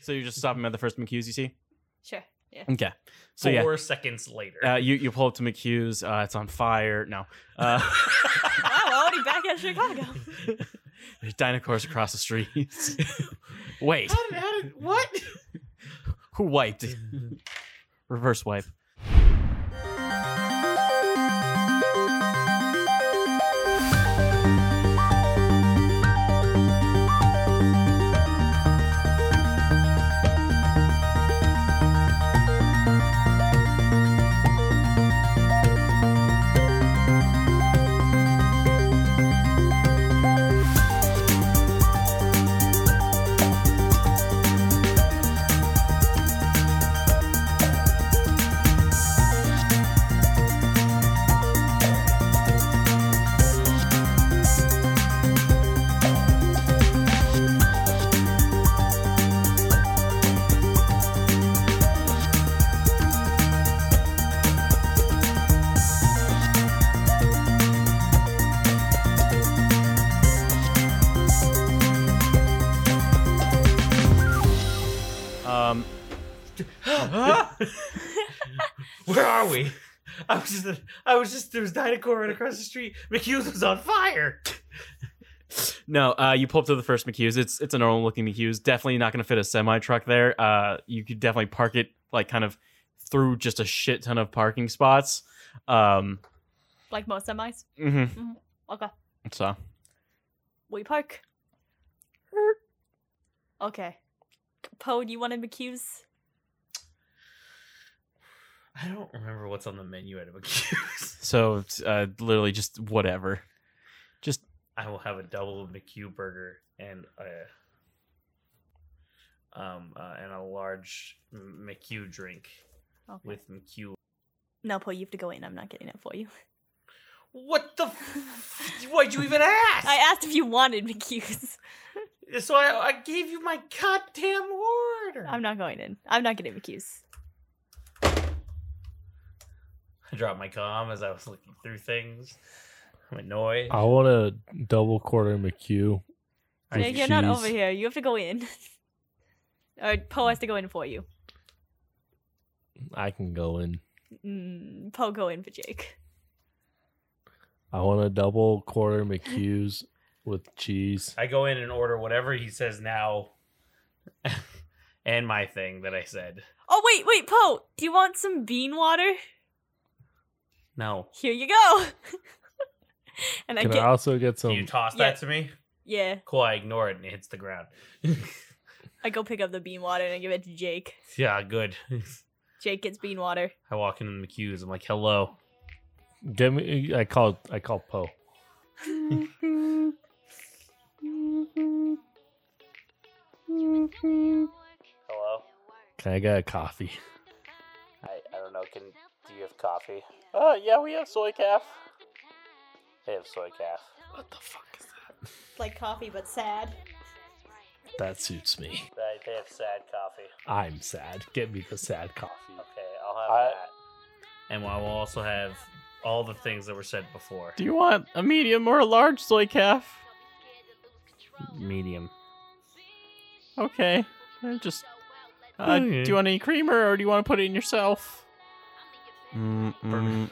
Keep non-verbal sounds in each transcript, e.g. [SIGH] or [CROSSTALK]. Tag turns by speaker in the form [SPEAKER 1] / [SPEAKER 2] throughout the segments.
[SPEAKER 1] So you just stop him at the first McHugh's you see.
[SPEAKER 2] Sure. Yeah.
[SPEAKER 1] Okay. So yeah,
[SPEAKER 3] Four seconds later.
[SPEAKER 1] uh, you you pull up to McHugh's. Uh, it's on fire. No, uh, [LAUGHS]
[SPEAKER 2] Wow, we're already back at
[SPEAKER 3] [LAUGHS]
[SPEAKER 2] Chicago.
[SPEAKER 1] there's dinosaurs across the street. [LAUGHS] Wait,
[SPEAKER 3] how did, how did, what?
[SPEAKER 1] who wiped? Reverse wipe. Um,
[SPEAKER 3] [LAUGHS] Where are we? I was just, I was just, there was Dinosaur right across the street. McHugh's was on fire.
[SPEAKER 1] no, uh, you pull up to the first McHugh's. It's it's a normal looking McHugh's. Definitely not going to fit a semi truck there. Uh, you could definitely park it like kind of through just a shit ton of parking spots. Um,
[SPEAKER 2] Like most semis.
[SPEAKER 1] mhm.
[SPEAKER 2] Okay.
[SPEAKER 1] so
[SPEAKER 2] We park. Okay. Poe, do you want a McHugh's?
[SPEAKER 3] I don't remember what's on the menu at a McHugh's.
[SPEAKER 1] so uh, literally just whatever. Just
[SPEAKER 3] [LAUGHS] I will have a double McHugh burger and a um uh, and a large M- McHugh drink
[SPEAKER 2] Okay.
[SPEAKER 3] with McHugh.
[SPEAKER 2] no, Poe, you have to go in. I'm not getting it for you.
[SPEAKER 3] What the? F- why'd you even ask?
[SPEAKER 2] I asked if you wanted McHugh's.
[SPEAKER 3] so I, I gave you my goddamn order.
[SPEAKER 2] I'm not going in. I'm not getting McHugh's.
[SPEAKER 3] I dropped my com as I was looking through things. I'm annoyed.
[SPEAKER 1] Oh,
[SPEAKER 4] I want a double quarter McHugh.
[SPEAKER 3] I
[SPEAKER 2] Yeah,
[SPEAKER 3] see.
[SPEAKER 2] you're not
[SPEAKER 4] Jeez.
[SPEAKER 2] over here. You have to go in. [LAUGHS] or Poe has to go in for you.
[SPEAKER 4] I can go in.
[SPEAKER 2] Mm, Poe, go in for Jake.
[SPEAKER 4] I want a double quarter McHugh's with cheese.
[SPEAKER 3] I go in and order whatever he says now, and my thing that I said.
[SPEAKER 2] Oh, wait, wait, Poe, do you want some bean water?
[SPEAKER 3] No,
[SPEAKER 2] Here you go. [LAUGHS] and I
[SPEAKER 4] Can
[SPEAKER 2] get.
[SPEAKER 4] I also get
[SPEAKER 3] Can
[SPEAKER 4] some?
[SPEAKER 3] you toss
[SPEAKER 2] yeah.
[SPEAKER 3] that to me.
[SPEAKER 2] yeah,
[SPEAKER 3] Cool. I ignore it and it hits the ground.
[SPEAKER 2] I go pick up the bean water and I give it to Jake.
[SPEAKER 3] [LAUGHS] yeah, good. [LAUGHS]
[SPEAKER 2] Jake gets bean water.
[SPEAKER 3] I walk in the McHugh's. I'm like, hello.
[SPEAKER 4] Give me. I call. I call Poe.
[SPEAKER 3] Hello.
[SPEAKER 4] Can I get a coffee?
[SPEAKER 3] I, I don't know. Can do you have coffee? Oh yeah, we have soy calf. They have soy calf.
[SPEAKER 4] What the fuck is that?
[SPEAKER 2] Like coffee, but sad.
[SPEAKER 4] That suits me.
[SPEAKER 3] They, they have sad coffee.
[SPEAKER 4] I'm sad. Get me the sad coffee.
[SPEAKER 3] Okay, I'll have
[SPEAKER 4] I-
[SPEAKER 3] that. And I will also have all the things that were said before.
[SPEAKER 1] do you want a medium or a large soy calf?
[SPEAKER 3] Medium.
[SPEAKER 1] Okay. Uh, Just uh,
[SPEAKER 3] Okay.
[SPEAKER 1] do you want any creamer or do you want to put it in yourself? Mm, mm.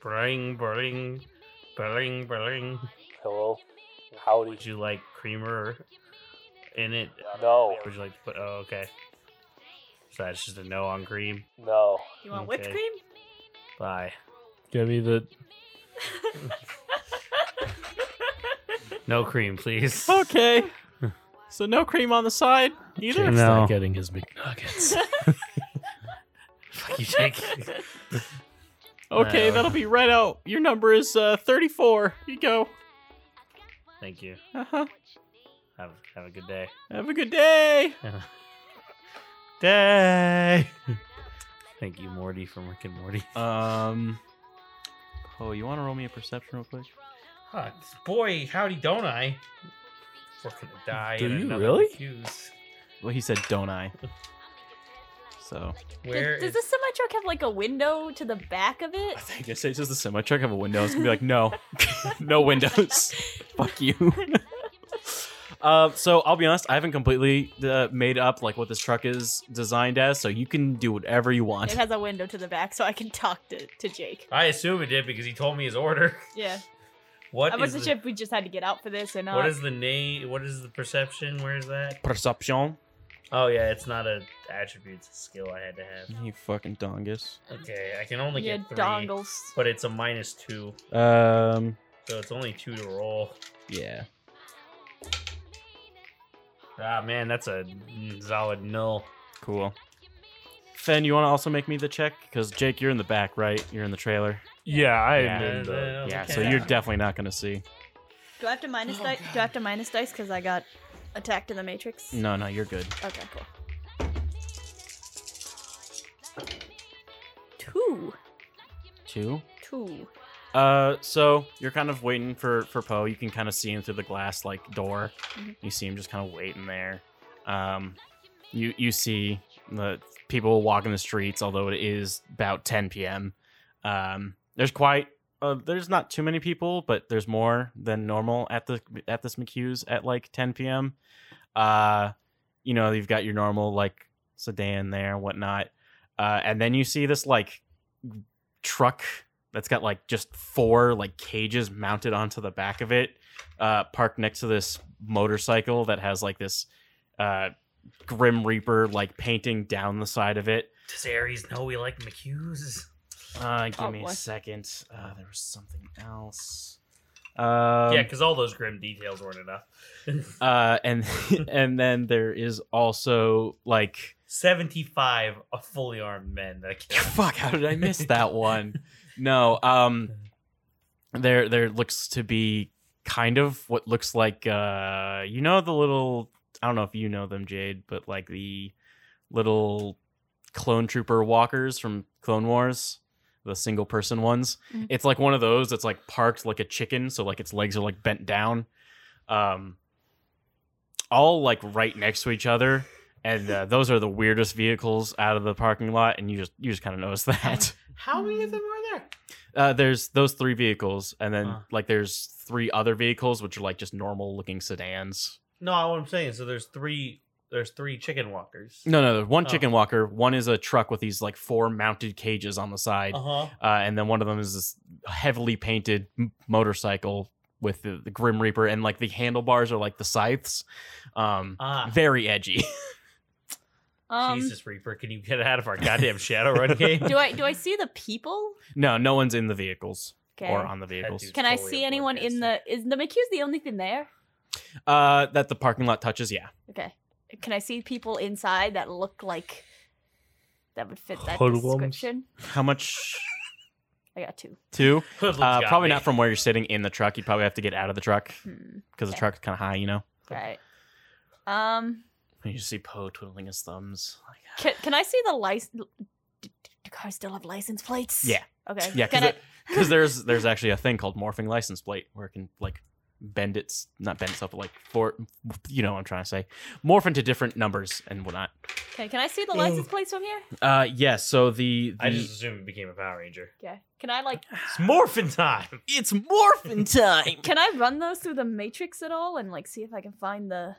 [SPEAKER 3] Bring, bring, bring, bring.
[SPEAKER 4] Hello. Howdy.
[SPEAKER 3] Would you like creamer in it?
[SPEAKER 4] No.
[SPEAKER 3] Would you like to put? Oh, okay. So that's just a no on cream.
[SPEAKER 4] No.
[SPEAKER 2] You want whipped
[SPEAKER 3] Okay.
[SPEAKER 2] cream?
[SPEAKER 3] Bye.
[SPEAKER 4] Give me the.
[SPEAKER 3] No cream, please.
[SPEAKER 1] Okay. So no cream on the side either.
[SPEAKER 4] Jake's
[SPEAKER 3] No.
[SPEAKER 4] not getting his McNuggets.
[SPEAKER 3] [LAUGHS] Fuck you, [LAUGHS] Jake.
[SPEAKER 2] [LAUGHS]
[SPEAKER 1] Okay,
[SPEAKER 3] Uh.
[SPEAKER 1] that'll be right out. Your number is uh, 34. You go.
[SPEAKER 3] Thank you.
[SPEAKER 1] Uh-huh.
[SPEAKER 3] Have have a good day.
[SPEAKER 1] Have a good day.
[SPEAKER 3] day. Thank you, Morty from Rick and Morty.
[SPEAKER 1] Um. Oh, you want to roll me a perception real quick?
[SPEAKER 3] Huh, boy, howdy, don't I? We're gonna die.
[SPEAKER 4] Do
[SPEAKER 3] in
[SPEAKER 4] you
[SPEAKER 3] another
[SPEAKER 4] really?
[SPEAKER 3] Refuse.
[SPEAKER 1] Well, he said, don't [LAUGHS] I? So.
[SPEAKER 3] Where
[SPEAKER 2] does,
[SPEAKER 3] is-
[SPEAKER 2] does the semi truck have like a window to the back of it?
[SPEAKER 1] I think I say, does the semi truck [LAUGHS]
[SPEAKER 2] [LAUGHS]
[SPEAKER 1] have a window? It's gonna be like, no, no windows. Fuck you. Uh, so I'll be honest, I haven't completely uh, made up like what this truck is designed as, so you can do whatever you
[SPEAKER 2] It
[SPEAKER 1] want.
[SPEAKER 2] has a window to the back, so I can talk to, to Jake.
[SPEAKER 3] I assume it did because he told me his order. [LAUGHS]
[SPEAKER 2] Yeah,
[SPEAKER 3] What
[SPEAKER 2] I
[SPEAKER 3] is
[SPEAKER 2] wasn't
[SPEAKER 3] the-
[SPEAKER 2] sure if we just had to get out for this uh, or not.
[SPEAKER 3] What is the name? What is the perception? Where is that?
[SPEAKER 1] Perception.
[SPEAKER 3] Oh yeah, it's not a attribute. It's a skill I had to have.
[SPEAKER 1] You fucking dongus.
[SPEAKER 3] Okay, I can only
[SPEAKER 2] yeah,
[SPEAKER 3] get three,
[SPEAKER 2] dongles.
[SPEAKER 3] but it's a minus two,
[SPEAKER 1] Um.
[SPEAKER 3] so it's only two to roll.
[SPEAKER 1] Yeah.
[SPEAKER 3] Ah man, that's a solid null.
[SPEAKER 1] Cool. Fen, you want to also make me the check? Because Jake, you're in the back, right? You're in the trailer.
[SPEAKER 4] Yeah, I
[SPEAKER 1] Yeah.
[SPEAKER 4] admit that.
[SPEAKER 1] Yeah.
[SPEAKER 3] Okay.
[SPEAKER 1] So you're definitely not gonna see.
[SPEAKER 2] Do I have to minus
[SPEAKER 3] Oh,
[SPEAKER 2] dice? Do I have to minus dice because I got attacked in the matrix?
[SPEAKER 1] No, no, you're good.
[SPEAKER 2] Okay, cool. Two,
[SPEAKER 1] Two.
[SPEAKER 2] two.
[SPEAKER 1] Uh, so you're kind of waiting for for Poe. You can kind of see him through the glass like door.
[SPEAKER 2] Mhm.
[SPEAKER 1] You see him just kind of waiting there. Um, you you see the people walking the streets, although it is about 10 p.m. Um, there's quite uh, there's not too many people, but there's more than normal at the at this McHugh's at like 10 p.m. Uh, you know you've got your normal like sedan there and whatnot, uh, and then you see this like truck that's got like just four like cages mounted onto the back of it uh parked next to this motorcycle that has like this uh grim reaper like painting down the side of it
[SPEAKER 3] Does Ares know we like McHughes?
[SPEAKER 1] uh give me a
[SPEAKER 2] Probably.
[SPEAKER 1] second uh there was something else um,
[SPEAKER 3] yeah, because all those grim details weren't enough. [LAUGHS]
[SPEAKER 1] uh and [LAUGHS] and then there is also like
[SPEAKER 3] Seventy-five of fully armed men. That
[SPEAKER 1] [LAUGHS]
[SPEAKER 3] can-
[SPEAKER 1] fuck how did i miss
[SPEAKER 3] [LAUGHS]
[SPEAKER 1] that one no um there there looks to be kind of what looks like uh you know the little i don't know if you know them jade but like the little clone trooper walkers from clone wars the single person ones
[SPEAKER 2] Mhm.
[SPEAKER 1] it's like one of those that's like parked like a chicken so like its legs are like bent down um all like right next to each other and uh, those are the weirdest vehicles out of the parking lot and you just you just kind of notice that
[SPEAKER 3] How many of them are there?
[SPEAKER 1] [LAUGHS] uh, there's those three vehicles, and then
[SPEAKER 3] Huh.
[SPEAKER 1] like there's three other vehicles which are like just normal looking sedans.
[SPEAKER 3] No, what I'm saying. So there's three. There's three chicken walkers.
[SPEAKER 1] No, no, there's one
[SPEAKER 3] Oh.
[SPEAKER 1] chicken walker, one is a truck with these like four mounted cages on the side, uh,
[SPEAKER 3] Uh huh.
[SPEAKER 1] and then one of them is this heavily painted m- motorcycle with the, the Grim Reaper, and like the handlebars are like the scythes. Um,
[SPEAKER 3] Ah.
[SPEAKER 1] very edgy. [LAUGHS]
[SPEAKER 2] Um,
[SPEAKER 3] Jesus Reaper, can you get out
[SPEAKER 1] [LAUGHS]
[SPEAKER 3] of our goddamn Shadowrun game? [LAUGHS]
[SPEAKER 2] do I do I see the people?
[SPEAKER 1] no, no one's in the vehicles
[SPEAKER 2] Okay.
[SPEAKER 1] or on the vehicles.
[SPEAKER 3] dude's
[SPEAKER 2] Can I
[SPEAKER 3] totally
[SPEAKER 2] see
[SPEAKER 3] a
[SPEAKER 2] anyone in the?
[SPEAKER 3] broadcaster.
[SPEAKER 2] Is the McHugh's the only thing there?
[SPEAKER 1] Uh, that the parking lot touches. Yeah.
[SPEAKER 2] Okay. Can I see people inside that look like that would fit that
[SPEAKER 4] Hoodlums?
[SPEAKER 2] description?
[SPEAKER 1] How much?
[SPEAKER 2] I got two.
[SPEAKER 1] Two.
[SPEAKER 3] Hoodlums
[SPEAKER 1] Uh,
[SPEAKER 3] got
[SPEAKER 1] probably
[SPEAKER 3] me.
[SPEAKER 1] not from where you're sitting in the truck. You'd probably have to get out of the truck.
[SPEAKER 2] Hmm.
[SPEAKER 1] because the
[SPEAKER 2] Okay.
[SPEAKER 1] truck's kind of high, you know.
[SPEAKER 2] Right. Um.
[SPEAKER 1] And you just see Poe twiddling his thumbs. Like, "Ah,
[SPEAKER 2] Can, can I see the license? Do, do cars still have license plates?
[SPEAKER 1] Yeah.
[SPEAKER 2] Okay.
[SPEAKER 1] yeah,
[SPEAKER 2] Can I,
[SPEAKER 1] because [LAUGHS] there's there's actually a thing called morphing license plate where it can like bend its not bend itself, but like for you know what I'm trying to say, morph into different numbers and whatnot.
[SPEAKER 2] can, can I see the license plates from here?
[SPEAKER 1] Uh, yes. so the, the
[SPEAKER 3] I just assumed it became a Power Ranger.
[SPEAKER 2] Okay. Can I like?
[SPEAKER 3] It's morphin time.
[SPEAKER 1] it's [LAUGHS] morphing time.
[SPEAKER 2] Can I run those through the matrix at all and like see if I can find the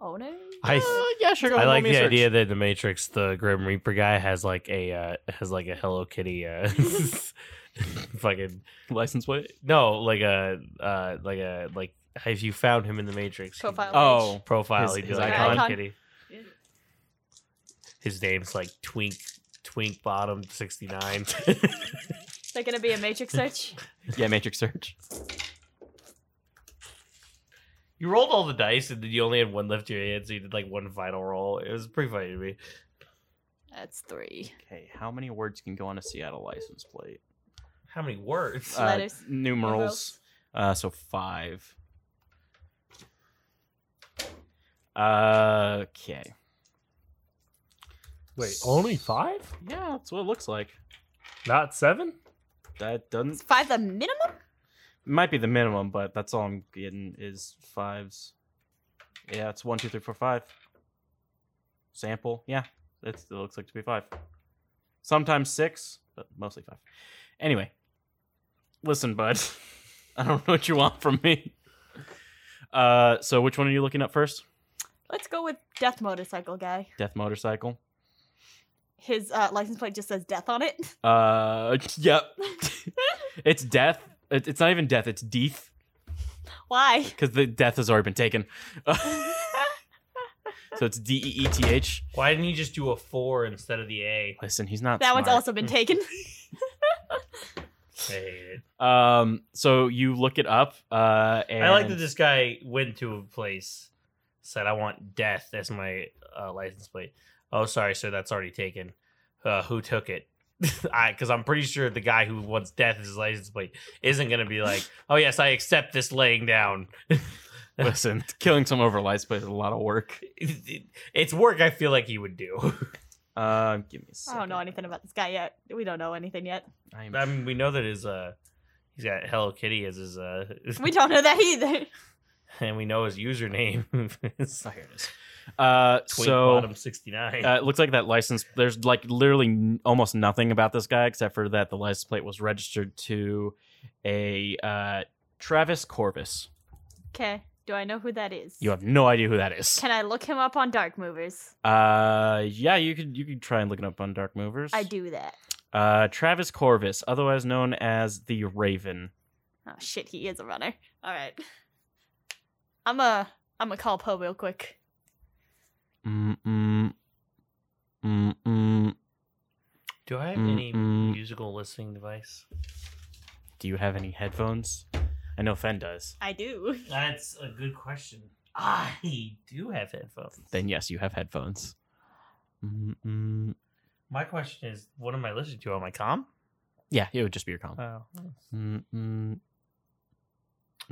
[SPEAKER 2] owner?
[SPEAKER 3] I-
[SPEAKER 1] Uh, yeah, sure. Go
[SPEAKER 3] I
[SPEAKER 1] ahead, roll
[SPEAKER 3] like
[SPEAKER 1] me
[SPEAKER 3] the
[SPEAKER 1] a search.
[SPEAKER 3] idea that the Matrix, the Grim Reaper guy, has like a uh, has like a Hello Kitty uh, [LAUGHS] fucking
[SPEAKER 1] license plate.
[SPEAKER 3] no, like a uh, like a like if you found him in the Matrix he'd-
[SPEAKER 2] Profile.
[SPEAKER 1] Oh,
[SPEAKER 3] profile,
[SPEAKER 1] His-
[SPEAKER 3] he'd be
[SPEAKER 1] his
[SPEAKER 3] like
[SPEAKER 2] icon.
[SPEAKER 3] Hello
[SPEAKER 2] Icon.
[SPEAKER 3] Kitty. His name's like Twink Twink Bottom sixty nine. [LAUGHS]
[SPEAKER 2] Is that gonna be a matrix search?
[SPEAKER 1] yeah, matrix search.
[SPEAKER 3] you rolled all the dice and then you only had one left to your hand, so you did like one final roll. It was pretty funny to me.
[SPEAKER 2] That's three.
[SPEAKER 1] [LAUGHS] Okay, how many words can go on a Seattle license plate?
[SPEAKER 3] How many
[SPEAKER 1] [LAUGHS]
[SPEAKER 3] words?
[SPEAKER 1] Uh,
[SPEAKER 2] Letters.
[SPEAKER 1] numerals.
[SPEAKER 2] Numerals.
[SPEAKER 1] Uh, so five. Uh, okay.
[SPEAKER 4] Wait, only five?
[SPEAKER 1] Yeah, that's what it looks like.
[SPEAKER 4] Not seven?
[SPEAKER 1] That doesn't
[SPEAKER 2] Is five the minimum?
[SPEAKER 1] might be the minimum, but that's all I'm getting is fives. Yeah, it's one, two, three, four, five. Sample, yeah, that's, it looks like to be five. Sometimes six, but mostly five. [LAUGHS] Anyway, listen, bud, I don't know what you want from me. Uh, so which one are you looking up first?
[SPEAKER 2] Let's go with Death Motorcycle Guy.
[SPEAKER 1] Death motorcycle.
[SPEAKER 2] His uh, license plate just says death on it. [LAUGHS]
[SPEAKER 1] Uh, [LAUGHS] yep. it's death. It- It's not even death. It's death
[SPEAKER 2] Why?
[SPEAKER 1] because the death has already been taken. [LAUGHS] so it's D E E T H.
[SPEAKER 3] Why didn't you just do a four instead of the A?
[SPEAKER 1] Listen, he's not.
[SPEAKER 2] That one's
[SPEAKER 1] smart.
[SPEAKER 2] also
[SPEAKER 3] [LAUGHS]
[SPEAKER 2] been taken.
[SPEAKER 3] I hate it.
[SPEAKER 1] Um, so you look it up. Uh, and
[SPEAKER 3] I like that this guy went to a place, said, "I want death as my uh, license plate." Oh, sorry, sir, that's already taken. Uh, who took it? [LAUGHS] Because I'm pretty sure the guy who wants death as his license plate isn't going to be like, "Oh yes, I accept this laying down." [LAUGHS]
[SPEAKER 1] [LAUGHS] Listen, killing someone over lights plays a lot of work.
[SPEAKER 3] it's work. I feel like he would do.
[SPEAKER 1] Uh, give me. A
[SPEAKER 2] I
[SPEAKER 1] second.
[SPEAKER 2] don't know anything about this guy yet. We don't know anything yet.
[SPEAKER 1] I'm-
[SPEAKER 3] I mean, we know that his uh, he's got Hello Kitty as his uh,
[SPEAKER 2] We don't know that either.
[SPEAKER 3] [LAUGHS]
[SPEAKER 2] [LAUGHS]
[SPEAKER 3] and we know his username [LAUGHS] is
[SPEAKER 1] oh, here it is. Uh, so
[SPEAKER 3] Bottom sixty nine.
[SPEAKER 1] Uh, it looks like that license. There's like literally n- almost nothing about this guy except for that the license plate was registered to a uh, Travis Corvus.
[SPEAKER 2] Okay. Do I know who that is?
[SPEAKER 1] You have no idea who that is.
[SPEAKER 2] Can I look him up on Dark Movers?
[SPEAKER 1] Uh, yeah, you could you could try and look it up on Dark Movers.
[SPEAKER 2] I do that.
[SPEAKER 1] Uh, Travis Corvus, otherwise known as the Raven.
[SPEAKER 2] Oh shit, he is a runner. All right. I'm a I'm a call Poe real quick.
[SPEAKER 1] Mm mm mm mm.
[SPEAKER 3] Do I have
[SPEAKER 1] Mm,
[SPEAKER 3] any
[SPEAKER 1] mm.
[SPEAKER 3] musical listening device?
[SPEAKER 1] Do you have any headphones? I know Fen does.
[SPEAKER 2] I do. [LAUGHS]
[SPEAKER 3] That's a good question. I do have headphones.
[SPEAKER 1] Then yes, you have headphones. Mm mm.
[SPEAKER 3] My question is, what am I listening to on my com?
[SPEAKER 1] Yeah, it would just be your comp.
[SPEAKER 3] Oh,
[SPEAKER 1] Mm-mm.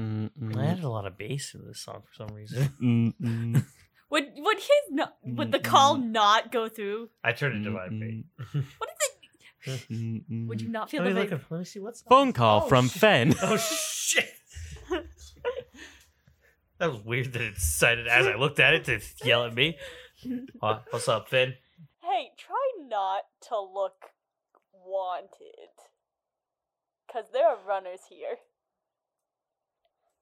[SPEAKER 1] Mm-mm.
[SPEAKER 3] I added a lot of bass in this song for some reason. mm,
[SPEAKER 1] Mm-mm.
[SPEAKER 2] Would would his no, would the call not go through?
[SPEAKER 3] [LAUGHS] I turned it to vibrate.
[SPEAKER 2] What is
[SPEAKER 3] mm,
[SPEAKER 2] it? Would you not feel
[SPEAKER 3] Let me
[SPEAKER 2] the
[SPEAKER 3] look.
[SPEAKER 2] vibe?
[SPEAKER 3] up- Let me see what's
[SPEAKER 1] Phone call
[SPEAKER 3] Oh,
[SPEAKER 1] from
[SPEAKER 3] shit.
[SPEAKER 1] Fen.
[SPEAKER 3] [LAUGHS] Oh shit! that was weird that it decided as I looked at it to yell at me. Huh? What's up, Finn?
[SPEAKER 2] Hey, try not to look wanted. Cause there are runners here.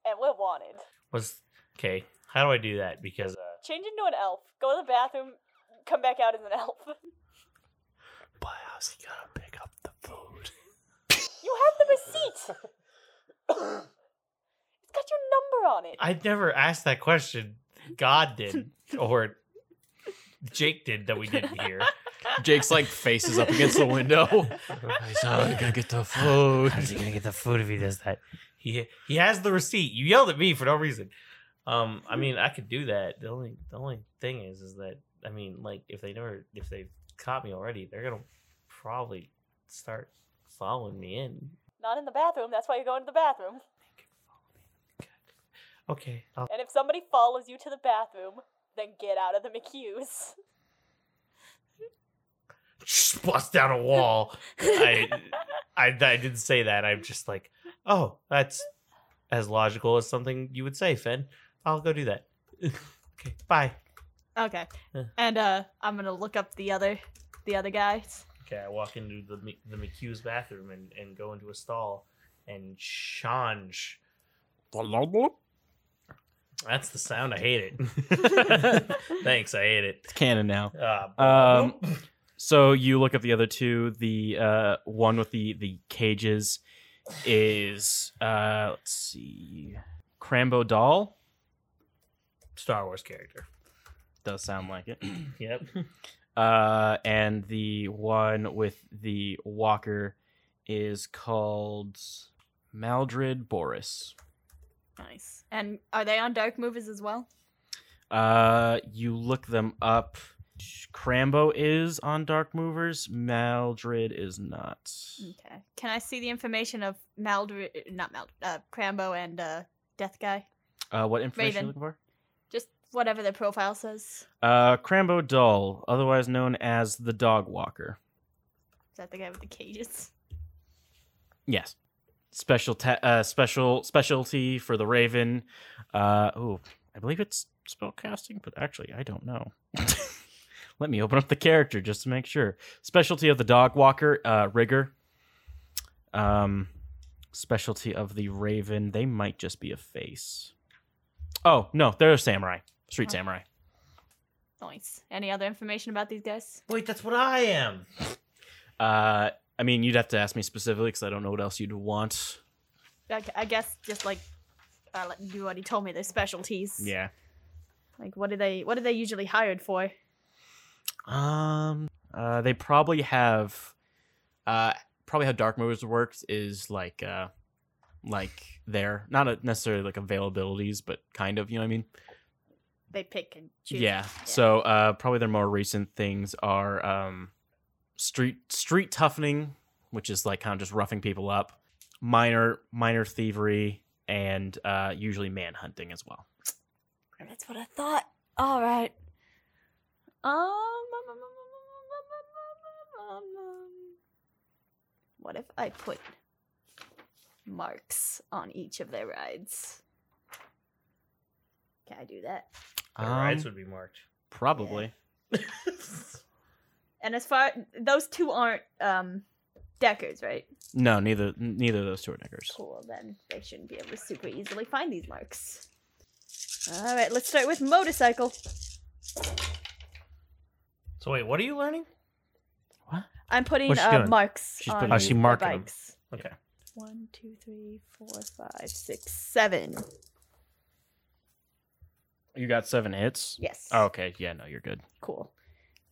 [SPEAKER 2] And we're wanted.
[SPEAKER 3] Was okay. How do I do that? Because uh,
[SPEAKER 2] Change into an elf. Go to the bathroom. Come back out as an elf. [LAUGHS]
[SPEAKER 3] but how's he gonna pick up the food?
[SPEAKER 2] You have the receipt. it's got your number on it.
[SPEAKER 3] I never asked that question. God did, or Jake did that we didn't hear.
[SPEAKER 1] [LAUGHS] Jake's like faces up against the [LAUGHS] window.
[SPEAKER 3] gonna get the
[SPEAKER 1] [LAUGHS]
[SPEAKER 3] food. How's he gonna get the food if he does that? He he has the receipt. You yelled at me for no reason. Um, I mean, I could do that. The only the only thing is, is that I mean, like if they never if they've caught me already, they're gonna probably start following me in.
[SPEAKER 2] Not in the bathroom. That's why you're going to the bathroom.
[SPEAKER 3] Okay, I'll
[SPEAKER 2] And if somebody follows you to the bathroom, then get out of the [LAUGHS] McHughes.
[SPEAKER 3] just bust down a wall. I, I I didn't say that. I'm just like, oh, that's as logical as something you would say, Finn. I'll go do that. [LAUGHS] okay, bye.
[SPEAKER 2] Okay.
[SPEAKER 3] Yeah.
[SPEAKER 2] And uh I'm gonna look up the other the other guys.
[SPEAKER 3] Okay, I walk into the M- the McHugh's bathroom and, and go into a stall, and change. That's the sound. I hate
[SPEAKER 1] [LAUGHS]
[SPEAKER 3] it. Thanks, I hate it.
[SPEAKER 1] Canon now.
[SPEAKER 3] Uh,
[SPEAKER 1] Um, so you look up the other two. The uh, one with the the cages is uh, let's see, Crambo doll.
[SPEAKER 3] Star Wars character.
[SPEAKER 1] Does sound like it. [CLEARS THROAT]
[SPEAKER 3] Yep.
[SPEAKER 1] Uh, and the one with the walker is called Maldred Boris.
[SPEAKER 2] Nice. And are they on Dark Movies as well?
[SPEAKER 1] Uh, you look them up. Crambo is on Dark Movers. Maldred is not.
[SPEAKER 2] Okay. Can I see the information of Maldr not Mald uh Crambo and uh Death Guy?
[SPEAKER 1] Uh, what information are
[SPEAKER 2] Raven.
[SPEAKER 1] you looking for?
[SPEAKER 2] Just whatever their profile says.
[SPEAKER 1] Uh, Crambo Doll, otherwise known as the Dog Walker.
[SPEAKER 2] Is that the guy with the cages?
[SPEAKER 1] Yes. Special ta- uh, special specialty for the Raven. Uh, ooh, I believe it's spellcasting, but actually I don't know. [LAUGHS] Let me open up the character just to make sure. Specialty of the dog walker, uh, rigor. Um, specialty of the Raven. They might just be a face. Oh no, they're a samurai, street
[SPEAKER 2] Oh.
[SPEAKER 1] samurai.
[SPEAKER 2] Nice. Any other information about these guys?
[SPEAKER 3] Wait, that's what I am.
[SPEAKER 1] Uh, I mean, you'd have to ask me specifically because I don't know what else you'd want.
[SPEAKER 2] I, I guess just like uh, like you already told me their specialties.
[SPEAKER 1] Yeah.
[SPEAKER 2] Like what are they? What are they usually hired for?
[SPEAKER 1] Um, uh, they probably have, uh, probably how Dark Movers works is like, uh, like their not a, necessarily like availabilities, but kind of, you know what I mean?
[SPEAKER 2] They pick and choose.
[SPEAKER 1] Yeah. So, uh, probably their more recent things are, um, street street toughening, which is like kind of just roughing people up, minor minor thievery, and uh, usually manhunting as well.
[SPEAKER 2] that's what I thought. All right. Um. What if I put marks on each of their rides? Can I do that?
[SPEAKER 3] Their
[SPEAKER 1] Um,
[SPEAKER 3] rides would be marked. [LAUGHS]
[SPEAKER 1] Probably.
[SPEAKER 2] And as far those two aren't um deckers, right?
[SPEAKER 1] No, neither n- neither of those two are knickers.
[SPEAKER 2] Cool, then they shouldn't be able to super easily find these marks. Alright, let's start with motorcycle.
[SPEAKER 3] so wait, what are you learning?
[SPEAKER 2] I'm putting
[SPEAKER 3] What's she
[SPEAKER 2] uh,
[SPEAKER 3] doing?
[SPEAKER 2] marks
[SPEAKER 1] She's
[SPEAKER 2] on
[SPEAKER 1] putting- Oh,
[SPEAKER 3] she
[SPEAKER 2] the
[SPEAKER 3] marking 'em.
[SPEAKER 2] bikes.
[SPEAKER 3] Okay.
[SPEAKER 2] One, two, three, four, five, six, seven.
[SPEAKER 1] You got seven hits.
[SPEAKER 2] Yes.
[SPEAKER 1] Oh, okay, yeah, no, you're good.
[SPEAKER 2] Cool.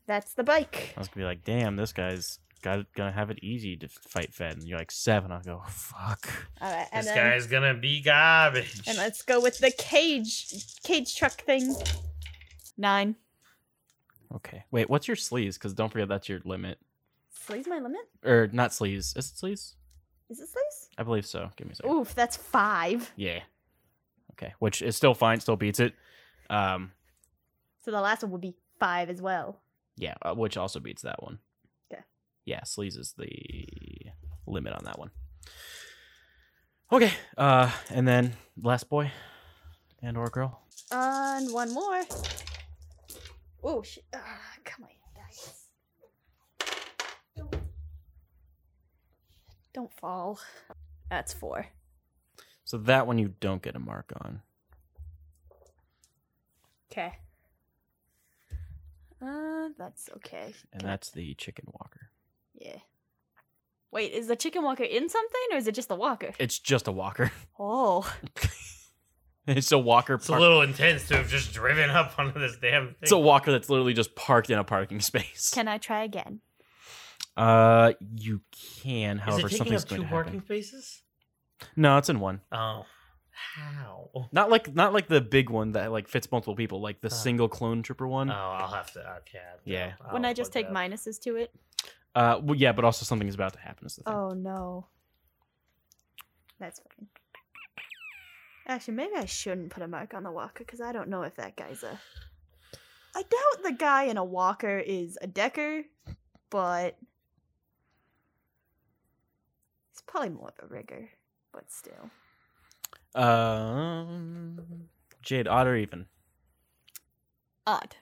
[SPEAKER 2] That's the bike.
[SPEAKER 1] I was gonna be like, damn, this guy's got gonna have it easy to fight Fed, and you're like seven. I'll go, "Oh, fuck.
[SPEAKER 2] Alright, and
[SPEAKER 3] this
[SPEAKER 2] then
[SPEAKER 3] guy's gonna be garbage.
[SPEAKER 2] and let's go with the cage cage truck thing. Nine.
[SPEAKER 1] Okay, wait, what's your sleeves? Because don't forget that's your limit,
[SPEAKER 2] Sleeves my limit?
[SPEAKER 1] or not sleeves? Is it sleeves?
[SPEAKER 2] Is it sleeves?
[SPEAKER 1] I believe so. Give me a second.
[SPEAKER 2] Oof, that's five.
[SPEAKER 1] Yeah. Okay, which is still fine, still beats it. Um,
[SPEAKER 2] So the last one would be five as well.
[SPEAKER 1] yeah, uh, which also beats that one.
[SPEAKER 2] Okay.
[SPEAKER 1] Yeah, sleeves is the limit on that one. Okay, uh, and then last boy, and or girl.
[SPEAKER 2] And one more. Oh, sh- ah, come on, dice. Don't fall. That's four.
[SPEAKER 1] So that one you don't get a mark on.
[SPEAKER 2] Okay. Uh, that's okay.
[SPEAKER 1] and
[SPEAKER 2] Can I-
[SPEAKER 1] that's the chicken walker.
[SPEAKER 2] yeah. Wait, is the chicken walker in something, or is it just the walker?
[SPEAKER 1] It's just a walker. [LAUGHS]
[SPEAKER 2] Oh,
[SPEAKER 1] It's a walker.
[SPEAKER 3] it's a
[SPEAKER 1] Par-
[SPEAKER 3] little intense to have just driven up [LAUGHS] onto this damn thing.
[SPEAKER 1] it's a walker that's literally just parked in a parking [LAUGHS] space.
[SPEAKER 2] can I try again?
[SPEAKER 1] uh, you can. However,
[SPEAKER 3] is it taking
[SPEAKER 1] something's
[SPEAKER 3] up
[SPEAKER 1] going
[SPEAKER 3] two
[SPEAKER 1] to happen.
[SPEAKER 3] parking spaces?
[SPEAKER 1] No, it's in one.
[SPEAKER 3] Oh, how? Oh,
[SPEAKER 1] Not like not like the big one that like fits multiple people, like the
[SPEAKER 3] Ah.
[SPEAKER 1] single clone trooper one. Uh,
[SPEAKER 3] I'll have to. Okay. I'll-
[SPEAKER 1] Yeah.
[SPEAKER 3] I'll
[SPEAKER 2] Wouldn't I just
[SPEAKER 3] look
[SPEAKER 2] take
[SPEAKER 3] up.
[SPEAKER 2] minuses to it?
[SPEAKER 1] Uh, well, yeah, but also something is about to happen. Is the thing.
[SPEAKER 2] Oh no. That's fine. Actually, maybe I shouldn't put a mark on the walker because I don't know if that guy's a. I doubt the guy in a walker is a decker, but. He's probably more of a rigger, but still.
[SPEAKER 3] Oh.
[SPEAKER 1] Um, Jade, odd or even?
[SPEAKER 2] Odd.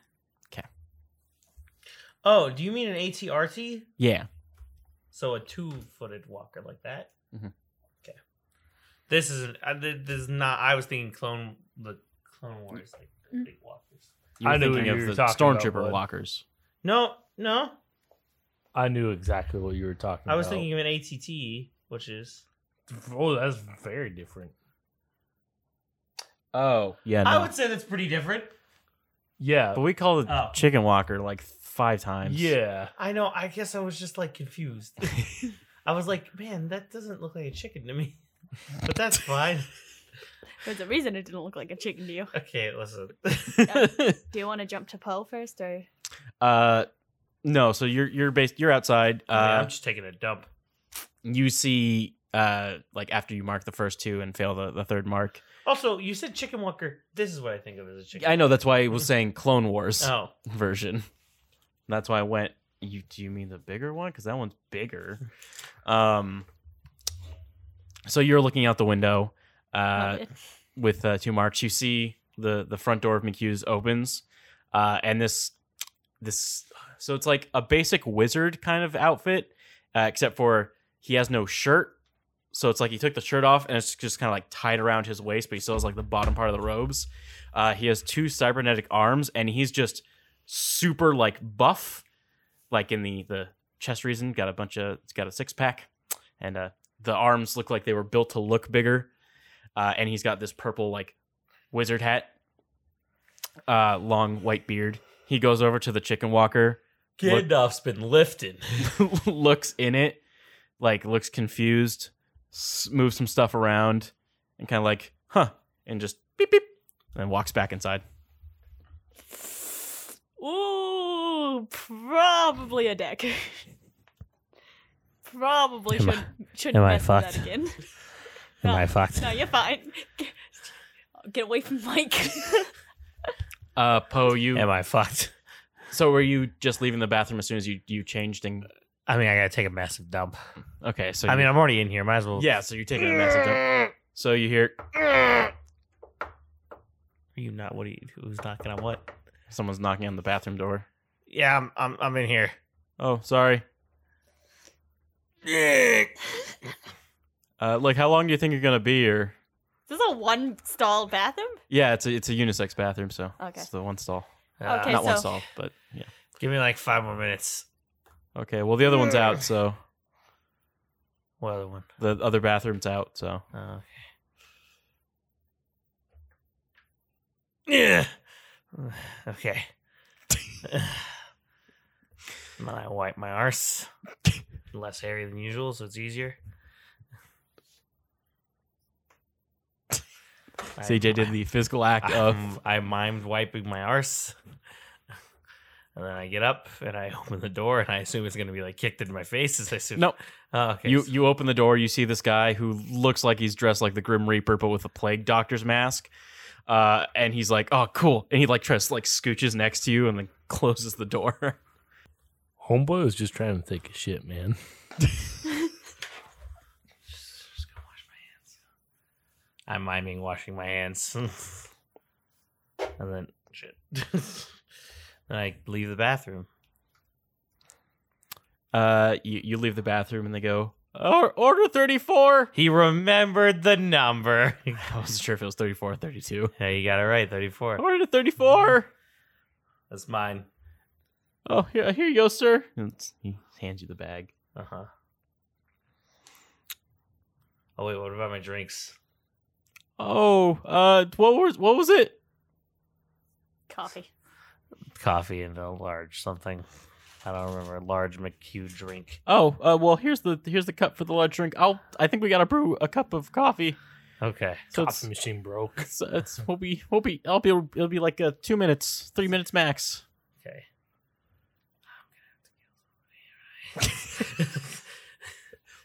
[SPEAKER 3] Oh, do you mean an ATRT?
[SPEAKER 1] Yeah.
[SPEAKER 3] So a two-footed walker like that.
[SPEAKER 1] Mhm.
[SPEAKER 3] Okay. This is uh, th- this is not. I was thinking clone the Clone Wars like the
[SPEAKER 2] Mm.
[SPEAKER 3] big walkers.
[SPEAKER 1] You were
[SPEAKER 4] I knew
[SPEAKER 1] thinking
[SPEAKER 4] what
[SPEAKER 1] of
[SPEAKER 4] you
[SPEAKER 1] the
[SPEAKER 4] were talking about,
[SPEAKER 1] stormtrooper
[SPEAKER 4] bud.
[SPEAKER 1] walkers.
[SPEAKER 3] No, no.
[SPEAKER 4] I knew exactly what you were talking
[SPEAKER 3] I was
[SPEAKER 4] about.
[SPEAKER 3] thinking of an ATT, which is.
[SPEAKER 4] Oh, that's very different.
[SPEAKER 1] Oh, yeah. No.
[SPEAKER 3] I would say that's pretty different.
[SPEAKER 4] Yeah.
[SPEAKER 1] But we called it
[SPEAKER 3] Oh.
[SPEAKER 1] chicken walker like five times.
[SPEAKER 4] Yeah.
[SPEAKER 3] I know. I guess I was just like confused.
[SPEAKER 1] [LAUGHS]
[SPEAKER 3] I was like, man, that doesn't look like a chicken to me. [LAUGHS] But that's fine.
[SPEAKER 2] There's a reason it didn't look like a chicken to you.
[SPEAKER 3] okay,
[SPEAKER 1] [LAUGHS]
[SPEAKER 3] listen. [LAUGHS]
[SPEAKER 2] Do you want to jump to Poe first, or
[SPEAKER 1] Uh, no. So you're you're based. You're outside.
[SPEAKER 3] Oh, Yeah, I'm
[SPEAKER 1] Uh,
[SPEAKER 3] just taking a dump.
[SPEAKER 1] you see. Uh, like after you mark the first two and fail the, the third mark.
[SPEAKER 3] Also, you said chicken walker. This is what I think of as a chicken.
[SPEAKER 1] I know that's why I was saying Clone Wars
[SPEAKER 3] Oh,
[SPEAKER 1] [LAUGHS] version. That's why I went. You do you mean the bigger one? Because that one's bigger. Um. So you're looking out the window. Uh, with uh, two marks, you see the the front door of McHugh's opens, uh, and this this so it's like a basic wizard kind of outfit, uh, except for he has no shirt So it's like he took the shirt off and it's just kind of like tied around his waist, but he still has like the bottom part of the robes. Uh, he has two cybernetic arms and he's just super like buff, like in the the chest region. Got a bunch of it's got a six pack, and uh, the arms look like they were built to look bigger. Uh, and he's got this purple like wizard hat, uh, long white beard. He goes over to the chicken walker [LAUGHS]
[SPEAKER 3] Gandalf's been lifting.
[SPEAKER 1] looks in it, like looks confused, s- moves some stuff around, and kind of like, huh, and just beep beep, and then walks back inside.
[SPEAKER 2] Ooh, probably a deck. probably
[SPEAKER 5] Am
[SPEAKER 2] should shouldn't
[SPEAKER 5] am I
[SPEAKER 2] mess with that
[SPEAKER 5] fucked?
[SPEAKER 2] again.
[SPEAKER 5] Am
[SPEAKER 2] No,
[SPEAKER 5] I fucked?
[SPEAKER 2] No, you're fine. Get, get away from Mike.
[SPEAKER 5] [LAUGHS]
[SPEAKER 1] Uh, Poe, you.
[SPEAKER 5] Am I fucked?
[SPEAKER 1] So were you just leaving the bathroom as soon as you you changed? And
[SPEAKER 5] I mean, I gotta take a massive dump.
[SPEAKER 1] okay, so
[SPEAKER 5] I
[SPEAKER 1] you-
[SPEAKER 5] mean, I'm already in here. Might as well.
[SPEAKER 1] yeah, so you're taking a massive dump. So you hear
[SPEAKER 3] [LAUGHS] Are you not? What are you? Who's knocking on what?
[SPEAKER 1] someone's knocking on the bathroom door.
[SPEAKER 5] Yeah, I'm. I'm. I'm in here.
[SPEAKER 1] Oh, sorry. Uh, like, how long do you think you're gonna be here?
[SPEAKER 2] Is this a one stall bathroom?
[SPEAKER 1] Yeah, it's a it's a unisex bathroom, so
[SPEAKER 2] Okay.
[SPEAKER 1] it's the one stall,
[SPEAKER 5] Uh,
[SPEAKER 2] Okay,
[SPEAKER 1] not one
[SPEAKER 2] so-
[SPEAKER 1] stall, but yeah.
[SPEAKER 5] Give me like five more minutes.
[SPEAKER 1] Okay, well the other one's out, so
[SPEAKER 5] What other one?
[SPEAKER 1] the other bathroom's out, so
[SPEAKER 5] Oh, okay. Yeah. [SIGHS] Okay. [SIGHS]
[SPEAKER 3] And then I wipe my arse. Less hairy than usual, so it's [LAUGHS] easier. I-
[SPEAKER 1] CJ did the physical act of
[SPEAKER 3] Um, I mimed wiping my arse. [LAUGHS] And then I get up and I [LAUGHS] open the door and I assume it's gonna be like kicked in my face. As I assume.
[SPEAKER 1] No.
[SPEAKER 3] [LAUGHS] Oh, okay.
[SPEAKER 1] you. You open the door, you see this guy who looks like he's dressed like the Grim Reaper, but with a plague doctor's mask. Uh, and he's like, "Oh, cool!" And he like tries to like scooches next to you and then [LAUGHS] closes the door.
[SPEAKER 4] Homeboy was just trying to think of shit, man.
[SPEAKER 3] Just gonna wash my hands. I'm miming washing my hands. [LAUGHS] and then shit. [LAUGHS] and I leave the bathroom.
[SPEAKER 1] Uh, you you leave the bathroom and they go, "Or- "Order thirty four.
[SPEAKER 3] He remembered the number. [LAUGHS]
[SPEAKER 1] I wasn't sure if it was thirty four or thirty two.
[SPEAKER 3] yeah, you got it right, 34.
[SPEAKER 1] Order thirty four.
[SPEAKER 3] That's mine.
[SPEAKER 1] Oh, here here you go, sir. And it's- he hands you the bag.
[SPEAKER 3] Uh huh. Oh wait, what about my drinks?
[SPEAKER 1] Oh, uh, what was what was it?
[SPEAKER 2] Coffee.
[SPEAKER 3] Coffee and a large something. I don't remember. Large McHugh drink.
[SPEAKER 1] Oh, uh, well, here's the here's the cup for the large drink. I'll I think we gotta brew a cup of coffee.
[SPEAKER 3] Okay.
[SPEAKER 1] So
[SPEAKER 4] [LAUGHS] Coffee machine broke.
[SPEAKER 1] it's, it's, it's we'll be we'll be I'll be it'll be like uh two minutes, three minutes max.
[SPEAKER 3] [LAUGHS] Okay.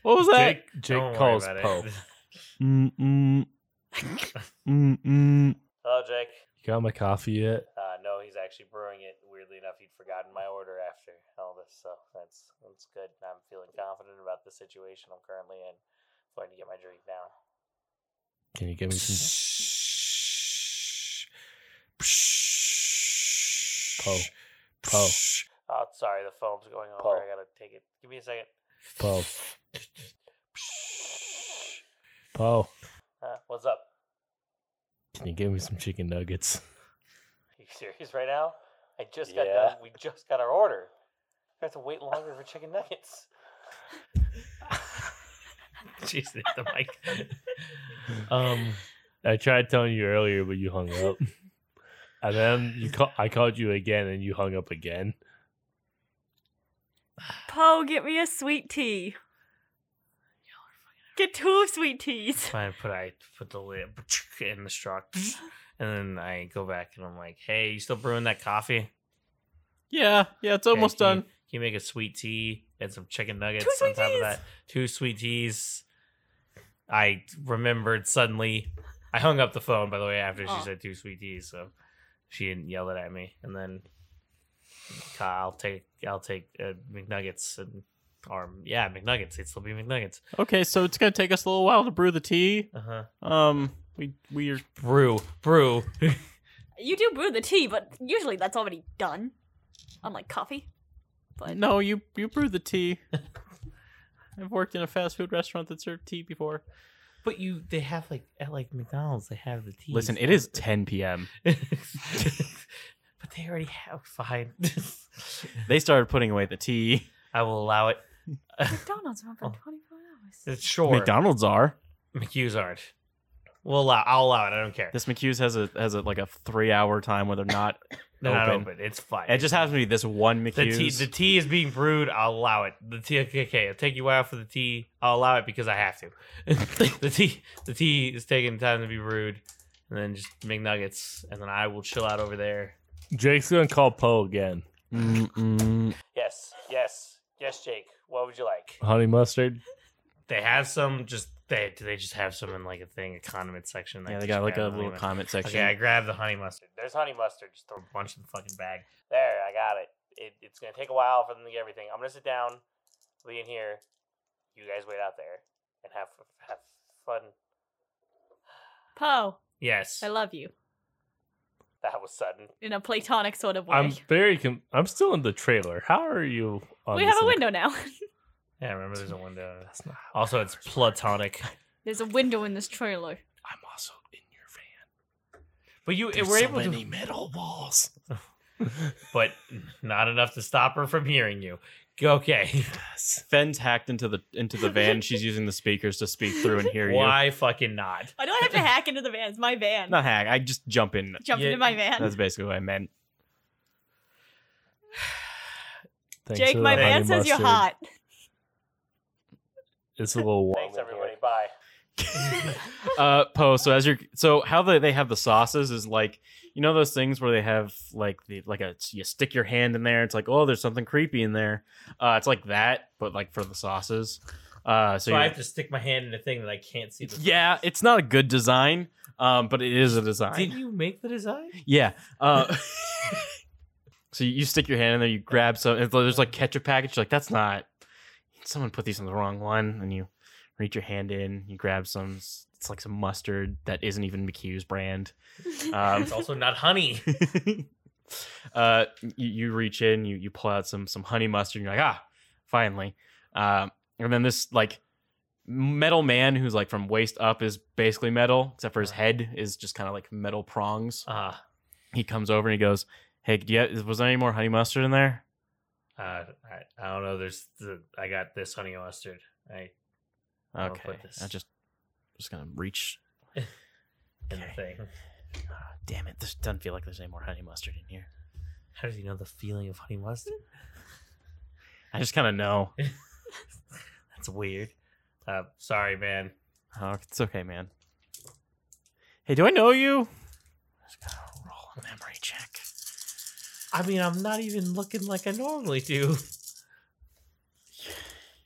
[SPEAKER 1] What was that?
[SPEAKER 3] Jake,
[SPEAKER 4] Jake
[SPEAKER 3] don't worry
[SPEAKER 4] calls
[SPEAKER 3] about it. [LAUGHS]
[SPEAKER 4] Pope.
[SPEAKER 1] Mm mm mm mm.
[SPEAKER 3] Hello, Oh, Jake.
[SPEAKER 4] You got my coffee yet?
[SPEAKER 3] Uh, no, he's actually brewing it. Weirdly enough, he'd forgotten my order after all this, so that's that's good. I'm feeling confident about the situation I'm currently in. I'm going to get my drink now.
[SPEAKER 4] Can you give me some? Poe. Poe.
[SPEAKER 3] Oh, sorry, the phone's going over.
[SPEAKER 4] Paul.
[SPEAKER 3] I gotta take it. Give me a second.
[SPEAKER 4] Poe. Poe.
[SPEAKER 3] Uh, what's up?
[SPEAKER 4] Can you give me some chicken nuggets?
[SPEAKER 3] Are you serious right now? I just got
[SPEAKER 5] Yeah.
[SPEAKER 3] done. We just got our order. We have to wait longer for chicken nuggets. [LAUGHS] Jeez, hit the mic. [LAUGHS]
[SPEAKER 4] Um, I tried telling you earlier, but you hung up. And then you call, I called you again, and you hung up again.
[SPEAKER 2] Poe, get me a sweet tea. Get two sweet teas.
[SPEAKER 3] I put I put the lid in the straw, and then I go back and I'm like, "Hey, you still brewing that coffee? Okay,
[SPEAKER 1] Yeah, yeah, it's almost
[SPEAKER 3] can you-
[SPEAKER 1] done.
[SPEAKER 3] Can you make a sweet tea and some chicken nuggets
[SPEAKER 2] Two
[SPEAKER 3] on
[SPEAKER 2] sweet
[SPEAKER 3] top
[SPEAKER 2] teas!
[SPEAKER 3] of that? Two sweet teas." I remembered suddenly. I hung up the phone by the way after she
[SPEAKER 2] Oh.
[SPEAKER 3] said two sweet teas, so she didn't yell it at me. And then I'll take I'll take uh, McNuggets and or yeah McNuggets. It'd still be McNuggets.
[SPEAKER 1] Okay, so it's gonna take us a little while to brew the tea.
[SPEAKER 3] Uh huh.
[SPEAKER 1] Um, we we are
[SPEAKER 3] Brew, brew.
[SPEAKER 2] You do brew the tea, but usually that's already
[SPEAKER 5] [LAUGHS]
[SPEAKER 2] done. Unlike coffee.
[SPEAKER 1] [LAUGHS]
[SPEAKER 2] But
[SPEAKER 1] no, you you brew the tea. I've worked in a fast food restaurant that served tea before.
[SPEAKER 3] But you, they have like at like McDonald's, they have the tea. [LAUGHS]
[SPEAKER 1] Listen, it is 10 p.m.
[SPEAKER 3] but they already have fine. [LAUGHS]
[SPEAKER 1] They started putting away the tea.
[SPEAKER 3] I will allow it.
[SPEAKER 2] McDonald's open
[SPEAKER 3] Oh.
[SPEAKER 2] 24 hours.
[SPEAKER 3] It's sure.
[SPEAKER 1] McDonald's are.
[SPEAKER 3] McHugh's aren't. We'll allow. I'll allow it. I don't care.
[SPEAKER 1] This McHugh's has a has a like a three hour time where they're not.
[SPEAKER 3] They're not
[SPEAKER 1] open.
[SPEAKER 3] open. It's fine.
[SPEAKER 1] It just happens to be this one
[SPEAKER 3] the tea.
[SPEAKER 1] McHugh's.
[SPEAKER 3] The tea is being brewed. I'll allow it. The tea. Okay, okay, I'll take you out for the tea. I'll allow it because I have to. [LAUGHS] the tea. The tea is taking time to be brewed, and then just McNuggets, and then I will chill out over there.
[SPEAKER 4] Jake's gonna call Poe again.
[SPEAKER 1] [LAUGHS] Mm-mm.
[SPEAKER 6] Yes, yes, yes, Jake. What would you like?
[SPEAKER 4] Honey mustard.
[SPEAKER 3] They have some. Just they. Do they just have some in like a thing, a condiment section?
[SPEAKER 1] Yeah,
[SPEAKER 3] I
[SPEAKER 1] they
[SPEAKER 3] just
[SPEAKER 1] got like a
[SPEAKER 3] grabbed honey
[SPEAKER 1] little
[SPEAKER 3] mustard?
[SPEAKER 1] comment section.
[SPEAKER 3] Okay, I grabbed the honey mustard.
[SPEAKER 6] There's honey mustard. Just throw
[SPEAKER 3] Throw a bunch in the fucking bag.
[SPEAKER 6] there. I got it. it. It's gonna take a while for them to get everything. I'm gonna sit down, Lee in here. You guys wait out there and have have fun.
[SPEAKER 2] Poe,
[SPEAKER 3] Yes.
[SPEAKER 2] I love you
[SPEAKER 6] That was sudden.
[SPEAKER 2] in a platonic sort of way.
[SPEAKER 4] I'm very. Com- I'm still in the trailer. How are you? On
[SPEAKER 2] we
[SPEAKER 4] this
[SPEAKER 2] have a
[SPEAKER 4] in-
[SPEAKER 2] window now. [LAUGHS]
[SPEAKER 3] Yeah, I remember there's a window.
[SPEAKER 4] That's not how
[SPEAKER 3] Also, it's
[SPEAKER 4] trailers work.
[SPEAKER 3] platonic.
[SPEAKER 2] There's a window in this trailer.
[SPEAKER 4] I'm also in your van.
[SPEAKER 3] But you
[SPEAKER 4] There's
[SPEAKER 3] were
[SPEAKER 4] so
[SPEAKER 3] able
[SPEAKER 4] many
[SPEAKER 3] to,
[SPEAKER 4] metal walls.
[SPEAKER 3] [LAUGHS] but not enough to stop her from hearing you. Okay.
[SPEAKER 1] Fenn's hacked into the into the van. She's using the speakers to speak through and hear you.
[SPEAKER 3] [LAUGHS] Why fucking not?
[SPEAKER 2] Why do I have to hack into the van? It's my van.
[SPEAKER 1] Not hack. I just jump in.
[SPEAKER 2] Jump
[SPEAKER 3] Yeah,
[SPEAKER 2] into my van.
[SPEAKER 1] That's basically what I meant.
[SPEAKER 4] Thanks
[SPEAKER 2] Jake,
[SPEAKER 4] for the
[SPEAKER 2] my
[SPEAKER 4] honey
[SPEAKER 2] van says you're
[SPEAKER 4] mustard.
[SPEAKER 2] hot.
[SPEAKER 4] It's a
[SPEAKER 2] [LAUGHS]
[SPEAKER 4] little warm.
[SPEAKER 6] Thanks everybody. Bye.
[SPEAKER 1] [LAUGHS] uh poe so as you're so how they, they have the sauces is like you know those things where they have like the like a you stick your hand in there it's like oh there's something creepy in there uh it's like that but like for the sauces uh so,
[SPEAKER 3] So I
[SPEAKER 1] you're-
[SPEAKER 3] have to stick my hand in a thing that I can't see. The
[SPEAKER 1] yeah it's not a good design um but it is a design
[SPEAKER 3] Did you make the design?
[SPEAKER 1] yeah uh so you stick your hand in there you grab some it's like- there's like ketchup package you're like that's not someone put these in the wrong one and you reach your hand in you grab some it's like some mustard that isn't even mchugh's brand um,
[SPEAKER 3] [LAUGHS] It's also not honey.
[SPEAKER 1] uh, you, you reach in, you you pull out some some honey mustard, and you're like, ah, finally. Um, and then this like metal man who's like from waist up is basically metal, except for his head is just kind of like metal prongs.
[SPEAKER 3] Uh,
[SPEAKER 1] He comes over and he goes, "Hey, do you, was there any more honey mustard in there?"
[SPEAKER 3] uh, I, I don't know. There's the, I got this honey mustard. I I'll
[SPEAKER 1] Okay,
[SPEAKER 3] put this.
[SPEAKER 1] I just just gonna reach.
[SPEAKER 3] in the
[SPEAKER 1] Okay.
[SPEAKER 3] thing.
[SPEAKER 1] Ah, damn it, this doesn't feel like there's any more honey mustard in here.
[SPEAKER 3] How does he know the feeling of honey mustard?
[SPEAKER 1] I just kind of know.
[SPEAKER 3] [LAUGHS] That's weird. Uh, sorry, man.
[SPEAKER 1] Oh, it's okay, man. Hey, do I know you? Just gotta roll a memory check.
[SPEAKER 3] I mean, I'm not even looking like I normally do.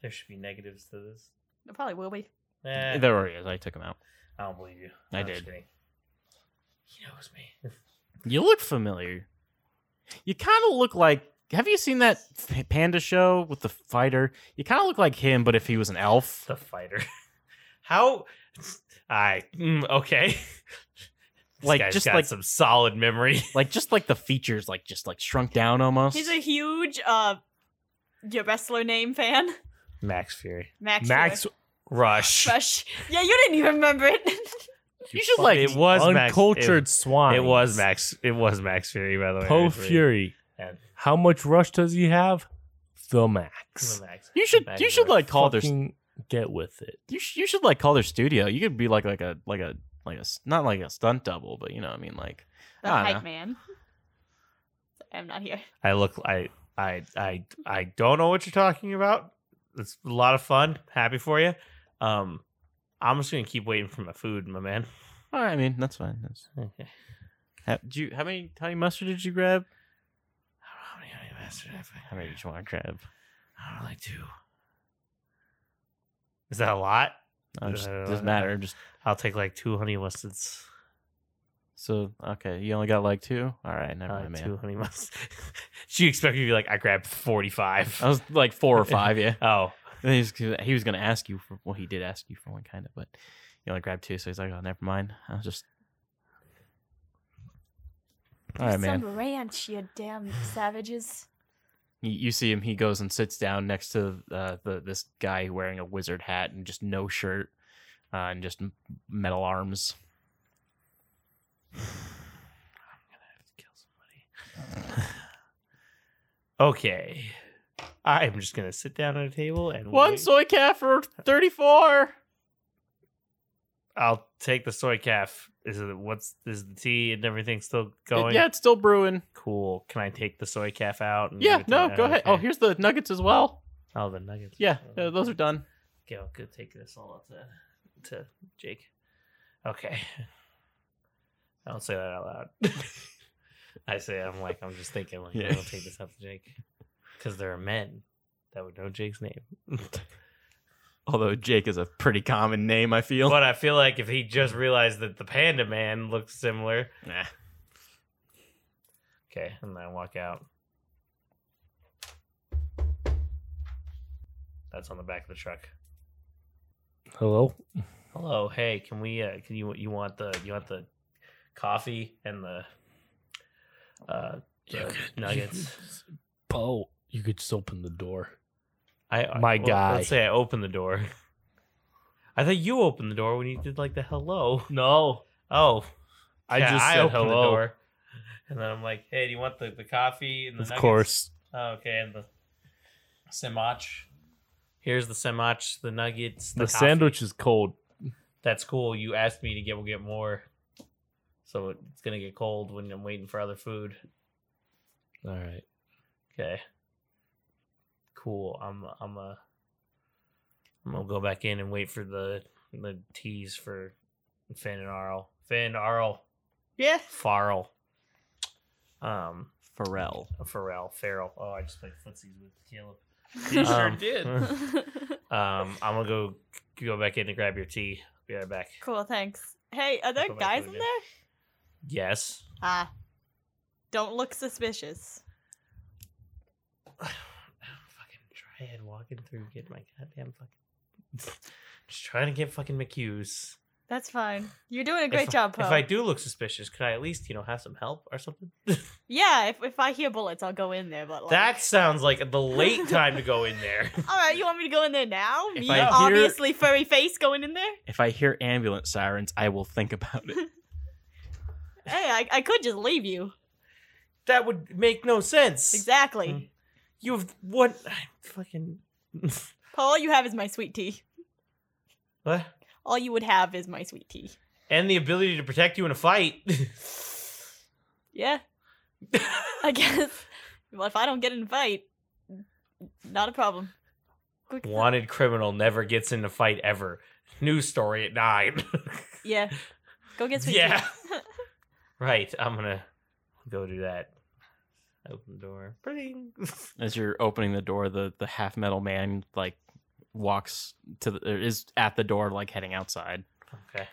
[SPEAKER 3] There should be negatives to this.
[SPEAKER 2] it probably will be.
[SPEAKER 3] Eh,
[SPEAKER 1] There he is. I took him out.
[SPEAKER 3] I don't believe you.
[SPEAKER 1] I
[SPEAKER 3] I'm just
[SPEAKER 1] did.
[SPEAKER 3] kidding. He knows me.
[SPEAKER 1] You look familiar. You kind of look like. Have you seen that f- panda show with the fighter? You kind of look like him, but if he was an elf.
[SPEAKER 3] The fighter. [LAUGHS] How? I mm, okay. This
[SPEAKER 1] Like,
[SPEAKER 3] guy's
[SPEAKER 1] just
[SPEAKER 3] got
[SPEAKER 1] like-
[SPEAKER 3] some solid memory. [LAUGHS]
[SPEAKER 1] Like just like the features, like just like shrunk down almost.
[SPEAKER 2] He's a huge uh your wrestler name fan.
[SPEAKER 3] Max Fury.
[SPEAKER 2] Max.
[SPEAKER 4] Max Rush.
[SPEAKER 2] Fresh. Yeah, you didn't even remember it. [LAUGHS]
[SPEAKER 1] you should like.
[SPEAKER 3] It was
[SPEAKER 4] uncultured
[SPEAKER 3] Max.
[SPEAKER 4] swine.
[SPEAKER 3] It, it was Max. It was Max Fury. By the way,
[SPEAKER 4] Poe
[SPEAKER 3] Max
[SPEAKER 4] Fury.
[SPEAKER 3] And-
[SPEAKER 4] How much rush does he have? The max.
[SPEAKER 3] Max.
[SPEAKER 1] You should.
[SPEAKER 3] Max
[SPEAKER 1] You should
[SPEAKER 3] Rush.
[SPEAKER 1] like call their.
[SPEAKER 4] Fucking get with it.
[SPEAKER 1] You, sh- you should like call their studio. You could be like like a like a like a s- not like a stunt double, but you know what I mean like.
[SPEAKER 2] The
[SPEAKER 1] I don't
[SPEAKER 2] hype
[SPEAKER 1] know.
[SPEAKER 2] man. I'm not here.
[SPEAKER 3] I look. I. I. I. I don't know what you're talking about. It's a lot of fun. Happy for you. Um, I'm just gonna keep waiting for my food, my man.
[SPEAKER 1] All right, I mean that's fine. That's
[SPEAKER 3] Okay.
[SPEAKER 1] How, do you, how many honey mustard did you grab?
[SPEAKER 3] How many honey mustard have I?
[SPEAKER 1] How many did you want to grab?
[SPEAKER 3] I don't know, like two. Is that a lot?
[SPEAKER 1] No, it just,
[SPEAKER 3] Uh,
[SPEAKER 1] doesn't matter. I'm Just
[SPEAKER 3] I'll take like two honey mustards.
[SPEAKER 1] so okay. You only got like two. All right, never
[SPEAKER 3] Uh,
[SPEAKER 1] mind, man.
[SPEAKER 3] two honey mustards. [LAUGHS] she expected me to be like, I grabbed forty five.
[SPEAKER 1] I was like four or
[SPEAKER 3] [LAUGHS]
[SPEAKER 1] five. Yeah,
[SPEAKER 3] Oh,
[SPEAKER 1] And he was, he was gonna ask you for. Well, he did ask you for one kind of, but you only grabbed two. So he's like, oh, never mind. I was just. All right, man.
[SPEAKER 2] ranch, you damn savages.
[SPEAKER 1] You, you see him. He goes and sits down next to uh, the this guy wearing a wizard hat and just no shirt uh, and just m- metal arms.
[SPEAKER 3] Okay. I'm just gonna sit down at a table and
[SPEAKER 1] One
[SPEAKER 3] wait.
[SPEAKER 1] soy calf for thirty four.
[SPEAKER 3] I'll take the soy calf. Is it what's is the tea and everything still going?
[SPEAKER 1] Yeah, it's still brewing.
[SPEAKER 3] Cool. Can I take the soy calf out? And
[SPEAKER 1] Yeah,
[SPEAKER 3] give it to
[SPEAKER 1] no,
[SPEAKER 3] my-
[SPEAKER 1] go ahead. Oh,
[SPEAKER 3] okay.
[SPEAKER 1] here's the nuggets as well.
[SPEAKER 3] Oh, the nuggets.
[SPEAKER 1] Yeah, uh, those are done.
[SPEAKER 3] Okay, I'll go take this all out to, to Jake. Okay. [LAUGHS] I don't say that out loud. [LAUGHS] I say I'm like I'm just thinking like
[SPEAKER 1] Yeah.
[SPEAKER 3] I'm gonna take this out to Jake because there are men that would know Jake's name. [LAUGHS]
[SPEAKER 1] Although Jake is a pretty common name, I feel.
[SPEAKER 3] But I feel like if he just realized that the Panda Man looks similar,
[SPEAKER 1] Nah.
[SPEAKER 3] okay, and then I walk out. That's on the back of the truck.
[SPEAKER 4] Hello.
[SPEAKER 3] Hello, hey, can we? Uh, can you? You want the? You want the coffee and the
[SPEAKER 4] Oh,
[SPEAKER 3] uh the
[SPEAKER 4] [LAUGHS]
[SPEAKER 3] nuggets?
[SPEAKER 4] Poe, you could just open the door.
[SPEAKER 3] I I-
[SPEAKER 4] My guy.
[SPEAKER 3] Let's say I open the door. I thought you opened the door when you did like the hello.
[SPEAKER 4] No,
[SPEAKER 3] Oh,
[SPEAKER 4] I
[SPEAKER 3] yeah,
[SPEAKER 4] just
[SPEAKER 3] I
[SPEAKER 4] said
[SPEAKER 3] opened
[SPEAKER 4] hello.
[SPEAKER 3] the door, and then I'm like, hey, do you want the, the coffee and the
[SPEAKER 4] Of
[SPEAKER 3] nuggets?
[SPEAKER 4] course.
[SPEAKER 3] Oh, okay, and the semach. Here's the semach, the nuggets, the,
[SPEAKER 4] The,
[SPEAKER 3] coffee.
[SPEAKER 4] sandwich is cold.
[SPEAKER 3] that's cool. You asked me to get we'll get more. So it's gonna get cold when I'm waiting for other food.
[SPEAKER 4] All right.
[SPEAKER 3] Okay. Cool. I'm I'm uh I'm gonna go back in and wait for the the teas for Finn and Arl. Finn Arl.
[SPEAKER 2] Yeah.
[SPEAKER 3] Farl. Um
[SPEAKER 1] Pharrell.
[SPEAKER 3] Pharrell. Farrell. Oh, I just played footsies with Caleb.
[SPEAKER 5] [LAUGHS] You sure
[SPEAKER 3] Um,
[SPEAKER 5] did.
[SPEAKER 3] [LAUGHS] Um I'm gonna go go back in and grab your tea. Be right back.
[SPEAKER 2] [LAUGHS] cool, thanks. Hey, are there
[SPEAKER 3] Go back
[SPEAKER 2] guys
[SPEAKER 3] to
[SPEAKER 2] in
[SPEAKER 3] the
[SPEAKER 2] there?
[SPEAKER 3] gym. Yes.
[SPEAKER 2] Ah. Don't look suspicious.
[SPEAKER 3] [SIGHS] I'm fucking triad walking through, get my goddamn fucking. [LAUGHS] Just trying to get fucking McHugh's.
[SPEAKER 2] That's fine. You're doing a great
[SPEAKER 3] if,
[SPEAKER 2] job, Poe.
[SPEAKER 3] If I do look suspicious, could I at least, you know, have some help or something?
[SPEAKER 2] yeah, if, if I hear bullets, I'll go in there. But like,
[SPEAKER 3] that sounds like
[SPEAKER 2] [LAUGHS]
[SPEAKER 3] the late time to go in there. [LAUGHS]
[SPEAKER 2] all right. You want me to go in there now?
[SPEAKER 1] If
[SPEAKER 2] Me,
[SPEAKER 1] I hear-
[SPEAKER 2] obviously furry face, going in there.
[SPEAKER 1] If I hear ambulance sirens, I will think about it.
[SPEAKER 2] Hey, I, I could just leave you.
[SPEAKER 3] That would make no sense.
[SPEAKER 2] Exactly.
[SPEAKER 1] Hmm.
[SPEAKER 3] You have what? [SIGHS] I fucking. [LAUGHS]
[SPEAKER 2] All you have is my sweet tea.
[SPEAKER 3] What?
[SPEAKER 2] All you would have is my sweet tea.
[SPEAKER 3] And the ability to protect you in a fight. [LAUGHS]
[SPEAKER 2] Yeah, [LAUGHS] I guess. Well, if I don't get in a fight, not a problem. Quick as that.
[SPEAKER 3] Wanted criminal never gets in a fight ever. News story at nine.
[SPEAKER 2] [LAUGHS]
[SPEAKER 3] [LAUGHS]
[SPEAKER 2] Yeah. Go get sweet
[SPEAKER 3] Yeah.
[SPEAKER 2] tea. [LAUGHS]
[SPEAKER 3] Right, I'm gonna go do that. Open the door. Bring.
[SPEAKER 1] As you're opening the door, the the half metal man like walks to the or is at the door, like heading outside.
[SPEAKER 3] [LAUGHS] okay.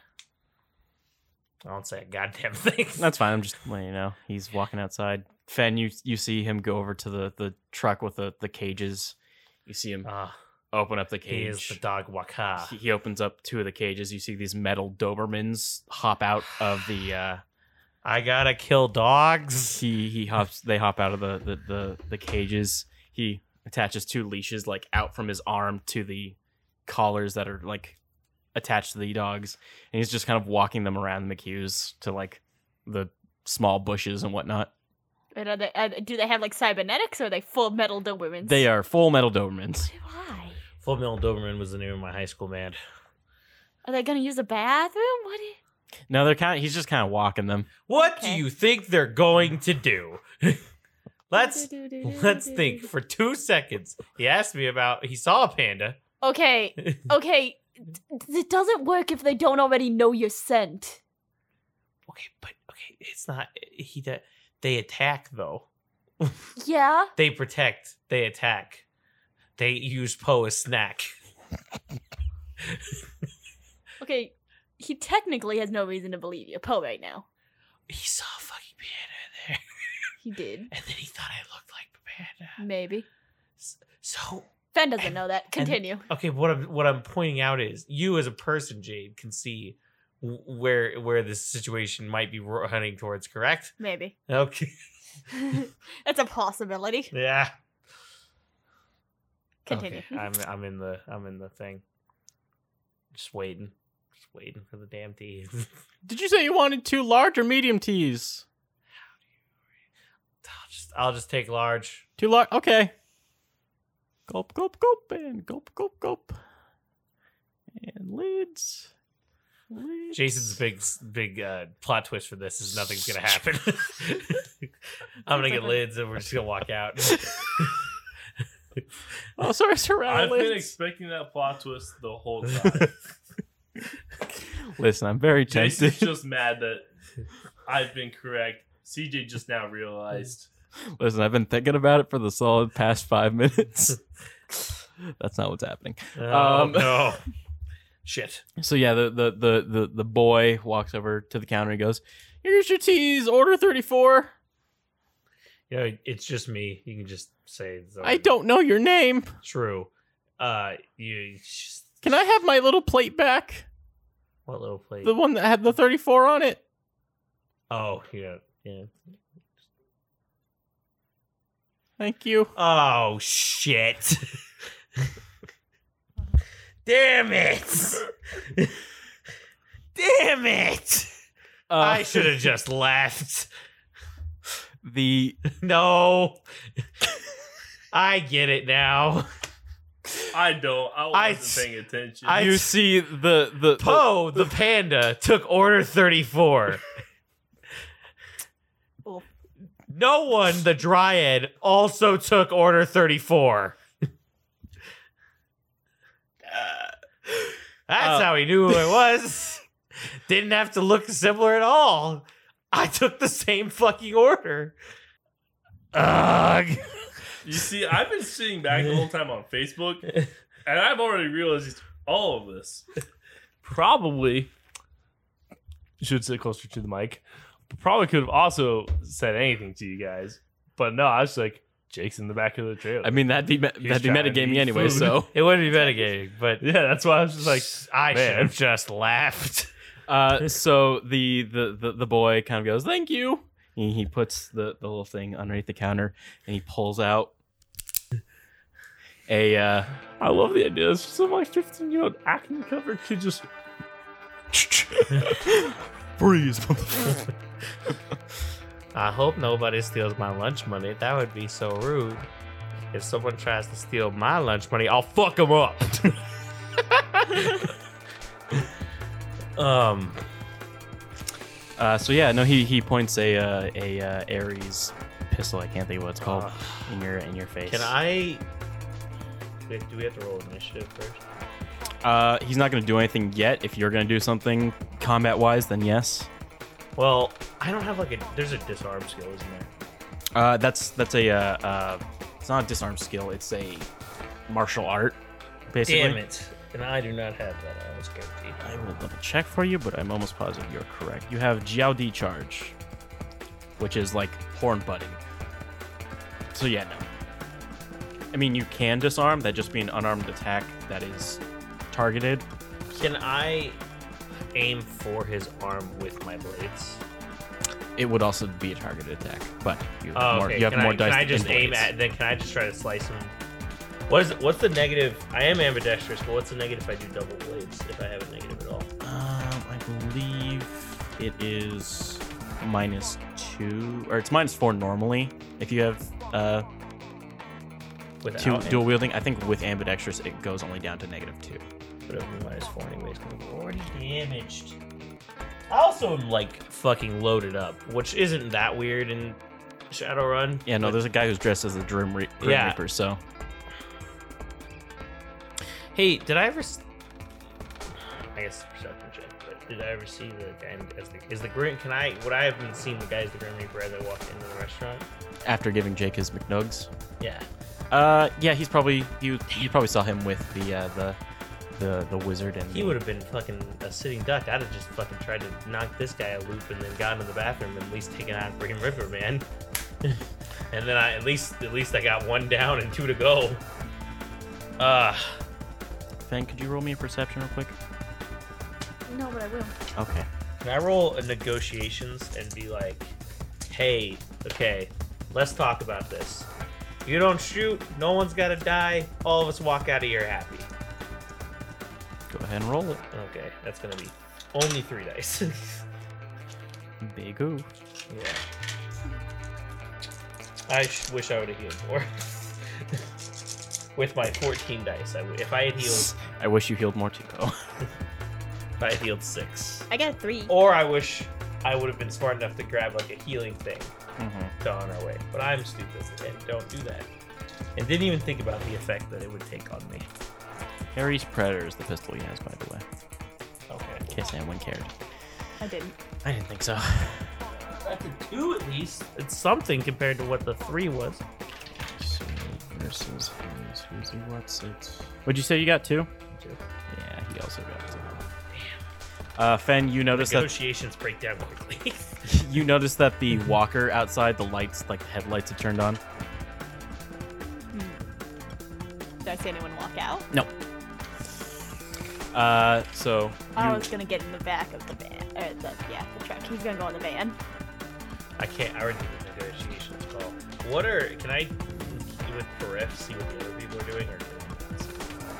[SPEAKER 3] I don't say a goddamn thing.
[SPEAKER 1] [LAUGHS] That's fine. I'm just letting you know he's walking outside. Fen, you you see him go over to the the truck with the the cages. You see him
[SPEAKER 3] Ah,
[SPEAKER 1] open up the
[SPEAKER 3] he is
[SPEAKER 1] cage. Ah.
[SPEAKER 3] the dog Waka.
[SPEAKER 1] he, he opens up two of the cages. You see these metal Dobermans hop out of
[SPEAKER 3] [SIGHS]
[SPEAKER 1] the. Uh,
[SPEAKER 3] I gotta kill dogs.
[SPEAKER 1] he he hops. They hop out of the the, the the cages. He attaches two leashes like out from his arm to the collars that are like attached to the dogs, and he's just kind of walking them around the McHughes to like the small bushes and whatnot.
[SPEAKER 2] And are they, uh, do they have like cybernetics or are they full metal Dobermans?
[SPEAKER 1] They are full metal Dobermans.
[SPEAKER 2] Why?
[SPEAKER 3] Full Metal Doberman was the name of my high school band.
[SPEAKER 2] Are they gonna use the bathroom? What? do you-
[SPEAKER 1] No, they're kind. Of, he's just kind of walking them.
[SPEAKER 3] What
[SPEAKER 2] Okay.
[SPEAKER 3] do you think they're going to do? [LAUGHS] let's let's think for two seconds. He asked me about. He saw a panda. [LAUGHS]
[SPEAKER 2] Okay, okay. d- It doesn't work if they don't already know your scent.
[SPEAKER 3] Okay, but okay, it's not. He that they attack though.
[SPEAKER 2] Yeah.
[SPEAKER 3] They protect. They attack. They use Poe as snack.
[SPEAKER 2] Okay. He technically has no reason to believe you, Poe, right now.
[SPEAKER 3] He saw a fucking panda in
[SPEAKER 2] He did,
[SPEAKER 3] there, [LAUGHS] and then he thought I looked like the panda.
[SPEAKER 2] maybe.
[SPEAKER 3] So
[SPEAKER 2] Fen doesn't know that. Continue.
[SPEAKER 3] okay, what I'm what I'm pointing out is you as a person, Jade, can see w- where where this situation might be
[SPEAKER 2] [LAUGHS]
[SPEAKER 3] ro- hunting towards. Correct?
[SPEAKER 2] Maybe.
[SPEAKER 3] Okay.
[SPEAKER 2] That's a possibility.
[SPEAKER 3] [LAUGHS] Yeah.
[SPEAKER 2] Continue.
[SPEAKER 3] Okay, I'm I'm in the I'm in the thing. Just waiting, just waiting for the damn tea.
[SPEAKER 1] Did you say you wanted two large or medium teas?
[SPEAKER 3] [LAUGHS] I'll just I'll just take large.
[SPEAKER 1] Two large. Okay. Gulp, gulp, gulp, and gulp, gulp, gulp, and lids. lids.
[SPEAKER 3] Jason's big big uh, plot twist for this is nothing's
[SPEAKER 1] [LAUGHS]
[SPEAKER 3] gonna happen. [LAUGHS] I'm gonna get lids and we're just gonna walk
[SPEAKER 4] [LAUGHS]
[SPEAKER 3] out.
[SPEAKER 1] Oh, sorry, surround
[SPEAKER 4] I've been
[SPEAKER 1] lids.
[SPEAKER 4] expecting that plot twist the [LAUGHS] whole time.
[SPEAKER 1] Listen, I'm very tempted.
[SPEAKER 4] Jason's just mad that I've been correct. CJ just now realized.
[SPEAKER 1] [LAUGHS] Listen, I've been thinking about it for the solid past five minutes. [LAUGHS] That's not what's happening.
[SPEAKER 3] Oh,
[SPEAKER 1] Um,
[SPEAKER 4] [LAUGHS]
[SPEAKER 3] no. Shit.
[SPEAKER 1] So yeah, the the the the, the boy walks over to the counter and goes, "Here's your teas, order 34.
[SPEAKER 3] You know, it's just me. You can just say it's
[SPEAKER 1] I don't know your name.
[SPEAKER 3] true. Uh you you just,
[SPEAKER 1] Can I have my little plate back?
[SPEAKER 3] what little plate?
[SPEAKER 1] The one that had the 34 on it."
[SPEAKER 3] oh, yeah. Yeah.
[SPEAKER 1] Thank you.
[SPEAKER 3] Oh shit. [LAUGHS] Damn it. [LAUGHS] Damn it.
[SPEAKER 1] Uh,
[SPEAKER 3] I should have just left.
[SPEAKER 1] [LAUGHS] the
[SPEAKER 3] [LAUGHS] No. I get it now.
[SPEAKER 4] I don't. I
[SPEAKER 3] I-
[SPEAKER 4] wasn't paying attention.
[SPEAKER 1] [LAUGHS]
[SPEAKER 3] I-
[SPEAKER 1] you see the the, the
[SPEAKER 3] Poe the panda took order 34.
[SPEAKER 2] Oof.
[SPEAKER 3] No one, the dryad, also took order 34. That's
[SPEAKER 1] Uh.
[SPEAKER 3] how he knew who it was. Didn't have to look similar at all. I took the same fucking order. Ugh.
[SPEAKER 4] you see, I've been sitting back the whole time on Facebook, and I've already realized all of this. Probably should sit closer to the mic. Probably could have also said anything to you guys, but no, I was like, Jake's in the back of the trailer.
[SPEAKER 1] I mean that'd be me- that'd be
[SPEAKER 4] trying to
[SPEAKER 1] metagaming
[SPEAKER 4] eat
[SPEAKER 1] anyway,
[SPEAKER 4] food.
[SPEAKER 1] so
[SPEAKER 3] It wouldn't be metagaming, but
[SPEAKER 4] yeah, that's why I was just like,
[SPEAKER 3] I
[SPEAKER 4] man.
[SPEAKER 3] should have just laughed.
[SPEAKER 1] uh so the, the the the boy kind of goes, "Thank you." And he puts the the little thing underneath the counter and he pulls out a uh
[SPEAKER 4] I love the idea. It's some like 15 year old acting cover could
[SPEAKER 1] [LAUGHS]
[SPEAKER 4] just
[SPEAKER 1] breeze.
[SPEAKER 3] I hope nobody steals my lunch money. That would be so rude. If someone tries to steal my lunch money, I'll fuck them [LAUGHS] up. um,
[SPEAKER 1] Uh, so yeah, no, he he points a uh, a uh, Ares pistol. I can't think of what it's called in your in your face.
[SPEAKER 3] can I? Wait, do we have to roll initiative first?
[SPEAKER 1] Uh, he's not gonna do anything yet. If you're gonna do something combat wise, then yes.
[SPEAKER 3] Well, I don't have like a. There's a disarm skill, isn't there?
[SPEAKER 1] Uh, that's that's a uh, uh, it's not a disarm skill. It's a martial art. Basically.
[SPEAKER 3] it! And I do not have that. I was guaranteed.
[SPEAKER 1] I will double check for you, but I'm almost positive you're correct. You have Jiao Di charge, which is like horn butting. So yeah, no. I mean, you can disarm. That just be an unarmed attack that is targeted.
[SPEAKER 3] Can I aim for his arm with my blades?
[SPEAKER 1] It would also be a targeted attack, but you have
[SPEAKER 3] Oh,
[SPEAKER 1] more,
[SPEAKER 3] okay.
[SPEAKER 1] you have
[SPEAKER 3] can
[SPEAKER 1] more
[SPEAKER 3] I,
[SPEAKER 1] dice.
[SPEAKER 3] Can I
[SPEAKER 1] than
[SPEAKER 3] just aim
[SPEAKER 1] blades.
[SPEAKER 3] at? Then can I just try to slice him? What is? What's the negative? I am ambidextrous, but what's the negative if I do double blades? If I have a negative at all?
[SPEAKER 1] Um, I believe it is minus two, or it's minus four normally if you have uh
[SPEAKER 3] Without
[SPEAKER 1] two
[SPEAKER 3] am-
[SPEAKER 1] dual wielding. I think with ambidextrous it goes only down to negative two.
[SPEAKER 3] but it'll be minus four anyways. 'cause I'm already damaged. I also am like fucking loaded up, which isn't that weird in Shadowrun.
[SPEAKER 1] Yeah, no,
[SPEAKER 3] but-
[SPEAKER 1] there's a guy who's dressed as a Grim, Re- Grim
[SPEAKER 3] Yeah.
[SPEAKER 1] Reaper, so.
[SPEAKER 3] Hey, did I ever? s- I guess perception check. But did I ever see the guy in- as the is the grin? Can I? Would I have been seeing the guy as the Grim Reaper as I walked into the restaurant?
[SPEAKER 1] After giving Jake his McNugs,
[SPEAKER 3] Yeah.
[SPEAKER 1] uh, yeah, he's probably you. You probably saw him with the uh, the the the wizard and
[SPEAKER 3] He
[SPEAKER 1] the-
[SPEAKER 3] would have been fucking a sitting duck. I'd have just fucking tried to knock this guy a loop and then gotten in the bathroom and at least taken out freaking River Man. [LAUGHS] and then I at least at least I got one down and two to go. Uh
[SPEAKER 1] Fang, could you roll me a perception real quick?
[SPEAKER 2] No, but I will.
[SPEAKER 1] Okay.
[SPEAKER 3] can I roll a negotiations and be like, hey, okay, let's talk about this. You don't shoot. No one's got to die. All of us walk out of here happy.
[SPEAKER 1] Go ahead and roll it.
[SPEAKER 3] Okay, that's gonna be only three dice. [LAUGHS]
[SPEAKER 1] Big ooh.
[SPEAKER 3] yeah. I sh- wish I would have healed more. [LAUGHS] With my 14 dice, I w- if I had healed,
[SPEAKER 1] [LAUGHS] I wish you healed more [LAUGHS] too, though.
[SPEAKER 3] if I had healed six,
[SPEAKER 2] I got a three.
[SPEAKER 3] or I wish I would have been smart enough to grab like a healing thing to on our way. But I'm stupid and don't do that, and didn't even think about the effect that it would take on me.
[SPEAKER 1] Harry's Predator is the pistol he has, by the way.
[SPEAKER 3] Okay,
[SPEAKER 1] In case anyone cared.
[SPEAKER 2] I didn't.
[SPEAKER 1] I didn't think so.
[SPEAKER 3] that's a two at least. It's something compared to what the three was.
[SPEAKER 1] So versus Harry's. Who's he? What's it? Would you say you got two?
[SPEAKER 3] Two.
[SPEAKER 1] Yeah, he also got two. Uh, Fen, you notice that
[SPEAKER 3] Negotiations break down quickly. [LAUGHS]
[SPEAKER 1] you notice that the walker outside, the lights, like the headlights, have turned on.
[SPEAKER 2] Did I see anyone walk out?
[SPEAKER 1] Uh, so
[SPEAKER 2] I
[SPEAKER 1] you-
[SPEAKER 2] was gonna get in the back of the van, or the yeah, the truck. He's gonna go in the van.
[SPEAKER 3] I can't. I already did the negotiations call. What are? Can I with Perif see what the other people are doing? Or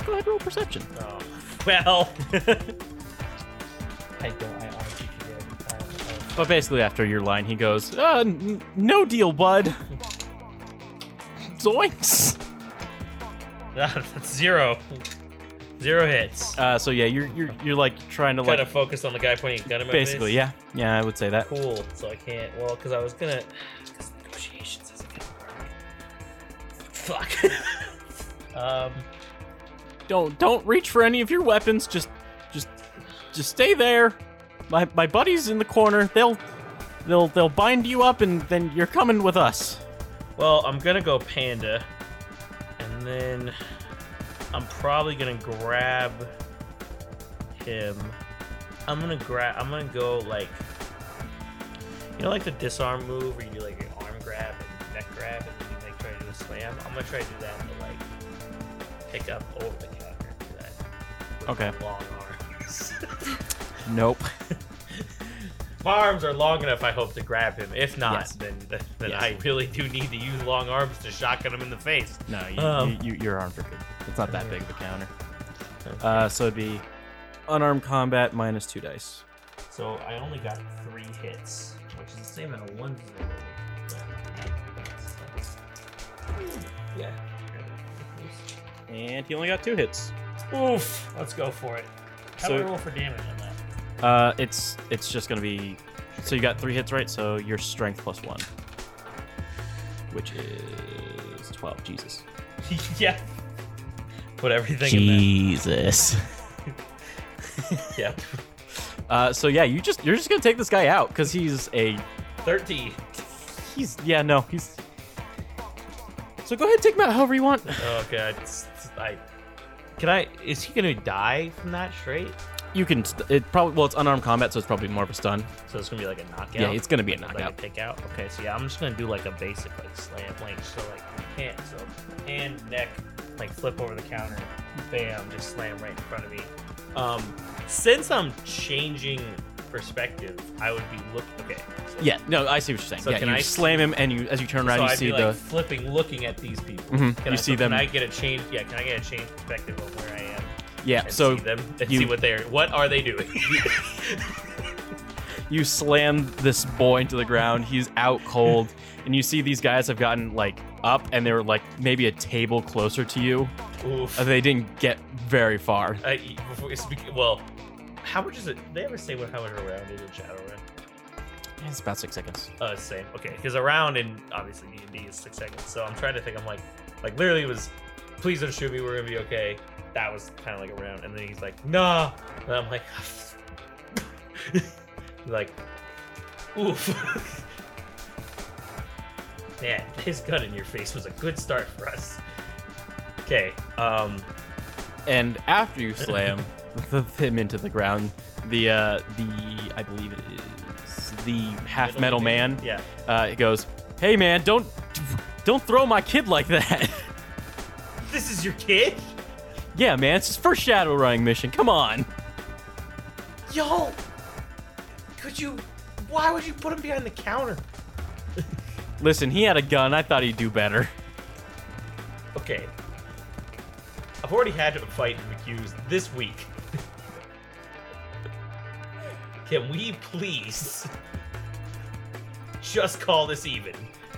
[SPEAKER 1] go ahead roll perception.
[SPEAKER 3] oh, [LAUGHS] well, I don't. I honestly forget every time. Oh,
[SPEAKER 1] But basically, after your line, he goes, uh, n- "No deal, bud." Zoinks.
[SPEAKER 3] [LAUGHS] that's zero. Zero hits.
[SPEAKER 1] Uh, so yeah, you're you're you're like trying to
[SPEAKER 3] Kind
[SPEAKER 1] like
[SPEAKER 3] of focused on the guy pointing a gun at my
[SPEAKER 1] basically,
[SPEAKER 3] face.
[SPEAKER 1] yeah, yeah, I would say that.
[SPEAKER 3] Cool. So I can't. Well, because I was gonna. Because negotiations isn't gonna work. Fuck. [LAUGHS] um.
[SPEAKER 1] Don't don't reach for any of your weapons. Just just just stay there. My my buddies in the corner. They'll they'll they'll bind you up, and then you're coming with us.
[SPEAKER 3] Well, I'm gonna go panda, and then I'm probably gonna grab him. I'm gonna grab. I'm gonna go like, you know, like the disarm move where you do like an arm grab and neck grab, and then you like try to do a slam. I'm gonna try to do that, but like pick up over the counter. and do that with
[SPEAKER 1] Okay.
[SPEAKER 3] my Long arms.
[SPEAKER 1] Nope.
[SPEAKER 3] my arms are long enough. I hope to grab him. If not,
[SPEAKER 1] Yes.
[SPEAKER 3] then then
[SPEAKER 1] Yes.
[SPEAKER 3] I really do need to use long arms to shotgun him in the face.
[SPEAKER 1] No, you,
[SPEAKER 3] Um.
[SPEAKER 1] you, you your arms are good. It's not that big of a counter. Uh, so it'd be unarmed combat minus two dice.
[SPEAKER 3] So I only got three hits, which is the same amount of ones as I rolled. Yeah.
[SPEAKER 1] And he only got two hits.
[SPEAKER 3] Oof! Let's go for it. How do
[SPEAKER 1] So-
[SPEAKER 3] I roll for damage on that?
[SPEAKER 1] Uh, it's it's just gonna be. So you got three hits, right? So your strength plus one, which is twelve. Jesus.
[SPEAKER 3] [LAUGHS] yeah. Put everything
[SPEAKER 1] Jesus.
[SPEAKER 3] in there. Yeah.
[SPEAKER 1] Uh, so yeah, you just you're just gonna take this guy out because he's a
[SPEAKER 3] Thirteen.
[SPEAKER 1] he's yeah no he's. So go ahead, take him out however you want.
[SPEAKER 3] Oh god. It's- it's- I. Can I? Is he gonna die from that straight?
[SPEAKER 1] You can st- it probably well it's unarmed combat, so it's probably more of a stun.
[SPEAKER 3] So it's gonna be like a knockout.
[SPEAKER 1] Yeah, it's gonna be a
[SPEAKER 3] Like
[SPEAKER 1] knockout.
[SPEAKER 3] a pick out. Okay, so yeah, I'm just gonna do like a basic like slam, like so like hand, so hand, neck, like flip over the counter, bam, just slam right in front of me. Um, since I'm changing perspective, I would be look. Okay. So,
[SPEAKER 1] Yeah, no, I see what you're saying.
[SPEAKER 3] So
[SPEAKER 1] yeah,
[SPEAKER 3] can
[SPEAKER 1] you
[SPEAKER 3] I-
[SPEAKER 1] slam him, and you as you turn around,
[SPEAKER 3] so
[SPEAKER 1] you
[SPEAKER 3] I'd
[SPEAKER 1] see
[SPEAKER 3] be, like,
[SPEAKER 1] the
[SPEAKER 3] flipping, looking at these people.
[SPEAKER 1] Mhm,
[SPEAKER 3] Can
[SPEAKER 1] you
[SPEAKER 3] I,
[SPEAKER 1] see
[SPEAKER 3] so
[SPEAKER 1] them.
[SPEAKER 3] Can I get a change? Yeah, can I get a change perspective of where I am
[SPEAKER 1] yeah.
[SPEAKER 3] and
[SPEAKER 1] So
[SPEAKER 3] see them and
[SPEAKER 1] you-
[SPEAKER 3] see what they're what are they doing?
[SPEAKER 1] you slam this boy into the ground. He's out [LAUGHS] cold, and you see these guys have gotten like up, and they were like maybe a table closer to you.
[SPEAKER 3] [LAUGHS] Oof.
[SPEAKER 1] Uh, They didn't get very far.
[SPEAKER 3] Uh, y- before, it's bec- well, how much is it? They ever say what how much a round is in Shadowrun?
[SPEAKER 1] It's about six seconds.
[SPEAKER 3] Uh, same. Okay, because a round in obviously D and D is six seconds. So I'm trying to think. I'm like, like literally it was, please don't shoot me. We're gonna be okay. That was kind of like a round, and then he's like, nah, and I'm like, [LAUGHS] like, oof. [LAUGHS] Man, his gun in your face was a good start for us. Okay, um,
[SPEAKER 1] And after you slam [LAUGHS] th- him into the ground, the uh, the I believe it is the half metal man.
[SPEAKER 3] yeah.
[SPEAKER 1] Uh, it goes, "Hey man, don't don't throw my kid like that." [LAUGHS]
[SPEAKER 3] This is your kid?
[SPEAKER 1] yeah, man, it's his first shadow running mission. Come on.
[SPEAKER 3] Yo, could you? Why would you put him behind the counter?
[SPEAKER 1] Listen, he had a gun. I thought he'd do better.
[SPEAKER 3] Okay. I've already had a fight in McHugh's this week. Can we please just call this even?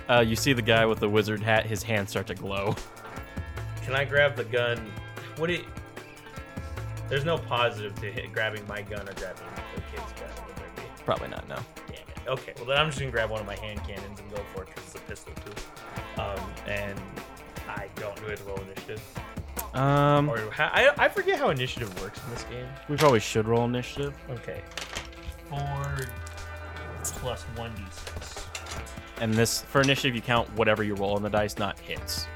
[SPEAKER 1] Uh, you see the guy with the wizard hat, his hands start to glow. [LAUGHS]
[SPEAKER 3] Can I grab the gun? What it? There's no positive to hit, grabbing my gun or grabbing the kid's gun. would there be?
[SPEAKER 1] Probably not, no.
[SPEAKER 3] Damn it. Okay, well then I'm just gonna grab one of my hand cannons and go for it because it's a pistol too. Um, and I don't do it roll initiative.
[SPEAKER 1] Um,
[SPEAKER 3] Or how, I, I forget how initiative works in this game.
[SPEAKER 1] we probably should roll initiative.
[SPEAKER 3] Okay. Four plus one d six.
[SPEAKER 1] And this, for initiative, you count whatever you roll on the dice, not hits.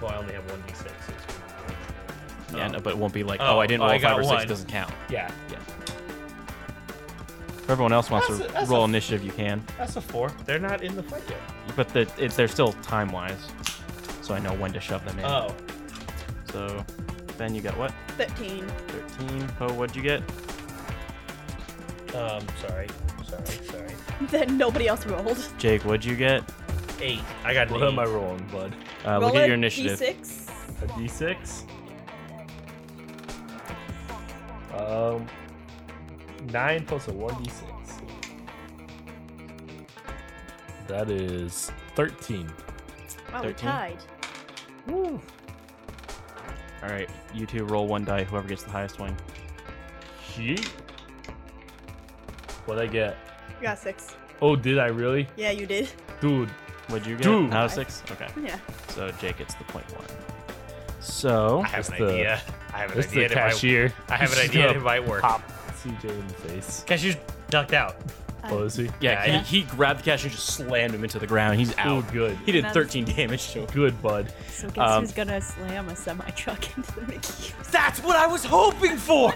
[SPEAKER 3] Well, I only have one d six.
[SPEAKER 1] Yeah,
[SPEAKER 3] Oh.
[SPEAKER 1] no, but it won't be like, oh,
[SPEAKER 3] Oh,
[SPEAKER 1] I didn't
[SPEAKER 3] oh,
[SPEAKER 1] roll
[SPEAKER 3] I
[SPEAKER 1] five
[SPEAKER 3] got
[SPEAKER 1] or six,
[SPEAKER 3] one.
[SPEAKER 1] it doesn't count.
[SPEAKER 3] Yeah,
[SPEAKER 1] If everyone else wants
[SPEAKER 3] That's
[SPEAKER 1] to
[SPEAKER 3] a- that's
[SPEAKER 1] roll
[SPEAKER 3] a-
[SPEAKER 1] initiative, you can.
[SPEAKER 3] that's a four. They're not in the fight yet.
[SPEAKER 1] But the, it, they're still time wise, so I know when to shove them in.
[SPEAKER 3] Oh,
[SPEAKER 1] So, Ben, you got what?
[SPEAKER 2] 13.
[SPEAKER 1] 13. Poe, what'd you get?
[SPEAKER 3] um, sorry, sorry, sorry.
[SPEAKER 2] [LAUGHS] Then nobody else
[SPEAKER 3] Uh,
[SPEAKER 2] rolled.
[SPEAKER 1] Jake, what'd you get?
[SPEAKER 3] Eight. I got an
[SPEAKER 4] What
[SPEAKER 3] eight.
[SPEAKER 4] am I rolling, bud?
[SPEAKER 1] Uh,
[SPEAKER 2] Roll
[SPEAKER 1] look at your
[SPEAKER 2] a
[SPEAKER 1] initiative.
[SPEAKER 2] D6.
[SPEAKER 4] A d6. Um, nine plus a one d6. That is thirteen.
[SPEAKER 2] Wow, Oh, we
[SPEAKER 1] 13.
[SPEAKER 2] tied.
[SPEAKER 1] All right, you two roll one die. Whoever gets the highest one.
[SPEAKER 4] Yeet. What'd I get?
[SPEAKER 2] You got six.
[SPEAKER 4] Oh, did I really?
[SPEAKER 2] Yeah, you did. [LAUGHS]
[SPEAKER 4] Dude,
[SPEAKER 1] What'd you get?
[SPEAKER 4] Dude.
[SPEAKER 1] Not a six. Okay,
[SPEAKER 2] Yeah.
[SPEAKER 1] so Jake gets the point one. So
[SPEAKER 3] I have
[SPEAKER 4] It's
[SPEAKER 3] an
[SPEAKER 4] the-
[SPEAKER 3] idea. I have an
[SPEAKER 4] it's
[SPEAKER 3] idea.
[SPEAKER 4] the
[SPEAKER 3] It might,
[SPEAKER 4] cashier.
[SPEAKER 3] I have
[SPEAKER 4] [LAUGHS]
[SPEAKER 3] an
[SPEAKER 4] She's
[SPEAKER 3] idea. It
[SPEAKER 4] gonna
[SPEAKER 3] might work.
[SPEAKER 4] Pop CJ in the face.
[SPEAKER 3] Cashier's ducked out.
[SPEAKER 4] Oh, is he?
[SPEAKER 1] yeah,
[SPEAKER 3] Yeah,
[SPEAKER 1] he, he grabbed the cash and just slammed him into the ground. He's
[SPEAKER 4] Oh,
[SPEAKER 1] out.
[SPEAKER 4] good.
[SPEAKER 1] He did
[SPEAKER 2] That's-
[SPEAKER 1] 13 damage to him.
[SPEAKER 4] Good, bud.
[SPEAKER 2] So guess
[SPEAKER 1] Um,
[SPEAKER 2] who's gonna slam a semi truck [LAUGHS] into the Mickey?
[SPEAKER 3] That's what I was
[SPEAKER 2] [LAUGHS]
[SPEAKER 3] hoping for.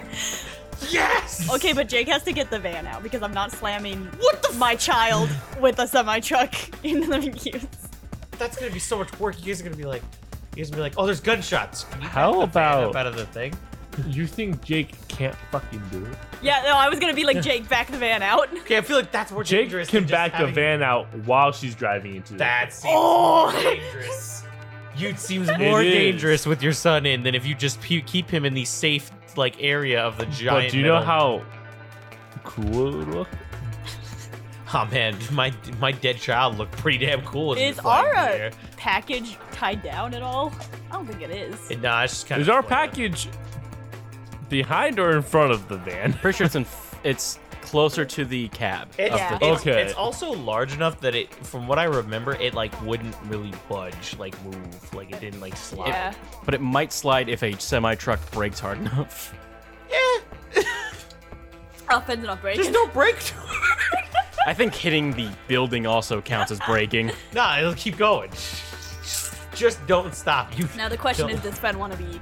[SPEAKER 3] Yes.
[SPEAKER 2] Okay, but Jake has to get the van out because I'm not slamming what the my [LAUGHS] child with a semi truck [LAUGHS] into the McHugh's.
[SPEAKER 3] That's gonna be so much work. You guys are gonna be like, you guys are gonna be like, oh, there's gunshots. Can you
[SPEAKER 4] How
[SPEAKER 3] back the van
[SPEAKER 4] about-
[SPEAKER 3] up out of the thing?
[SPEAKER 4] You think Jake can't fucking do it?
[SPEAKER 2] Yeah, no, I was gonna be like Jake, back the van out. [LAUGHS]
[SPEAKER 3] Okay, I feel like that's more
[SPEAKER 4] Jake
[SPEAKER 3] dangerous.
[SPEAKER 4] can
[SPEAKER 3] than just
[SPEAKER 4] back the
[SPEAKER 3] having-
[SPEAKER 4] van out while she's driving into it.
[SPEAKER 3] That seems
[SPEAKER 2] Oh!
[SPEAKER 3] more dangerous. You seems more
[SPEAKER 4] is.
[SPEAKER 3] dangerous with your son in than if you just pe- keep him in the safe like area of the giant.
[SPEAKER 4] But do you know
[SPEAKER 3] metal-
[SPEAKER 4] how cool it would look?
[SPEAKER 3] Oh man, my my dead child looked pretty damn cool. as we
[SPEAKER 2] Is
[SPEAKER 3] fly through
[SPEAKER 2] Aura-
[SPEAKER 3] there.
[SPEAKER 2] Package tied down at all? I don't think it is.
[SPEAKER 3] And, nah, it's just kind
[SPEAKER 4] Is
[SPEAKER 3] of
[SPEAKER 4] our package behind or in front of the van? [LAUGHS]
[SPEAKER 1] Pretty sure it's in. F- it's closer to the cab.
[SPEAKER 3] It's,
[SPEAKER 1] of the-
[SPEAKER 3] it's,
[SPEAKER 4] Okay.
[SPEAKER 3] it's also large enough that it, from what I remember, it like wouldn't really budge, like move, like it didn't like slide.
[SPEAKER 2] Yeah.
[SPEAKER 1] but it might slide if a semi truck brakes hard [LAUGHS] enough.
[SPEAKER 2] Offense not break.
[SPEAKER 3] There's no brake.
[SPEAKER 1] I think hitting the building also counts as braking.
[SPEAKER 3] [LAUGHS] nah, it'll keep going. Just don't stop. You
[SPEAKER 2] [LAUGHS] Now the question
[SPEAKER 3] Don't-
[SPEAKER 2] is, does Ben want to be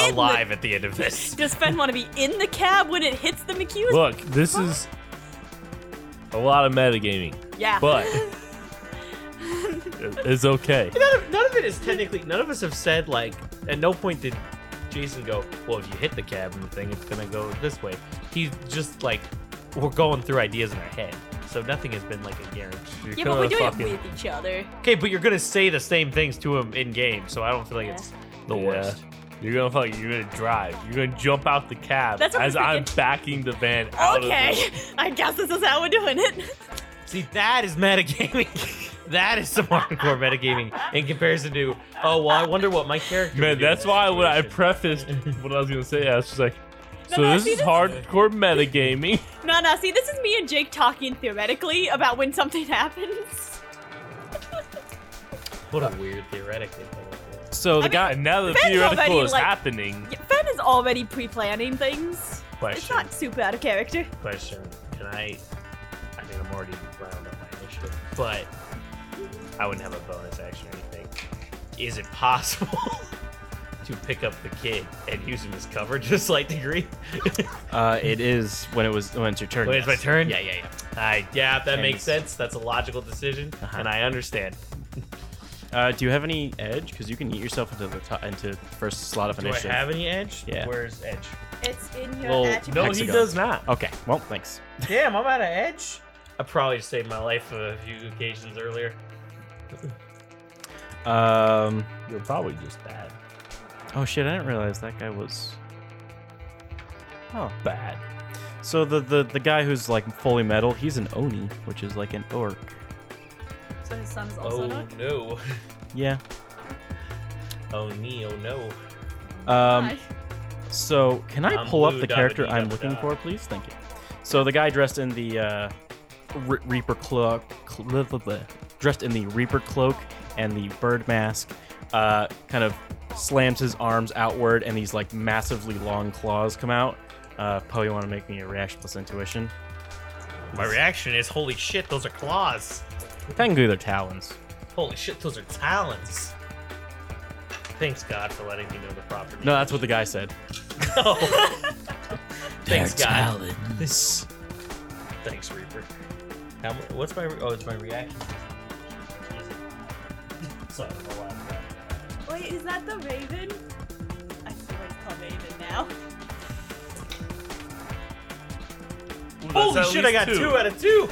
[SPEAKER 2] in
[SPEAKER 3] alive at the end of
[SPEAKER 2] [LAUGHS]
[SPEAKER 3] this.
[SPEAKER 2] The, does Ben want to be in the cab when it hits the McHugh's?
[SPEAKER 4] Look, this is a lot of metagaming,
[SPEAKER 2] yeah. [LAUGHS]
[SPEAKER 4] but it's okay.
[SPEAKER 3] None of, none of it is technically. None of us have said like. At no point did Jason go. Well, if you hit the cab and the thing, it's gonna go this way. He's just like, we're going through ideas in our head. So nothing has been like a guarantee.
[SPEAKER 2] yeah, but we're
[SPEAKER 4] Kinda
[SPEAKER 2] doing
[SPEAKER 4] fucking-
[SPEAKER 2] it with each other.
[SPEAKER 3] Okay, but you're gonna say the same things to him in game. So I don't feel like
[SPEAKER 2] Yeah.
[SPEAKER 3] it's the
[SPEAKER 4] Yeah.
[SPEAKER 3] worst.
[SPEAKER 4] You're gonna fucking, you're gonna drive. You're gonna jump out the cab
[SPEAKER 2] That's what
[SPEAKER 4] as
[SPEAKER 2] I'm
[SPEAKER 4] I'm
[SPEAKER 2] thinking.
[SPEAKER 4] backing the van out of
[SPEAKER 2] [LAUGHS]
[SPEAKER 4] the-
[SPEAKER 2] Okay, I guess this is how we're doing it. [LAUGHS]
[SPEAKER 3] See, that is metagaming. [LAUGHS] that is some hardcore metagaming in comparison to. Oh well, I wonder what my character. would
[SPEAKER 4] Man,
[SPEAKER 3] do in
[SPEAKER 4] that's
[SPEAKER 3] this
[SPEAKER 4] why when I
[SPEAKER 3] situation."
[SPEAKER 4] prefaced what I was gonna say, I was just like,
[SPEAKER 2] No,
[SPEAKER 4] so
[SPEAKER 2] no,
[SPEAKER 4] this
[SPEAKER 2] see,
[SPEAKER 4] is
[SPEAKER 2] this-
[SPEAKER 4] hardcore metagaming.
[SPEAKER 2] No, no, see, this is me and Jake talking theoretically about when something [LAUGHS] happens.
[SPEAKER 3] What a weird theoretically.
[SPEAKER 1] So the
[SPEAKER 2] mean-
[SPEAKER 1] guy.
[SPEAKER 4] And now the
[SPEAKER 2] Ben's
[SPEAKER 4] theoretical
[SPEAKER 2] already,
[SPEAKER 4] is
[SPEAKER 2] like-
[SPEAKER 4] happening.
[SPEAKER 2] Yeah, ben is already pre planning things. It's
[SPEAKER 3] Question.
[SPEAKER 2] not super out of character.
[SPEAKER 3] question. Can I? I mean, I'm already round up my initiative, but I wouldn't have a bonus action or anything. Is it possible [LAUGHS] to pick up the kid and use him as cover to a slight [LAUGHS] degree?
[SPEAKER 1] Uh, it is when it was when it's your turn.
[SPEAKER 3] Wait, it's my
[SPEAKER 1] yes.
[SPEAKER 3] turn?
[SPEAKER 1] Yeah, yeah,
[SPEAKER 3] I yeah, that
[SPEAKER 1] And
[SPEAKER 3] makes
[SPEAKER 1] it's-
[SPEAKER 3] sense. That's a logical decision,
[SPEAKER 1] Uh-huh.
[SPEAKER 3] and I understand.
[SPEAKER 1] yeah. Uh, do you have any edge? Because you can eat yourself into the to- into the first slot of
[SPEAKER 3] Do
[SPEAKER 1] initiative.
[SPEAKER 3] I have any edge?
[SPEAKER 1] Yeah.
[SPEAKER 3] Where's edge?
[SPEAKER 2] It's in your
[SPEAKER 1] Well,
[SPEAKER 2] attribute.
[SPEAKER 1] no,
[SPEAKER 4] No,
[SPEAKER 1] he
[SPEAKER 4] he
[SPEAKER 1] Hexagon.
[SPEAKER 4] does
[SPEAKER 1] does
[SPEAKER 4] not.
[SPEAKER 1] Okay. Well, thanks.
[SPEAKER 3] Damn, I'm out of edge. I probably saved my life a few occasions earlier.
[SPEAKER 1] Um.
[SPEAKER 4] You're probably just bad.
[SPEAKER 1] Oh shit! I didn't realize that guy was. Oh.
[SPEAKER 4] Bad.
[SPEAKER 1] So the the the guy who's like fully metal, he's an oni, which is like an orc.
[SPEAKER 7] So his son is also
[SPEAKER 3] Oh
[SPEAKER 7] an orc?
[SPEAKER 3] no. [LAUGHS]
[SPEAKER 1] Yeah.
[SPEAKER 3] Oh nee, oh no.
[SPEAKER 1] Um.
[SPEAKER 7] Hi.
[SPEAKER 1] So, can I
[SPEAKER 3] I'm
[SPEAKER 1] pull up
[SPEAKER 3] blue,
[SPEAKER 1] the character
[SPEAKER 3] dabba-dee,
[SPEAKER 1] I'm
[SPEAKER 3] dabba-da.
[SPEAKER 1] looking for, please? Thank you. So, the guy dressed in the uh, Re- Reaper cloak, cl- blah, blah, blah. dressed in the Reaper cloak and the bird mask, uh, kind of slams his arms outward, and these like massively long claws come out. Uh, Poe, you want to make me a reaction plus intuition?
[SPEAKER 3] My reaction is holy shit, those are claws.
[SPEAKER 1] Technically, they're talons.
[SPEAKER 3] Holy shit, those are talons. Thanks God for letting me know the proper name.
[SPEAKER 1] No, that's what the guy said.
[SPEAKER 3] No. [LAUGHS] Thanks God. This. Thanks Reaper. How mu- what's my re- oh it's my reaction. Sorry, I'm alive.
[SPEAKER 7] Wait, is that the Raven? I see what he's called Raven now.
[SPEAKER 3] Holy shit, I got two. out of two.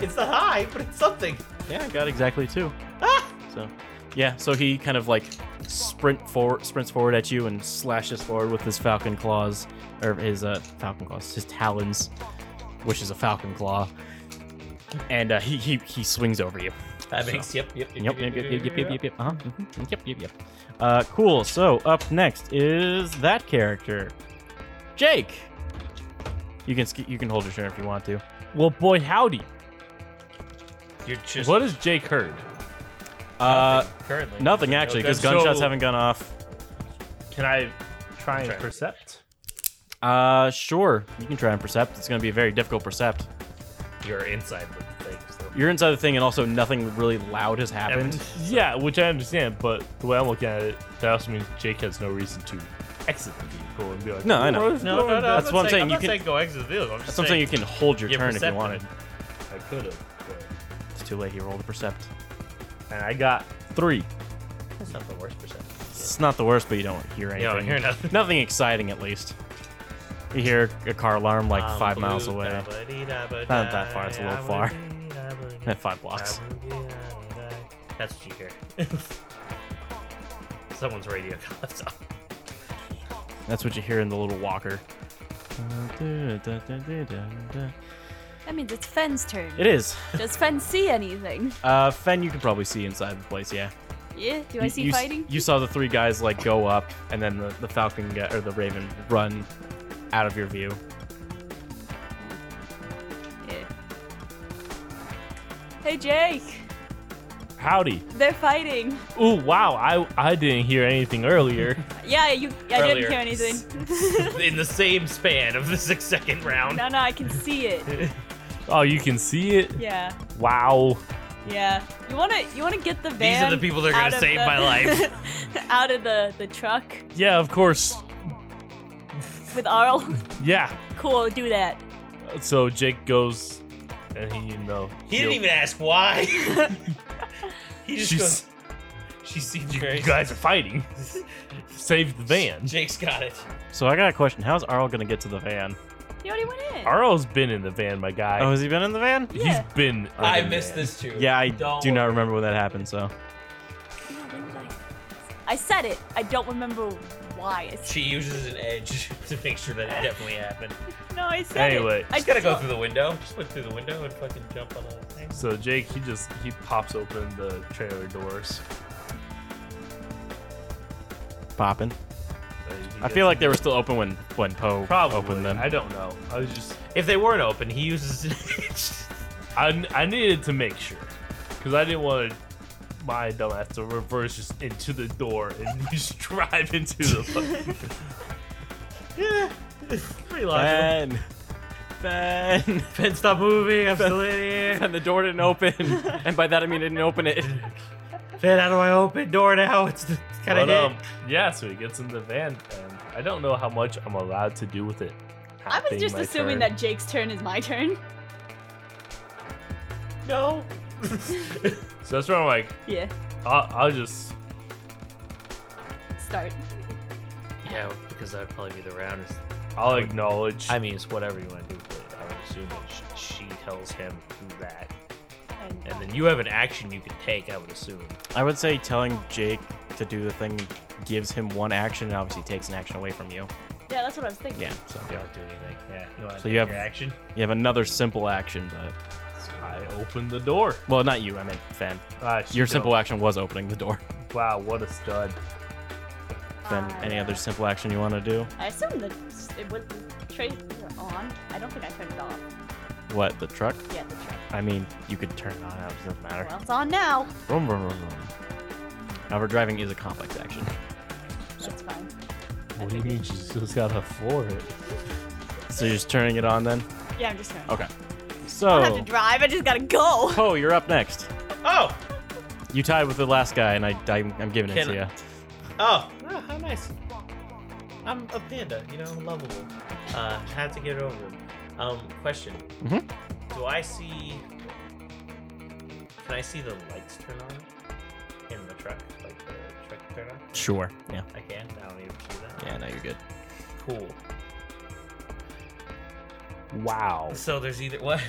[SPEAKER 3] It's a high, but it's something.
[SPEAKER 1] Yeah, I got exactly two. Ah! So, yeah, so he kind of like sprint forward, sprints forward at you and slashes forward with his falcon claws, or his uh, falcon claws, his talons, which is a falcon claw. And uh, he, he he swings over you.
[SPEAKER 3] That makes yep, yep,
[SPEAKER 1] Yep, yep, yep, yep, yep, yep, yep, yep. Uh-huh. mhm, Yep, yep, yep. Uh, cool. So up next is that character, Jake. You can sk- you can hold your turn if you want to.
[SPEAKER 4] Well, boy, howdy.
[SPEAKER 3] You're just
[SPEAKER 4] What has Jake heard?
[SPEAKER 1] Uh,
[SPEAKER 3] currently
[SPEAKER 1] nothing actually, because
[SPEAKER 4] gun-
[SPEAKER 1] gunshots
[SPEAKER 4] so-
[SPEAKER 1] haven't gone off.
[SPEAKER 4] Can I try and
[SPEAKER 3] Try.
[SPEAKER 4] percept?
[SPEAKER 1] Uh, sure. You can try and percept. It's going to be a very difficult percept.
[SPEAKER 3] you're inside with the thing. So.
[SPEAKER 1] You're inside the thing, and also nothing really loud has happened.
[SPEAKER 4] Yeah, which I understand, but the way I'm looking at it, that also means Jake has no reason to exit the vehicle and be like,
[SPEAKER 1] No, I know.
[SPEAKER 4] "Oh, what's
[SPEAKER 3] No, no,
[SPEAKER 4] going
[SPEAKER 3] no.
[SPEAKER 4] on?"
[SPEAKER 1] That's
[SPEAKER 3] I'm
[SPEAKER 1] what
[SPEAKER 3] not
[SPEAKER 1] I'm
[SPEAKER 3] saying.
[SPEAKER 1] saying,
[SPEAKER 3] I'm
[SPEAKER 1] you
[SPEAKER 3] not
[SPEAKER 1] can-
[SPEAKER 3] saying go exit the vehicle. I'm just
[SPEAKER 1] That's something you
[SPEAKER 3] saying.
[SPEAKER 1] can hold your
[SPEAKER 3] you're
[SPEAKER 1] turn if you
[SPEAKER 3] perceptive.
[SPEAKER 1] wanted.
[SPEAKER 4] I could have.
[SPEAKER 1] It's too late. You rolled a percept.
[SPEAKER 4] And I got three.
[SPEAKER 3] That's not the worst percent.
[SPEAKER 1] It's not the worst, but you don't hear anything.
[SPEAKER 3] You don't hear nothing.
[SPEAKER 1] [LAUGHS] Nothing exciting, at least. You hear a car alarm like
[SPEAKER 3] I'm
[SPEAKER 1] five
[SPEAKER 3] blue,
[SPEAKER 1] miles away.
[SPEAKER 3] dabba-dee-dabba-die,
[SPEAKER 1] Not that far, it's a little
[SPEAKER 3] I'm
[SPEAKER 1] far.
[SPEAKER 3] blue, dabba-dee,
[SPEAKER 1] At [LAUGHS] five blocks.
[SPEAKER 3] dabba-dee-dabba-die. That's what you hear. [LAUGHS] Someone's radio cuts off. [LAUGHS]
[SPEAKER 1] That's what you hear in the little walker. Uh,
[SPEAKER 7] That means it's Fenn's turn.
[SPEAKER 1] It is.
[SPEAKER 7] Does Fenn see anything?
[SPEAKER 1] Uh, Fen, you can probably see inside the place, yeah.
[SPEAKER 7] Yeah. Do I
[SPEAKER 1] You-
[SPEAKER 7] see
[SPEAKER 1] you s-
[SPEAKER 7] fighting?
[SPEAKER 1] You saw the three guys like go up, and then the, the falcon guy, or the raven run out of your view.
[SPEAKER 7] yeah. Hey Jake,
[SPEAKER 4] Howdy.
[SPEAKER 7] they're fighting.
[SPEAKER 4] Ooh, wow. I, I didn't hear
[SPEAKER 1] [LAUGHS]
[SPEAKER 4] anything earlier.
[SPEAKER 7] Yeah, you. I
[SPEAKER 3] Earlier.
[SPEAKER 7] didn't hear anything.
[SPEAKER 3] [LAUGHS] In the same span of the six second round.
[SPEAKER 7] no, no, I can see it.
[SPEAKER 4] oh, you can see it?
[SPEAKER 7] Yeah,
[SPEAKER 4] Wow.
[SPEAKER 7] yeah. You wanna, you wanna get the
[SPEAKER 3] These
[SPEAKER 7] van.
[SPEAKER 3] are the people that are
[SPEAKER 7] out
[SPEAKER 3] gonna
[SPEAKER 7] of
[SPEAKER 3] save
[SPEAKER 7] the-
[SPEAKER 3] my life.
[SPEAKER 7] [LAUGHS] out of the the truck
[SPEAKER 4] Yeah, of course.
[SPEAKER 7] with Arl.
[SPEAKER 4] Yeah.
[SPEAKER 7] [LAUGHS] cool, do that.
[SPEAKER 4] So Jake goes and he, you know.
[SPEAKER 3] He didn't even ask why. [LAUGHS] he just
[SPEAKER 4] She's-
[SPEAKER 3] goes. She seems
[SPEAKER 4] You
[SPEAKER 3] very.
[SPEAKER 4] guys are fighting. [LAUGHS] Save the
[SPEAKER 3] [LAUGHS]
[SPEAKER 4] van.
[SPEAKER 3] Jake's got it.
[SPEAKER 1] So I got a question. How's Arl gonna get to the van?
[SPEAKER 7] You already went in.
[SPEAKER 4] Arl's been in the van, my guy.
[SPEAKER 1] Oh, has he been in the van?
[SPEAKER 7] Yeah.
[SPEAKER 4] He's been.
[SPEAKER 3] I
[SPEAKER 4] in the
[SPEAKER 3] missed
[SPEAKER 4] van.
[SPEAKER 3] this too.
[SPEAKER 1] Yeah, I
[SPEAKER 3] Don't
[SPEAKER 1] do not
[SPEAKER 3] worry.
[SPEAKER 1] remember when that happened. So
[SPEAKER 7] I said it. I don't remember why. I said
[SPEAKER 3] She uses an edge [LAUGHS] to make sure that it definitely happened.
[SPEAKER 7] No, I said
[SPEAKER 4] Anyway.
[SPEAKER 7] it. I
[SPEAKER 3] Just gotta go
[SPEAKER 7] told-
[SPEAKER 3] through the window. Just look through the window and fucking jump on a thing.
[SPEAKER 4] So Jake, he just he pops open the trailer doors.
[SPEAKER 1] popping.
[SPEAKER 4] Uh,
[SPEAKER 1] I
[SPEAKER 4] he
[SPEAKER 1] feel
[SPEAKER 4] doesn't-
[SPEAKER 1] like they were still open when when Poe
[SPEAKER 4] probably
[SPEAKER 1] opened them.
[SPEAKER 4] I don't know. I was just
[SPEAKER 3] If they weren't open, he uses an edge. [LAUGHS]
[SPEAKER 4] I, I needed to make sure because I didn't want my dumbass to reverse just into the door and [LAUGHS] just drive
[SPEAKER 1] [LAUGHS]
[SPEAKER 4] into the. fucking-
[SPEAKER 3] yeah. Pretty logical.
[SPEAKER 1] Ben, [LAUGHS] Ben,
[SPEAKER 3] Ben, stop moving. I'm still in [LAUGHS] here.
[SPEAKER 1] and the door didn't [LAUGHS] open, and by that I mean it didn't open it.
[SPEAKER 3] Ben, how do I open door now? It's, the, it's kind of
[SPEAKER 4] but, um,
[SPEAKER 3] hit.
[SPEAKER 4] yeah, so he gets in the van, and I don't know how much I'm allowed to do with it.
[SPEAKER 7] I was just assuming that Jake's turn is my turn. [LAUGHS]
[SPEAKER 3] No.
[SPEAKER 4] that. So that's where I'm like,
[SPEAKER 7] Yeah.
[SPEAKER 4] I'll, I'll just
[SPEAKER 7] Start.
[SPEAKER 3] Yeah, because that'd probably be the roundest.
[SPEAKER 4] I'll acknowledge.
[SPEAKER 3] I mean, it's whatever you want to do, but I would assume that sh- she tells him to do that.
[SPEAKER 7] And
[SPEAKER 3] and then you have an action you can take. I would assume.
[SPEAKER 1] I would say telling Jake to do the thing gives him one action and obviously takes an action away from you.
[SPEAKER 7] Yeah, that's what I was thinking.
[SPEAKER 1] Yeah. So
[SPEAKER 3] You don't do anything. Yeah. You want
[SPEAKER 1] So you have-
[SPEAKER 3] your action.
[SPEAKER 1] you have another simple action, but
[SPEAKER 4] I opened the door.
[SPEAKER 1] well, not you. I meant Fen.
[SPEAKER 4] Ah,
[SPEAKER 1] Your
[SPEAKER 4] shit.
[SPEAKER 1] simple action was opening the door.
[SPEAKER 4] Wow, what a stud.
[SPEAKER 1] Fen,
[SPEAKER 7] Ah.
[SPEAKER 1] any other simple action you want to do?
[SPEAKER 7] I assume that it was the trays are on. I don't think I turned it off.
[SPEAKER 1] What the truck?
[SPEAKER 7] Yeah, the tray.
[SPEAKER 1] I mean, you could turn it on. It doesn't matter.
[SPEAKER 7] Well, it's on now.
[SPEAKER 1] Vroom, vroom, vroom, vroom. However, driving is a complex action.
[SPEAKER 7] That's fine.
[SPEAKER 4] What do you mean she's just got a floor it?
[SPEAKER 1] So you're just turning it on then?
[SPEAKER 7] Yeah, I'm just turning.
[SPEAKER 1] Okay.
[SPEAKER 7] I don't have
[SPEAKER 1] So,
[SPEAKER 7] to drive. I just gotta go.
[SPEAKER 1] Poe, you're up next.
[SPEAKER 3] Oh.
[SPEAKER 1] You tied with the last guy, and I, I'm, I'm giving it
[SPEAKER 3] Can
[SPEAKER 1] to you.
[SPEAKER 3] Oh, oh, how nice. I'm a panda, you know, lovable. Uh, had to get over him. Um, question.
[SPEAKER 1] Mhm.
[SPEAKER 3] Do I see? Can I see the lights turn on in the truck? Like the truck turn on?
[SPEAKER 1] Sure. Yeah.
[SPEAKER 3] I can. I don't even see that.
[SPEAKER 1] Yeah. Now you're good.
[SPEAKER 3] Cool.
[SPEAKER 4] Wow.
[SPEAKER 3] So there's either what?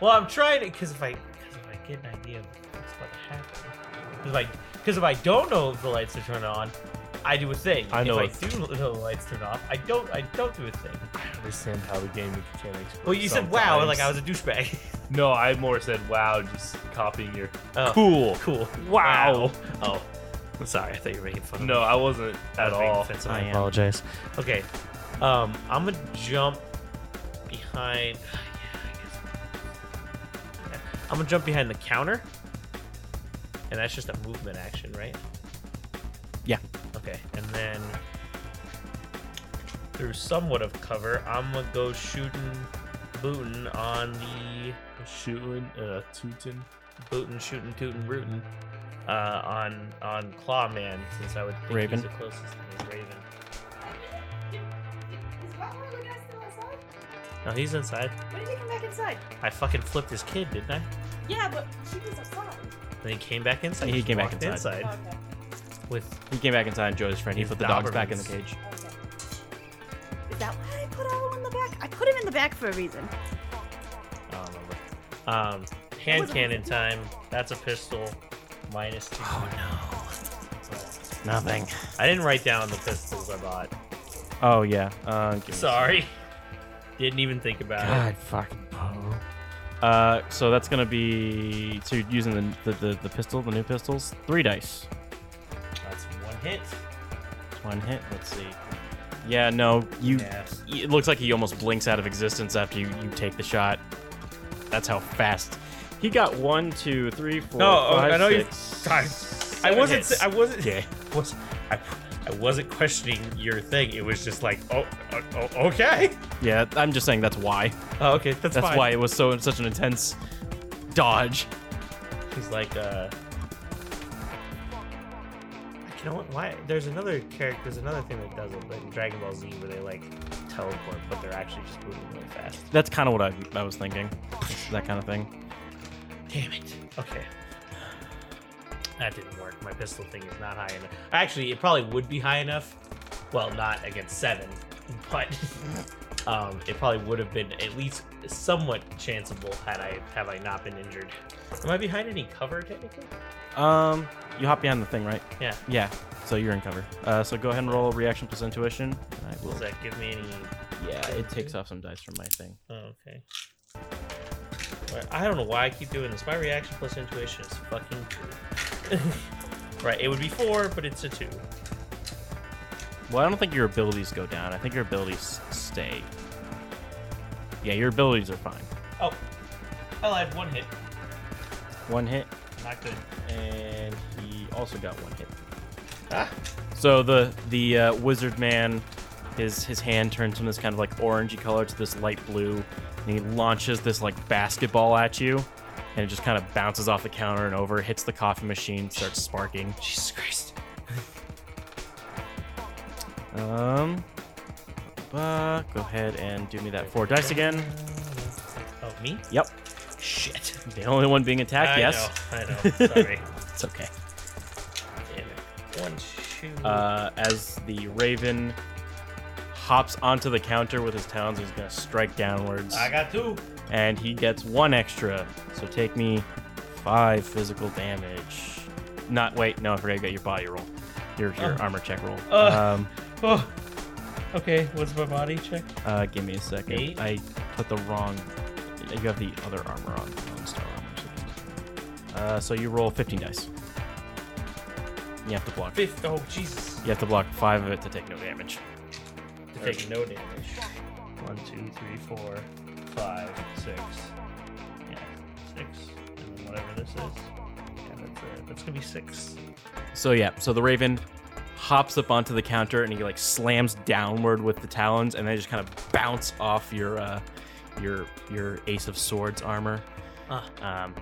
[SPEAKER 3] well, I'm trying to because if I because if I get an idea of what's about to happen, because I because if I don't know if the lights are turned on, I do a thing.
[SPEAKER 4] I know
[SPEAKER 3] if I do know the lights turn off, I don't I don't do a thing.
[SPEAKER 4] I understand how the game mechanics work.
[SPEAKER 3] Well, you said wow,
[SPEAKER 4] sometimes.
[SPEAKER 3] like I was a douchebag.
[SPEAKER 4] No, I more said wow, just copying your.
[SPEAKER 3] Oh,
[SPEAKER 4] Cool.
[SPEAKER 3] [LAUGHS] cool.
[SPEAKER 4] Wow.
[SPEAKER 3] Oh, I'm sorry. I thought you were making fun of me.
[SPEAKER 4] No, I wasn't
[SPEAKER 3] I
[SPEAKER 4] at
[SPEAKER 3] was being
[SPEAKER 4] all.
[SPEAKER 3] offensive,
[SPEAKER 1] I
[SPEAKER 3] I
[SPEAKER 1] am.
[SPEAKER 3] apologize. Okay, um, I'm gonna jump behind. ah, Yeah, I guess. I'm gonna jump behind the counter, and that's just a movement action, right?
[SPEAKER 1] Yeah.
[SPEAKER 3] Okay, and then through somewhat of cover, I'm gonna go shooting, booting on the
[SPEAKER 4] Shooting and a uh, tootin.
[SPEAKER 3] booting, shooting, tooting, rooting uh, on on Clawman, since I would think
[SPEAKER 1] Raven.
[SPEAKER 3] he's the closest to me, Raven. No, he's inside.
[SPEAKER 7] When did he come back inside?
[SPEAKER 3] I fucking flipped his kid, didn't I?
[SPEAKER 7] Yeah, but she was outside. Oh,
[SPEAKER 3] Then he came back inside.
[SPEAKER 1] He
[SPEAKER 3] just
[SPEAKER 1] came back
[SPEAKER 3] walked
[SPEAKER 1] inside.
[SPEAKER 7] Okay.
[SPEAKER 3] with
[SPEAKER 1] He came back inside and Joe's friend. He
[SPEAKER 3] His
[SPEAKER 1] put the dogs back in the
[SPEAKER 3] Dobermans.
[SPEAKER 1] cage.
[SPEAKER 7] Oh, Okay. Is that why I put all in the back? I put him in the back for a reason.
[SPEAKER 3] I don't remember. Um, hand cannon time. That's a pistol. Minus two. Oh no.
[SPEAKER 1] Nothing.
[SPEAKER 3] I didn't write down the pistols I bought.
[SPEAKER 1] Oh yeah. Uh, give me a
[SPEAKER 3] Sorry. Didn't even think about it.
[SPEAKER 1] fucking Poe. Uh, so that's gonna be so you're using the the, the the pistol, the new pistols, three dice,
[SPEAKER 3] That's one hit.
[SPEAKER 1] one hit. Let's see. Yeah, no, you.
[SPEAKER 3] Yeah.
[SPEAKER 1] It looks like he almost blinks out of existence after you you take the shot. That's how fast. He got one, two, three, four,
[SPEAKER 3] No, oh,
[SPEAKER 1] five,
[SPEAKER 3] I know you-
[SPEAKER 1] six,
[SPEAKER 3] Guys, I
[SPEAKER 1] seven
[SPEAKER 3] wasn't.
[SPEAKER 1] hits.
[SPEAKER 3] sa- I wasn't.
[SPEAKER 1] Yeah.
[SPEAKER 3] Was, I, I wasn't questioning your thing. It was just like, oh, oh, oh, okay.
[SPEAKER 1] Yeah, I'm just saying that's why.
[SPEAKER 3] Oh, okay. That's,
[SPEAKER 1] That's
[SPEAKER 3] fine.
[SPEAKER 1] why it was so such an intense dodge.
[SPEAKER 3] He's like, uh. You know what? Why? There's another character. There's another thing that does it, but in Dragon Ball Z, where they like teleport, but they're actually just moving really fast.
[SPEAKER 1] That's kind of what I, I was thinking. That kind of thing.
[SPEAKER 3] Damn it. Okay. That didn't work. My pistol thing is not high enough. Actually, it probably would be high enough. Well, not against seven, [LAUGHS] but um, it probably would have been at least somewhat chanceable had I have I not been injured. Am I behind any cover technically?
[SPEAKER 1] Um, you hop behind the thing, right?
[SPEAKER 3] Yeah.
[SPEAKER 1] Yeah. So you're in cover. Uh, so go ahead and roll reaction plus intuition. And I will.
[SPEAKER 3] Does that give me any?
[SPEAKER 1] Yeah, it takes off some dice from my thing.
[SPEAKER 3] Oh, okay. Alright, I don't know why I keep doing this. My reaction plus intuition is fucking [LAUGHS] two. right, it would be four, but it's a two.
[SPEAKER 1] Well, I don't think your abilities go down. I think your abilities stay. Yeah, your abilities are fine.
[SPEAKER 3] Oh, hell, I have one hit.
[SPEAKER 1] One hit,
[SPEAKER 3] Not good.
[SPEAKER 1] and he also got one hit.
[SPEAKER 3] Ah.
[SPEAKER 1] So the the uh, wizard man, his his hand turns from this kind of like orangey color to this light blue, and he launches this like basketball at you, and it just kind of bounces off the counter and over, hits the coffee machine, starts sparking.
[SPEAKER 3] Jesus Christ.
[SPEAKER 1] Um, uh, go ahead and do me that four dice again.
[SPEAKER 3] Oh, me?
[SPEAKER 1] Yep,
[SPEAKER 3] Shit.
[SPEAKER 1] the only one being attacked.
[SPEAKER 3] I
[SPEAKER 1] yes,
[SPEAKER 3] know.
[SPEAKER 1] [LAUGHS]
[SPEAKER 3] I know. Sorry.
[SPEAKER 1] it's okay.
[SPEAKER 3] Damn it. One, two.
[SPEAKER 1] uh, as the raven hops onto the counter with his talons. He's gonna strike downwards.
[SPEAKER 3] I got two.
[SPEAKER 1] and he gets one extra. So take me five physical damage. Not wait, no, I forgot you got your body roll, your your
[SPEAKER 3] Oh.
[SPEAKER 1] armor check roll.
[SPEAKER 3] Ugh.
[SPEAKER 1] um,
[SPEAKER 3] Oh. Okay, what's my body check?
[SPEAKER 1] uh, give me a second.
[SPEAKER 3] Eight?
[SPEAKER 1] I put the wrong. You have the other armor on, on star armor. so- Uh, so you roll 15 dice. You have to block.
[SPEAKER 3] Fifth. Oh, Jesus.
[SPEAKER 1] You have to block five of it to take no damage.
[SPEAKER 3] To take no damage. One, two, three, four, five, six. Yeah, six. And then whatever this is. Yeah, that's it. That's gonna be six.
[SPEAKER 1] So yeah, so the raven hops up onto the counter and he like slams downward with the talons and they just kind of bounce off your uh your your ace of swords armor.
[SPEAKER 3] Ah.
[SPEAKER 1] Um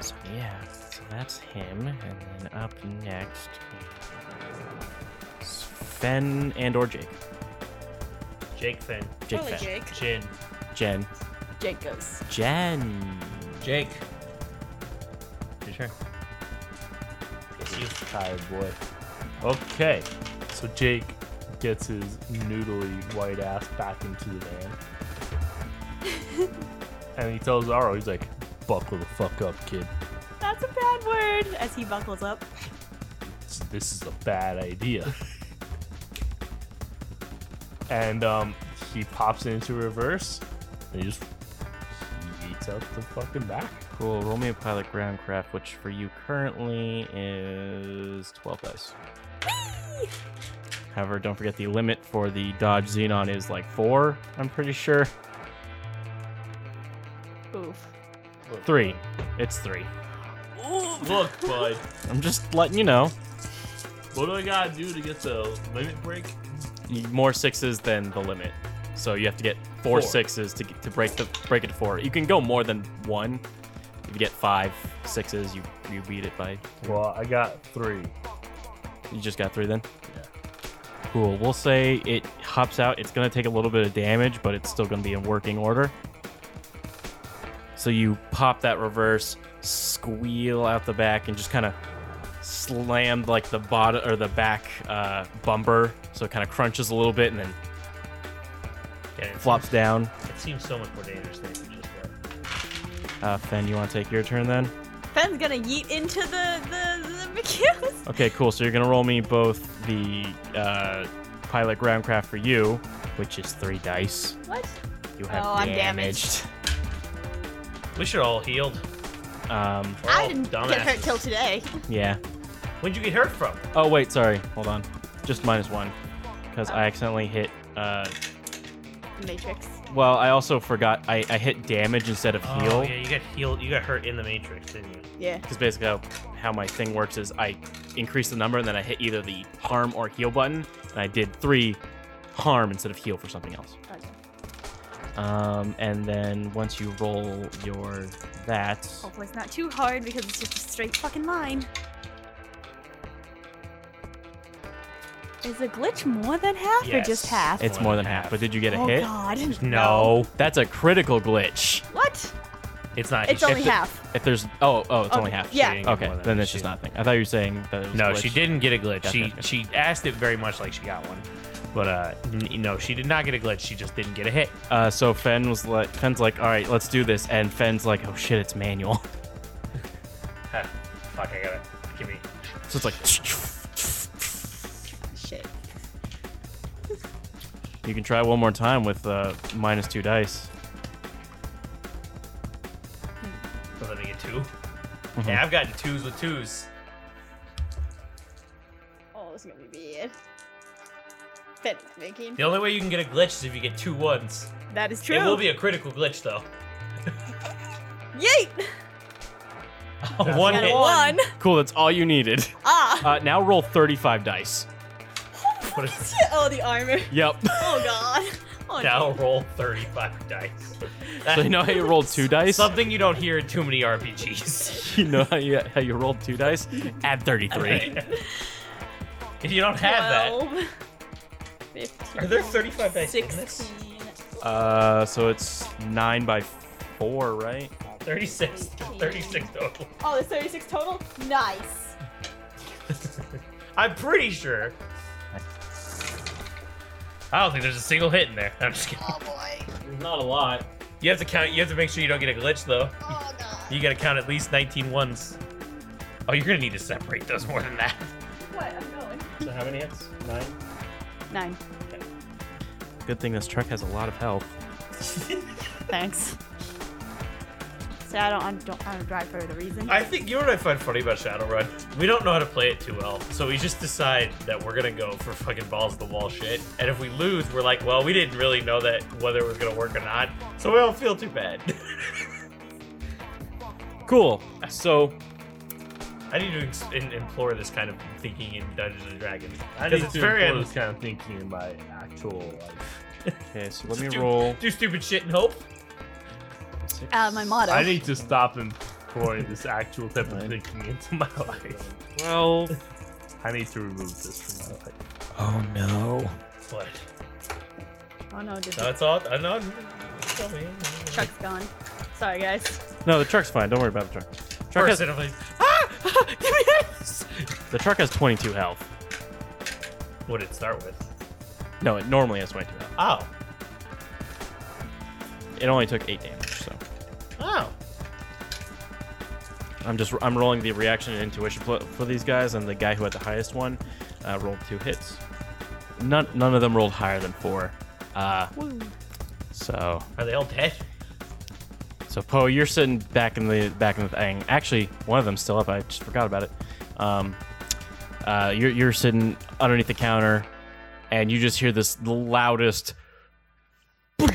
[SPEAKER 1] so yeah, so that's him and then up next is Fen and or Jake.
[SPEAKER 3] Jake Finn.
[SPEAKER 1] Jake
[SPEAKER 7] Probably
[SPEAKER 1] Fen.
[SPEAKER 7] Jake.
[SPEAKER 3] Chin.
[SPEAKER 1] Jen.
[SPEAKER 7] Jake goes.
[SPEAKER 1] Jen.
[SPEAKER 3] Jake. Your turn.
[SPEAKER 6] You tired, boy.
[SPEAKER 4] Okay. So Jake gets his noodly white ass back into the van. and he tells Aro, he's like, buckle the fuck up, kid.
[SPEAKER 7] That's a bad word. As he buckles up.
[SPEAKER 4] This, this is a bad idea. and um, he pops it into reverse and he just he eats out the fucking back.
[SPEAKER 1] Cool. Roll me a pilot groundcraft, which for you currently is 12 dice. However, don't forget the limit for the Dodge Xenon is like four, I'm pretty sure.
[SPEAKER 7] Oof.
[SPEAKER 1] Three. It's three.
[SPEAKER 4] Look, bud,
[SPEAKER 1] I'm just letting you know.
[SPEAKER 4] what do I gotta do to get the limit break?
[SPEAKER 1] You- More sixes than the limit. So you have to get four
[SPEAKER 4] Four.
[SPEAKER 1] sixes to, get, to break the break it to four. You can go more than one. If you get five sixes, you, you beat it by
[SPEAKER 4] Well, I got three.
[SPEAKER 1] You just got three then? Cool. We'll say it hops out. It's going to take a little bit of damage, but it's still going to be in working order. So you pop that reverse, squeal out the back, and just kind of slam like the bottom or the back uh, bumper. So it kind of crunches a little bit and then
[SPEAKER 3] Yeah, it
[SPEAKER 1] flops
[SPEAKER 3] seems-
[SPEAKER 1] down.
[SPEAKER 3] It seems so much more dangerous than just that.
[SPEAKER 1] Uh, Fen, you want to take your turn then?
[SPEAKER 7] Fen's gonna yeet into the the [LAUGHS] the McHughs.
[SPEAKER 1] Okay, cool. So you're gonna roll me both the uh, pilot groundcraft for you, which is three dice.
[SPEAKER 7] What?
[SPEAKER 1] You have
[SPEAKER 7] Oh, I'm damaged.
[SPEAKER 3] We should all healed.
[SPEAKER 1] damaged. Um,
[SPEAKER 3] We're
[SPEAKER 7] I
[SPEAKER 3] all
[SPEAKER 7] didn't get hurt
[SPEAKER 3] dumbasses.
[SPEAKER 7] till today. [LAUGHS]
[SPEAKER 1] yeah.
[SPEAKER 3] When'd you get hurt from?
[SPEAKER 1] Oh wait, sorry. Hold on. Just minus one, because I accidentally hit. Uh,
[SPEAKER 7] Matrix.
[SPEAKER 1] well, I also forgot. I, I hit damage instead of
[SPEAKER 3] Oh,
[SPEAKER 1] heal.
[SPEAKER 3] yeah, you got healed. You got hurt in the Matrix, didn't you?
[SPEAKER 7] Yeah.
[SPEAKER 1] Because basically, how, how my thing works is I increase the number and then I hit either the harm or heal button, and I did three harm instead of heal for something else.
[SPEAKER 7] Okay.
[SPEAKER 1] Um, and then once you roll your that,
[SPEAKER 2] Oh,
[SPEAKER 7] Hopefully it's not too hard because it's just a straight fucking line. Is a glitch more than half or just
[SPEAKER 3] Yes.
[SPEAKER 7] half?
[SPEAKER 1] it's more than half. But did you get a
[SPEAKER 7] oh
[SPEAKER 1] hit?
[SPEAKER 7] god.
[SPEAKER 1] No, that's a critical glitch.
[SPEAKER 7] What?
[SPEAKER 3] It's not.
[SPEAKER 7] It's
[SPEAKER 1] if
[SPEAKER 7] only
[SPEAKER 1] the-
[SPEAKER 7] half.
[SPEAKER 1] If there's oh oh, it's
[SPEAKER 7] Oh,
[SPEAKER 1] only half.
[SPEAKER 7] yeah.
[SPEAKER 1] Okay, then it's just nothing. I thought you were saying that. It was a
[SPEAKER 3] No,
[SPEAKER 1] glitch.
[SPEAKER 3] she didn't get a glitch.
[SPEAKER 1] Gotcha,
[SPEAKER 3] she
[SPEAKER 7] [LAUGHS]
[SPEAKER 1] gotcha.
[SPEAKER 3] she asked it very much like she got one, but uh, n- no, she did not get a glitch. She just didn't get a hit.
[SPEAKER 1] Uh, so Fen was like, Fen's like, all right, let's do this, and Fen's like, oh shit, it's manual. [LAUGHS]
[SPEAKER 3] Huh. Fuck, I got it. Give me.
[SPEAKER 1] So it's like, [LAUGHS]
[SPEAKER 7] Shit.
[SPEAKER 1] you can try one more time with uh, minus two dice.
[SPEAKER 3] Oh, Let me get 2 Yeah, I've gotten twos with twos.
[SPEAKER 7] Oh, this is gonna be bad. Fit making.
[SPEAKER 3] The only way you can get a glitch is if you get two ones.
[SPEAKER 7] That is true.
[SPEAKER 3] It will be a critical glitch [LAUGHS] though.
[SPEAKER 7] Yeet!
[SPEAKER 3] one
[SPEAKER 7] Got a
[SPEAKER 3] hit.
[SPEAKER 7] one.
[SPEAKER 1] Cool, that's all you needed.
[SPEAKER 7] Ah. [LAUGHS]
[SPEAKER 1] Uh, now roll thirty-five dice.
[SPEAKER 3] What is
[SPEAKER 7] oh, the armor.
[SPEAKER 1] Yep.
[SPEAKER 7] Oh god.
[SPEAKER 2] [LAUGHS]
[SPEAKER 7] Oh,
[SPEAKER 3] now
[SPEAKER 7] no.
[SPEAKER 3] roll thirty-five dice.
[SPEAKER 1] [LAUGHS] so you know how you rolled two dice?
[SPEAKER 3] Something you don't hear in too many RPGs.
[SPEAKER 1] [LAUGHS] You know how you, how you rolled two dice? Add thirty-three.
[SPEAKER 3] [LAUGHS] if you don't have that, [LAUGHS]
[SPEAKER 7] 12, 15,
[SPEAKER 3] Are there 35 dice in this?
[SPEAKER 7] 16,
[SPEAKER 1] Uh, so it's nine by four, right?
[SPEAKER 3] 36, 36 total. [LAUGHS]
[SPEAKER 7] Oh, there's 36 total? Nice.
[SPEAKER 3] I'm pretty sure. I don't think there's a single hit in there. I'm just kidding.
[SPEAKER 7] Oh boy.
[SPEAKER 1] Not a lot.
[SPEAKER 3] You have to count. You have to make sure you don't get a glitch though.
[SPEAKER 7] Oh god.
[SPEAKER 3] You gotta count at least 19 ones. Oh, you're gonna need to separate those more than that.
[SPEAKER 7] What? I'm going.
[SPEAKER 6] So how many hits? Nine.
[SPEAKER 2] Nine.
[SPEAKER 1] Good thing this truck has a lot of health.
[SPEAKER 2] Thanks. So I don't, I don't, I don't drive for the reason.
[SPEAKER 3] I think you know what I find funny about Shadowrun? We don't know how to play it too well, so we just decide that we're gonna go for fucking balls to the wall shit. And if we lose, we're like, well, we didn't really know that whether it was gonna work or not, so we don't feel too bad. [LAUGHS]
[SPEAKER 1] Cool. So
[SPEAKER 3] I need to ex- in- implore this kind of thinking in Dungeons and Dragons
[SPEAKER 4] I
[SPEAKER 3] because
[SPEAKER 4] need
[SPEAKER 3] it's
[SPEAKER 4] to
[SPEAKER 3] very
[SPEAKER 4] employ
[SPEAKER 3] un-
[SPEAKER 4] this kind of thinking in my actual life.
[SPEAKER 1] okay, so let me
[SPEAKER 3] Just do-
[SPEAKER 1] roll.
[SPEAKER 3] do stupid shit and hope.
[SPEAKER 1] six,
[SPEAKER 2] uh, my motto.
[SPEAKER 4] I need to stop employing this actual type of
[SPEAKER 1] Nine.
[SPEAKER 4] thinking into my [LAUGHS] life.
[SPEAKER 1] Twelve.
[SPEAKER 4] I need to remove this from my life.
[SPEAKER 5] Oh no.
[SPEAKER 3] What?
[SPEAKER 2] oh no, just
[SPEAKER 3] That's all. I know. Tell me.
[SPEAKER 2] truck's gone. Sorry
[SPEAKER 3] [LAUGHS]
[SPEAKER 2] guys.
[SPEAKER 1] No, the truck's fine. Don't worry about the truck. Truck has,
[SPEAKER 3] First, and I'm like,
[SPEAKER 1] the truck has 22 health.
[SPEAKER 3] what did it start with?
[SPEAKER 1] No, it normally has 22 health.
[SPEAKER 3] Oh,
[SPEAKER 1] It only took eight damage, so
[SPEAKER 3] oh.
[SPEAKER 1] I'm just I'm rolling the reaction and intuition for, for these guys, and the guy who had the highest one uh, rolled two hits. None none of them rolled higher than four. Uh, so
[SPEAKER 3] Are they all dead?
[SPEAKER 1] So Poe, you're sitting back in the back in the thing. Actually, one of them's still up. I just forgot about it. Um, uh, you're you're sitting underneath the counter, and you just hear this the loudest. [LAUGHS] uh,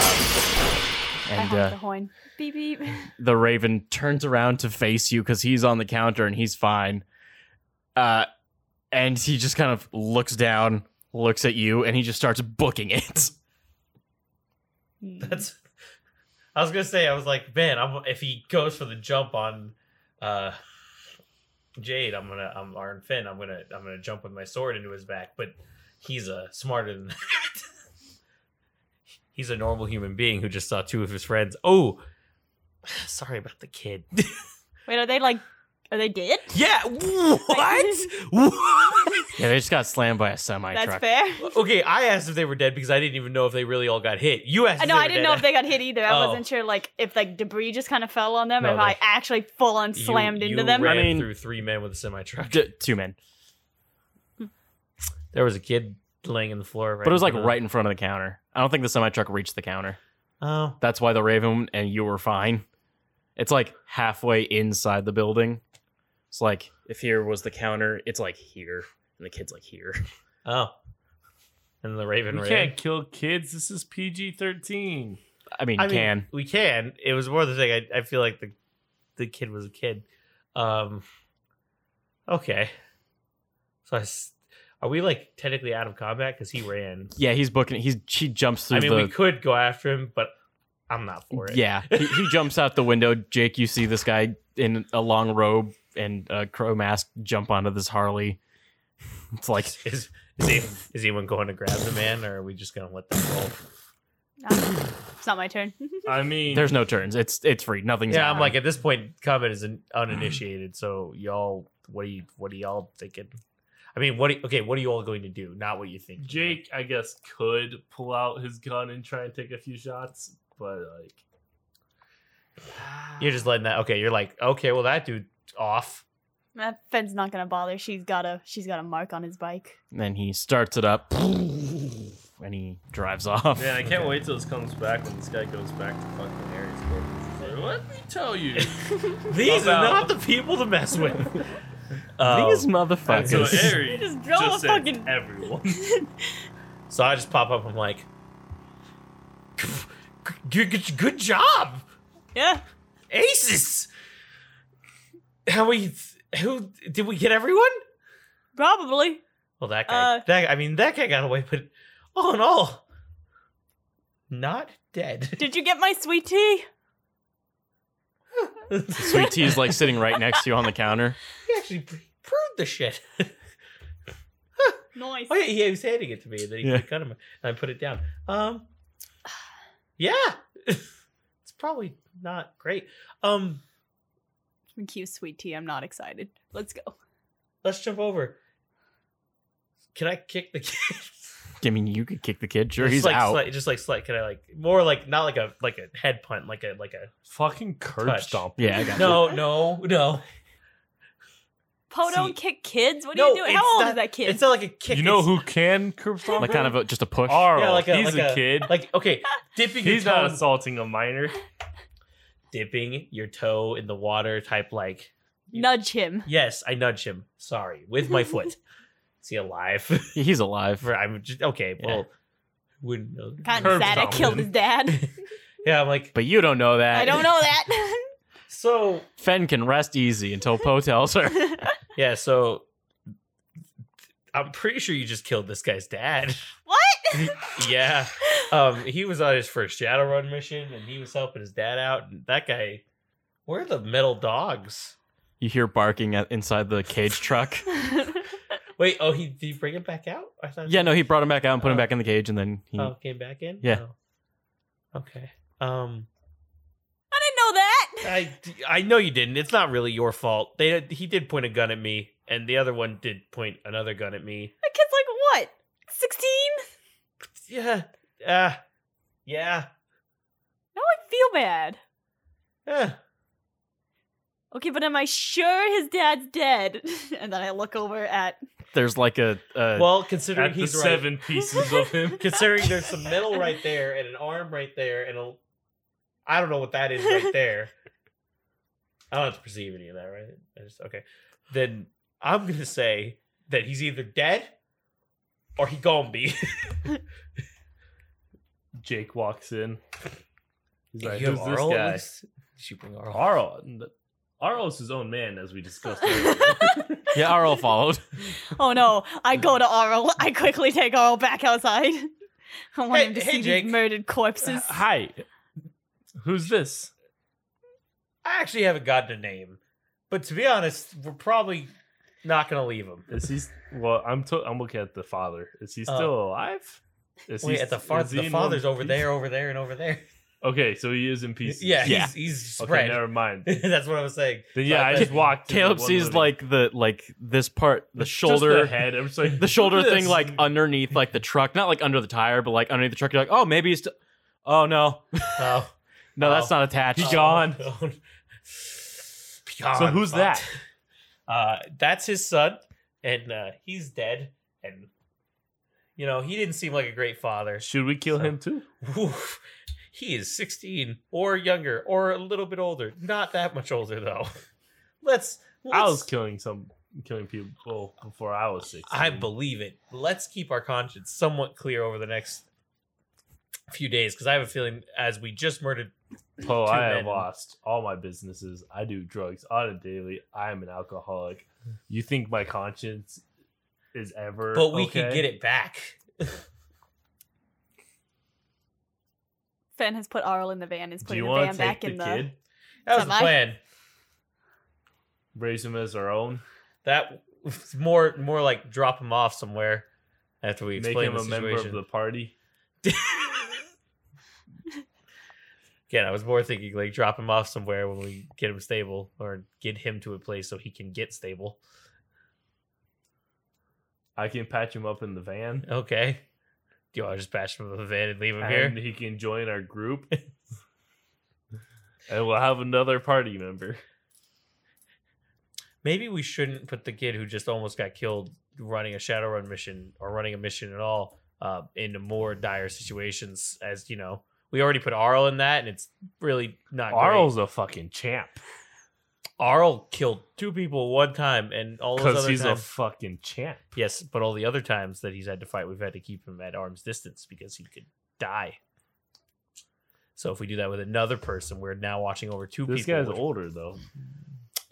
[SPEAKER 1] Um,
[SPEAKER 2] I
[SPEAKER 1] and
[SPEAKER 2] honked
[SPEAKER 1] uh,
[SPEAKER 2] the horn. Beep
[SPEAKER 3] [LAUGHS]
[SPEAKER 2] beep.
[SPEAKER 1] the raven turns around to face you because he's on the counter and he's fine. Uh, and he just kind of looks down, looks at you, and he just starts booking
[SPEAKER 3] [LAUGHS]
[SPEAKER 1] it.
[SPEAKER 3] That's. I was gonna say I was like, man, I'm, if he goes for the jump on, uh, Jade, I'm gonna, I'm Arn Finn, I'm gonna, I'm gonna jump with my sword into his back. But he's uh, smarter than [LAUGHS] that. he's a normal human being who just saw two of his friends. Oh, [SIGHS] sorry about the [LAUGHS] kid.
[SPEAKER 2] Wait, are they like? Are they dead?
[SPEAKER 3] yeah, what? [LAUGHS] what?
[SPEAKER 1] yeah, they just got slammed by a semi
[SPEAKER 2] That's
[SPEAKER 1] truck.
[SPEAKER 2] fair.
[SPEAKER 3] Okay, I asked if they were dead because I didn't even know if they really all got hit. You asked.
[SPEAKER 2] I
[SPEAKER 3] if
[SPEAKER 2] know
[SPEAKER 3] they
[SPEAKER 2] I
[SPEAKER 3] were
[SPEAKER 2] didn't
[SPEAKER 3] dead.
[SPEAKER 2] know if they got hit either. I
[SPEAKER 3] Oh.
[SPEAKER 2] wasn't sure like if like debris just kind of fell on them,
[SPEAKER 3] No,
[SPEAKER 2] or if
[SPEAKER 3] they-
[SPEAKER 2] I actually full on
[SPEAKER 3] You-
[SPEAKER 2] slammed
[SPEAKER 3] you
[SPEAKER 2] into them. [LAUGHS]
[SPEAKER 3] Ran
[SPEAKER 1] I mean-
[SPEAKER 3] through three men with a
[SPEAKER 1] [LAUGHS]
[SPEAKER 3] semi truck.
[SPEAKER 1] D- two men.
[SPEAKER 3] There was a kid laying in the floor. Right
[SPEAKER 1] but it was
[SPEAKER 3] in
[SPEAKER 1] like
[SPEAKER 3] front of-
[SPEAKER 1] right in front of the counter. I don't think the semi truck reached the counter.
[SPEAKER 3] Oh,
[SPEAKER 1] That's why the Raven and you were fine. It's like halfway inside the building. It's like if here was the counter, it's like here, and the kid's like here. [LAUGHS]
[SPEAKER 3] oh. And the Raven
[SPEAKER 4] We
[SPEAKER 3] ran. [LAUGHS]
[SPEAKER 4] can't kill kids. This is PG 13.
[SPEAKER 1] I mean,
[SPEAKER 3] I
[SPEAKER 1] you
[SPEAKER 3] mean,
[SPEAKER 1] can.
[SPEAKER 3] we can. It was more the thing. I, I feel like the the kid was a kid. Um. Okay. So I s are we like technically out of combat because he ran?
[SPEAKER 1] Yeah, he's booking. He's she jumps through
[SPEAKER 3] I mean,
[SPEAKER 1] the.
[SPEAKER 3] we could go after him, but I'm not for it.
[SPEAKER 1] Yeah, he, he jumps out the window. Jake, you see this guy in a long robe and a crow mask jump onto this Harley. It's like
[SPEAKER 3] Is is, he, is anyone going to grab the man, or are we just gonna let them roll?
[SPEAKER 2] No, Ah, it's not my turn. [LAUGHS]
[SPEAKER 4] I mean,
[SPEAKER 1] there's no turns. It's it's free. Nothing's
[SPEAKER 3] Yeah, I'm
[SPEAKER 1] happening.
[SPEAKER 3] like at this point, Comet is an uninitiated, so y'all, what are you, what are y'all thinking? I mean, what? Are, okay, what are you all going to do? Not what you think,
[SPEAKER 4] Jake, I guess, could pull out his gun and try and take a few shots, but like,
[SPEAKER 3] You're just letting that. Okay, you're like, okay, well that dude off.
[SPEAKER 2] That Fed's not gonna bother. She's got a she's got a mark on his bike.
[SPEAKER 1] Then he starts it up and he drives off.
[SPEAKER 4] man, I can't wait till this comes back when this guy goes back to fucking Aries Corp. Like, Let me tell [LAUGHS] you.
[SPEAKER 3] These
[SPEAKER 4] About-
[SPEAKER 3] are not the people to mess with. [LAUGHS]
[SPEAKER 1] [LAUGHS]
[SPEAKER 3] Um,
[SPEAKER 1] These
[SPEAKER 4] And so
[SPEAKER 1] motherfuckers.
[SPEAKER 4] Aries
[SPEAKER 2] You just drove
[SPEAKER 4] just
[SPEAKER 2] a
[SPEAKER 4] sends
[SPEAKER 2] fucking-
[SPEAKER 3] [LAUGHS]
[SPEAKER 4] everyone.
[SPEAKER 3] so I just pop up. I'm like, good, good, good job,
[SPEAKER 2] Yeah.
[SPEAKER 3] aces. How we? Who did we get? Everyone?
[SPEAKER 2] Probably.
[SPEAKER 3] Well, that guy.
[SPEAKER 2] Uh,
[SPEAKER 3] that I mean, that guy got away, but all in all, not [LAUGHS] dead.
[SPEAKER 2] Did you get my sweet tea?
[SPEAKER 1] Sweet Tea's like sitting right next to you on the counter.
[SPEAKER 3] he actually pr- proved the shit. [LAUGHS]
[SPEAKER 2] Nice.
[SPEAKER 3] oh yeah, he was handing it to me, and then he
[SPEAKER 1] Yeah.
[SPEAKER 3] cut him, and I put it down. Um, yeah, [LAUGHS] it's probably not great. Um,
[SPEAKER 2] Cue sweet tea. I'm not excited. Let's go.
[SPEAKER 3] let's jump over. Can I kick the kid?
[SPEAKER 1] I mean, you could kick the kid. [LAUGHS] Sure,
[SPEAKER 3] just
[SPEAKER 1] he's
[SPEAKER 3] like
[SPEAKER 1] out.
[SPEAKER 3] slight- just like slight. Can I like more like not like a like a head punt, like a like a
[SPEAKER 4] Fucking curb
[SPEAKER 3] Touch.
[SPEAKER 4] stomp.
[SPEAKER 1] yeah, I got
[SPEAKER 3] no no no.
[SPEAKER 7] Poe
[SPEAKER 3] See-
[SPEAKER 7] don't kick kids. What are
[SPEAKER 3] No,
[SPEAKER 7] you doing?
[SPEAKER 3] it's
[SPEAKER 7] How old
[SPEAKER 3] not-
[SPEAKER 7] is that kid?
[SPEAKER 3] It's not like a kick.
[SPEAKER 4] You know
[SPEAKER 3] it's-
[SPEAKER 4] who can curb stomp?
[SPEAKER 1] like kind of a, just a push.
[SPEAKER 4] Arl.
[SPEAKER 3] Yeah, like a- like
[SPEAKER 4] he's a,
[SPEAKER 3] a-
[SPEAKER 4] kid.
[SPEAKER 3] like
[SPEAKER 7] [LAUGHS]
[SPEAKER 3] okay dipping your
[SPEAKER 4] he's not
[SPEAKER 3] toe,
[SPEAKER 4] assaulting a minor.
[SPEAKER 3] dipping your toe in the water type like
[SPEAKER 7] Nudge him.
[SPEAKER 3] yes I nudge him sorry
[SPEAKER 7] [LAUGHS]
[SPEAKER 3] with my foot. Is he alive? [LAUGHS]
[SPEAKER 1] He's alive.
[SPEAKER 3] For- I'm just okay.
[SPEAKER 1] Yeah.
[SPEAKER 3] Well, wouldn't know.
[SPEAKER 7] Kind of
[SPEAKER 4] Curb
[SPEAKER 7] sad. I
[SPEAKER 4] stomp
[SPEAKER 7] killed
[SPEAKER 4] him.
[SPEAKER 7] his
[SPEAKER 3] [LAUGHS]
[SPEAKER 7] dad.
[SPEAKER 3] Yeah, I'm like
[SPEAKER 1] But you don't know that.
[SPEAKER 7] I don't know that.
[SPEAKER 3] so
[SPEAKER 1] Fen can rest easy until Poe tells her.
[SPEAKER 3] yeah so. I'm pretty sure you just killed this guy's dad.
[SPEAKER 7] [LAUGHS] what?
[SPEAKER 3] [LAUGHS] yeah. um, he was on his first Shadowrun mission, and he was helping his dad out. And that guy, where are the metal dogs?
[SPEAKER 1] You hear barking at, inside the cage
[SPEAKER 2] [LAUGHS]
[SPEAKER 1] truck.
[SPEAKER 3] Wait, oh, he did he bring it back out? I thought
[SPEAKER 1] Yeah, no, he brought him back out and put him
[SPEAKER 3] Oh.
[SPEAKER 1] back in the cage, and then
[SPEAKER 4] Hmm.
[SPEAKER 1] he.
[SPEAKER 3] oh, came back in.
[SPEAKER 1] Yeah.
[SPEAKER 3] Oh. Okay. Um,
[SPEAKER 7] I didn't know that.
[SPEAKER 3] I I know you didn't. It's not really your fault. They he did point a gun at me, and the other one did point another gun at me.
[SPEAKER 7] The kid's like what? Sixteen?
[SPEAKER 3] Yeah. Uh, yeah.
[SPEAKER 7] Now I feel bad.
[SPEAKER 3] Uh,
[SPEAKER 7] Okay, but am I sure his dad's dead? [LAUGHS] and then I look over at
[SPEAKER 1] There's like a. a
[SPEAKER 3] [LAUGHS] well, considering
[SPEAKER 4] At the
[SPEAKER 3] he's right. [LAUGHS]
[SPEAKER 4] seven [LAUGHS] pieces of
[SPEAKER 7] [LAUGHS]
[SPEAKER 4] him.
[SPEAKER 3] Considering there's some metal right there and an arm right there and a, I don't know what that is right there. I don't have to perceive any of that, right? I just okay. Then I'm gonna say that he's either dead or he gonna be.
[SPEAKER 4] Jake walks in. He's like,
[SPEAKER 3] You have
[SPEAKER 4] who's this
[SPEAKER 3] Arl
[SPEAKER 4] guy?
[SPEAKER 3] with- Did you bring Arl?
[SPEAKER 4] Arl. Arl's his own man, as we discussed earlier.
[SPEAKER 1] yeah,
[SPEAKER 3] [LAUGHS]
[SPEAKER 1] Arl followed.
[SPEAKER 7] Oh no, I go
[SPEAKER 4] Mm.
[SPEAKER 7] to Arl. I quickly take Arl back outside. [LAUGHS] I want
[SPEAKER 3] Hey-
[SPEAKER 7] him to
[SPEAKER 3] hey,
[SPEAKER 7] see
[SPEAKER 3] Jake.
[SPEAKER 7] these murdered
[SPEAKER 3] [LAUGHS]
[SPEAKER 7] corpses.
[SPEAKER 4] Uh, Hi. Who's this?
[SPEAKER 3] I actually haven't gotten a name, but to be honest, we're probably not gonna leave him.
[SPEAKER 4] Is he? Well, I'm to, I'm looking at the father. Is he
[SPEAKER 3] Oh.
[SPEAKER 4] still alive? Is
[SPEAKER 3] Wait,
[SPEAKER 4] he,
[SPEAKER 3] at the father,
[SPEAKER 4] is he
[SPEAKER 3] the
[SPEAKER 4] in one
[SPEAKER 3] father's over
[SPEAKER 4] piece?
[SPEAKER 3] there, over there, and over there.
[SPEAKER 4] Okay, so he is in pieces.
[SPEAKER 3] [LAUGHS] Yeah,
[SPEAKER 1] Yeah.
[SPEAKER 3] he's he's
[SPEAKER 4] Okay,
[SPEAKER 3] spread.
[SPEAKER 4] never mind.
[SPEAKER 3] [LAUGHS] That's what I was saying.
[SPEAKER 4] Then
[SPEAKER 3] So
[SPEAKER 4] yeah, I
[SPEAKER 3] bet-
[SPEAKER 4] just walked. to the
[SPEAKER 1] Caleb
[SPEAKER 4] one
[SPEAKER 1] sees
[SPEAKER 4] living-
[SPEAKER 1] like the like this part, the
[SPEAKER 4] [LAUGHS] Just
[SPEAKER 1] shoulder,
[SPEAKER 4] the head. I'm just like
[SPEAKER 1] the shoulder
[SPEAKER 3] [LAUGHS]
[SPEAKER 4] "Look at
[SPEAKER 1] thing,
[SPEAKER 4] this."
[SPEAKER 3] uh,
[SPEAKER 1] like underneath like the truck, not like under the tire, but like underneath the truck. You're like, oh, maybe he's. T- oh no,
[SPEAKER 3] [LAUGHS] Oh.
[SPEAKER 1] no, that's
[SPEAKER 3] Oh.
[SPEAKER 1] not attached.
[SPEAKER 3] [LAUGHS] Oh, Beyond.
[SPEAKER 4] So who's that?
[SPEAKER 3] [LAUGHS] Uh, that's his son, and uh, he's dead. And you know he didn't seem like a great father.
[SPEAKER 4] Should we kill
[SPEAKER 3] So-
[SPEAKER 4] him too?
[SPEAKER 3] Oof. He is sixteen or younger or a little bit older. Not that much older though. [LAUGHS] Let's.
[SPEAKER 4] I was
[SPEAKER 3] let's-
[SPEAKER 4] killing some killing people before I was six.
[SPEAKER 3] I believe it. Let's keep our conscience somewhat clear over the next few days because I have a feeling as we just murdered. [LAUGHS]
[SPEAKER 4] Oh,
[SPEAKER 3] two
[SPEAKER 4] I have
[SPEAKER 3] men.
[SPEAKER 4] lost all my businesses. I do drugs on a daily. I am an alcoholic. You think my conscience is ever?
[SPEAKER 3] But we
[SPEAKER 4] okay?
[SPEAKER 3] could get it back.
[SPEAKER 7] Fenn has put Arl in the van. Is
[SPEAKER 4] Do
[SPEAKER 7] putting
[SPEAKER 4] you
[SPEAKER 7] the
[SPEAKER 4] want
[SPEAKER 7] van
[SPEAKER 4] to take
[SPEAKER 7] back
[SPEAKER 4] the
[SPEAKER 7] in the.
[SPEAKER 4] kid?
[SPEAKER 3] That was
[SPEAKER 7] Some
[SPEAKER 3] the
[SPEAKER 7] I-
[SPEAKER 3] plan.
[SPEAKER 4] Raise him as our own.
[SPEAKER 3] That it's more more like drop him off somewhere after we
[SPEAKER 4] Make
[SPEAKER 3] explain
[SPEAKER 4] him
[SPEAKER 3] the
[SPEAKER 4] a member of
[SPEAKER 3] situation.
[SPEAKER 4] the party.
[SPEAKER 3] Again, I was more thinking like drop him off somewhere when we get him stable or get him to a place so he can get stable.
[SPEAKER 4] I can patch him up in the van.
[SPEAKER 3] Okay. Do you want to just bash him in the van and leave him
[SPEAKER 4] And
[SPEAKER 3] here?
[SPEAKER 4] he can join
[SPEAKER 3] [LAUGHS]
[SPEAKER 4] our group. and we'll have another party member.
[SPEAKER 3] Maybe we shouldn't put the kid who just almost got killed running a Shadowrun mission or running a mission at all uh, into more dire situations. As you know, we already put Arl in that, and it's really not. great.
[SPEAKER 4] Arl's a fucking champ.
[SPEAKER 3] Arl killed two people one time, and all those
[SPEAKER 4] Because
[SPEAKER 3] other
[SPEAKER 4] he's a
[SPEAKER 3] times,
[SPEAKER 4] fucking champ.
[SPEAKER 3] yes, but all the other times that he's had to fight, we've had to keep him at arm's distance because he could die. So if we do that with another person, we're now watching over two
[SPEAKER 4] This
[SPEAKER 3] people.
[SPEAKER 4] guy's
[SPEAKER 3] which-
[SPEAKER 4] older though.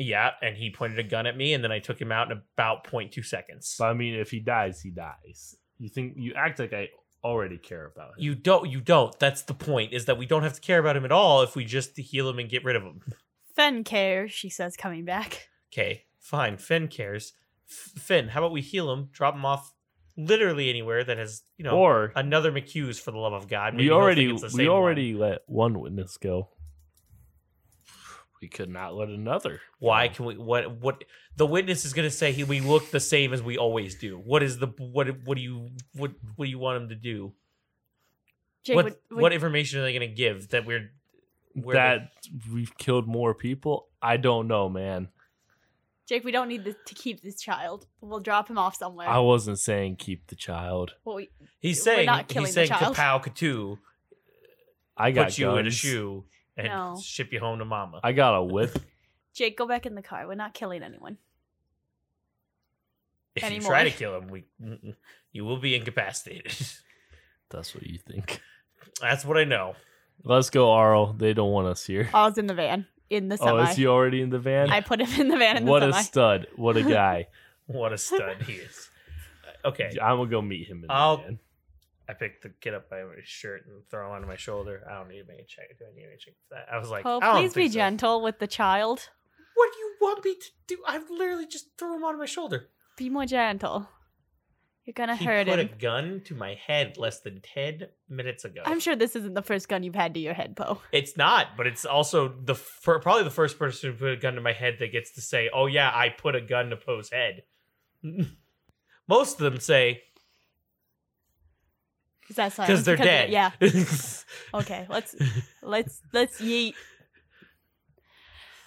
[SPEAKER 3] Yeah, and he pointed a gun at me, and then I took him out in about 0.2 seconds.
[SPEAKER 4] So I mean if he dies, he dies. You think you act like I already care about him.
[SPEAKER 3] You don't. You don't. That's the point. Is that we don't have to care about him at all if we just heal him and get rid of him. [LAUGHS]
[SPEAKER 7] Fenn cares, she says, coming back. [LAUGHS]
[SPEAKER 3] Okay, fine. Finn cares. F- Finn, how about we heal him, drop him off, literally anywhere that has you know
[SPEAKER 4] or
[SPEAKER 3] another McHughes for the love of God. Maybe
[SPEAKER 4] we
[SPEAKER 3] he'll think
[SPEAKER 4] already
[SPEAKER 3] it's the
[SPEAKER 4] we
[SPEAKER 3] same one.
[SPEAKER 4] already let one witness go. We could not let another.
[SPEAKER 3] Why can we? What? What? The witness is gonna say he, we look the same as we always do. What is the? What? What do you? What? What do you want him to do?
[SPEAKER 2] Jake,
[SPEAKER 3] what?
[SPEAKER 2] would, would,
[SPEAKER 3] what information are they gonna give that we're? we're
[SPEAKER 4] that we've killed more people? I don't know, man.
[SPEAKER 2] Jake, we don't need this, to keep this child. We'll drop him off somewhere.
[SPEAKER 4] I wasn't saying keep the child.
[SPEAKER 2] Well, we-
[SPEAKER 3] he's
[SPEAKER 2] We're
[SPEAKER 3] saying
[SPEAKER 2] not killing
[SPEAKER 3] he's
[SPEAKER 2] the
[SPEAKER 3] saying
[SPEAKER 2] child.
[SPEAKER 3] kapow
[SPEAKER 4] [LAUGHS]
[SPEAKER 3] katoo,
[SPEAKER 4] I got
[SPEAKER 3] put you in a
[SPEAKER 4] guns.
[SPEAKER 3] shoe and
[SPEAKER 2] No.
[SPEAKER 3] ship you home to mama.
[SPEAKER 4] I got a whip.
[SPEAKER 2] Jake, go back in the car. We're not killing anyone.
[SPEAKER 3] if you
[SPEAKER 2] anymore.
[SPEAKER 3] try to kill him, we mm-mm, you will be incapacitated. [LAUGHS]
[SPEAKER 4] That's what you think.
[SPEAKER 3] That's what I know.
[SPEAKER 4] Let's go, Arl. They don't want us here.
[SPEAKER 2] I was in the van, in the
[SPEAKER 4] Oh,
[SPEAKER 2] semi.
[SPEAKER 4] is he already in the van?
[SPEAKER 2] I put him in the van in the
[SPEAKER 4] what a
[SPEAKER 2] semi.
[SPEAKER 4] stud.
[SPEAKER 2] [LAUGHS]
[SPEAKER 4] What a guy.
[SPEAKER 3] What a stud he is. Uh, Okay,
[SPEAKER 4] I'm gonna go meet him in the
[SPEAKER 3] I'll-
[SPEAKER 4] van.
[SPEAKER 3] I picked the kid up by my shirt and throw him onto my shoulder. I don't need to make a check. Do I need to make a check for that? I was like,
[SPEAKER 2] oh,
[SPEAKER 3] I don't
[SPEAKER 2] please be
[SPEAKER 3] think so.
[SPEAKER 2] gentle with the child.
[SPEAKER 3] What do you want me to do? I literally just threw him onto my shoulder.
[SPEAKER 2] Be more gentle. You're gonna
[SPEAKER 3] he
[SPEAKER 2] hurt
[SPEAKER 3] put
[SPEAKER 2] him.
[SPEAKER 3] a gun to my head less than ten minutes ago.
[SPEAKER 2] I'm sure this isn't the first gun you've had to your head, Poe.
[SPEAKER 3] it's not, but it's also the fir- probably the first person who put a gun to my head that gets to say, "Oh yeah, I put a gun to Poe's head." [LAUGHS] Most of them say
[SPEAKER 2] Is that silent?
[SPEAKER 3] because they're
[SPEAKER 2] of-
[SPEAKER 3] dead.
[SPEAKER 2] Yeah. Okay. Let's let's let's yeet.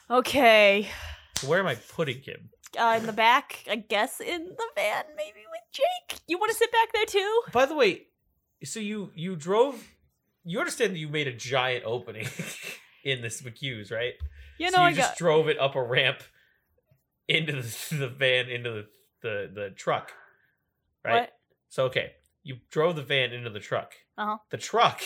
[SPEAKER 2] Okay.
[SPEAKER 3] [LAUGHS] Where am I putting him?
[SPEAKER 2] Uh, in the back, I guess in the van, maybe with Jake. You want to sit back there too?
[SPEAKER 3] By the way, so you you drove. You understand that you made a giant opening [LAUGHS] in this McHughes, right?
[SPEAKER 2] You know,
[SPEAKER 3] so
[SPEAKER 2] I
[SPEAKER 3] you just
[SPEAKER 2] got.
[SPEAKER 3] drove it up a ramp into the, [LAUGHS] the van into the, the the truck, right?
[SPEAKER 2] What?
[SPEAKER 3] So okay, you drove the van into the truck.
[SPEAKER 2] Uh-huh.
[SPEAKER 3] The truck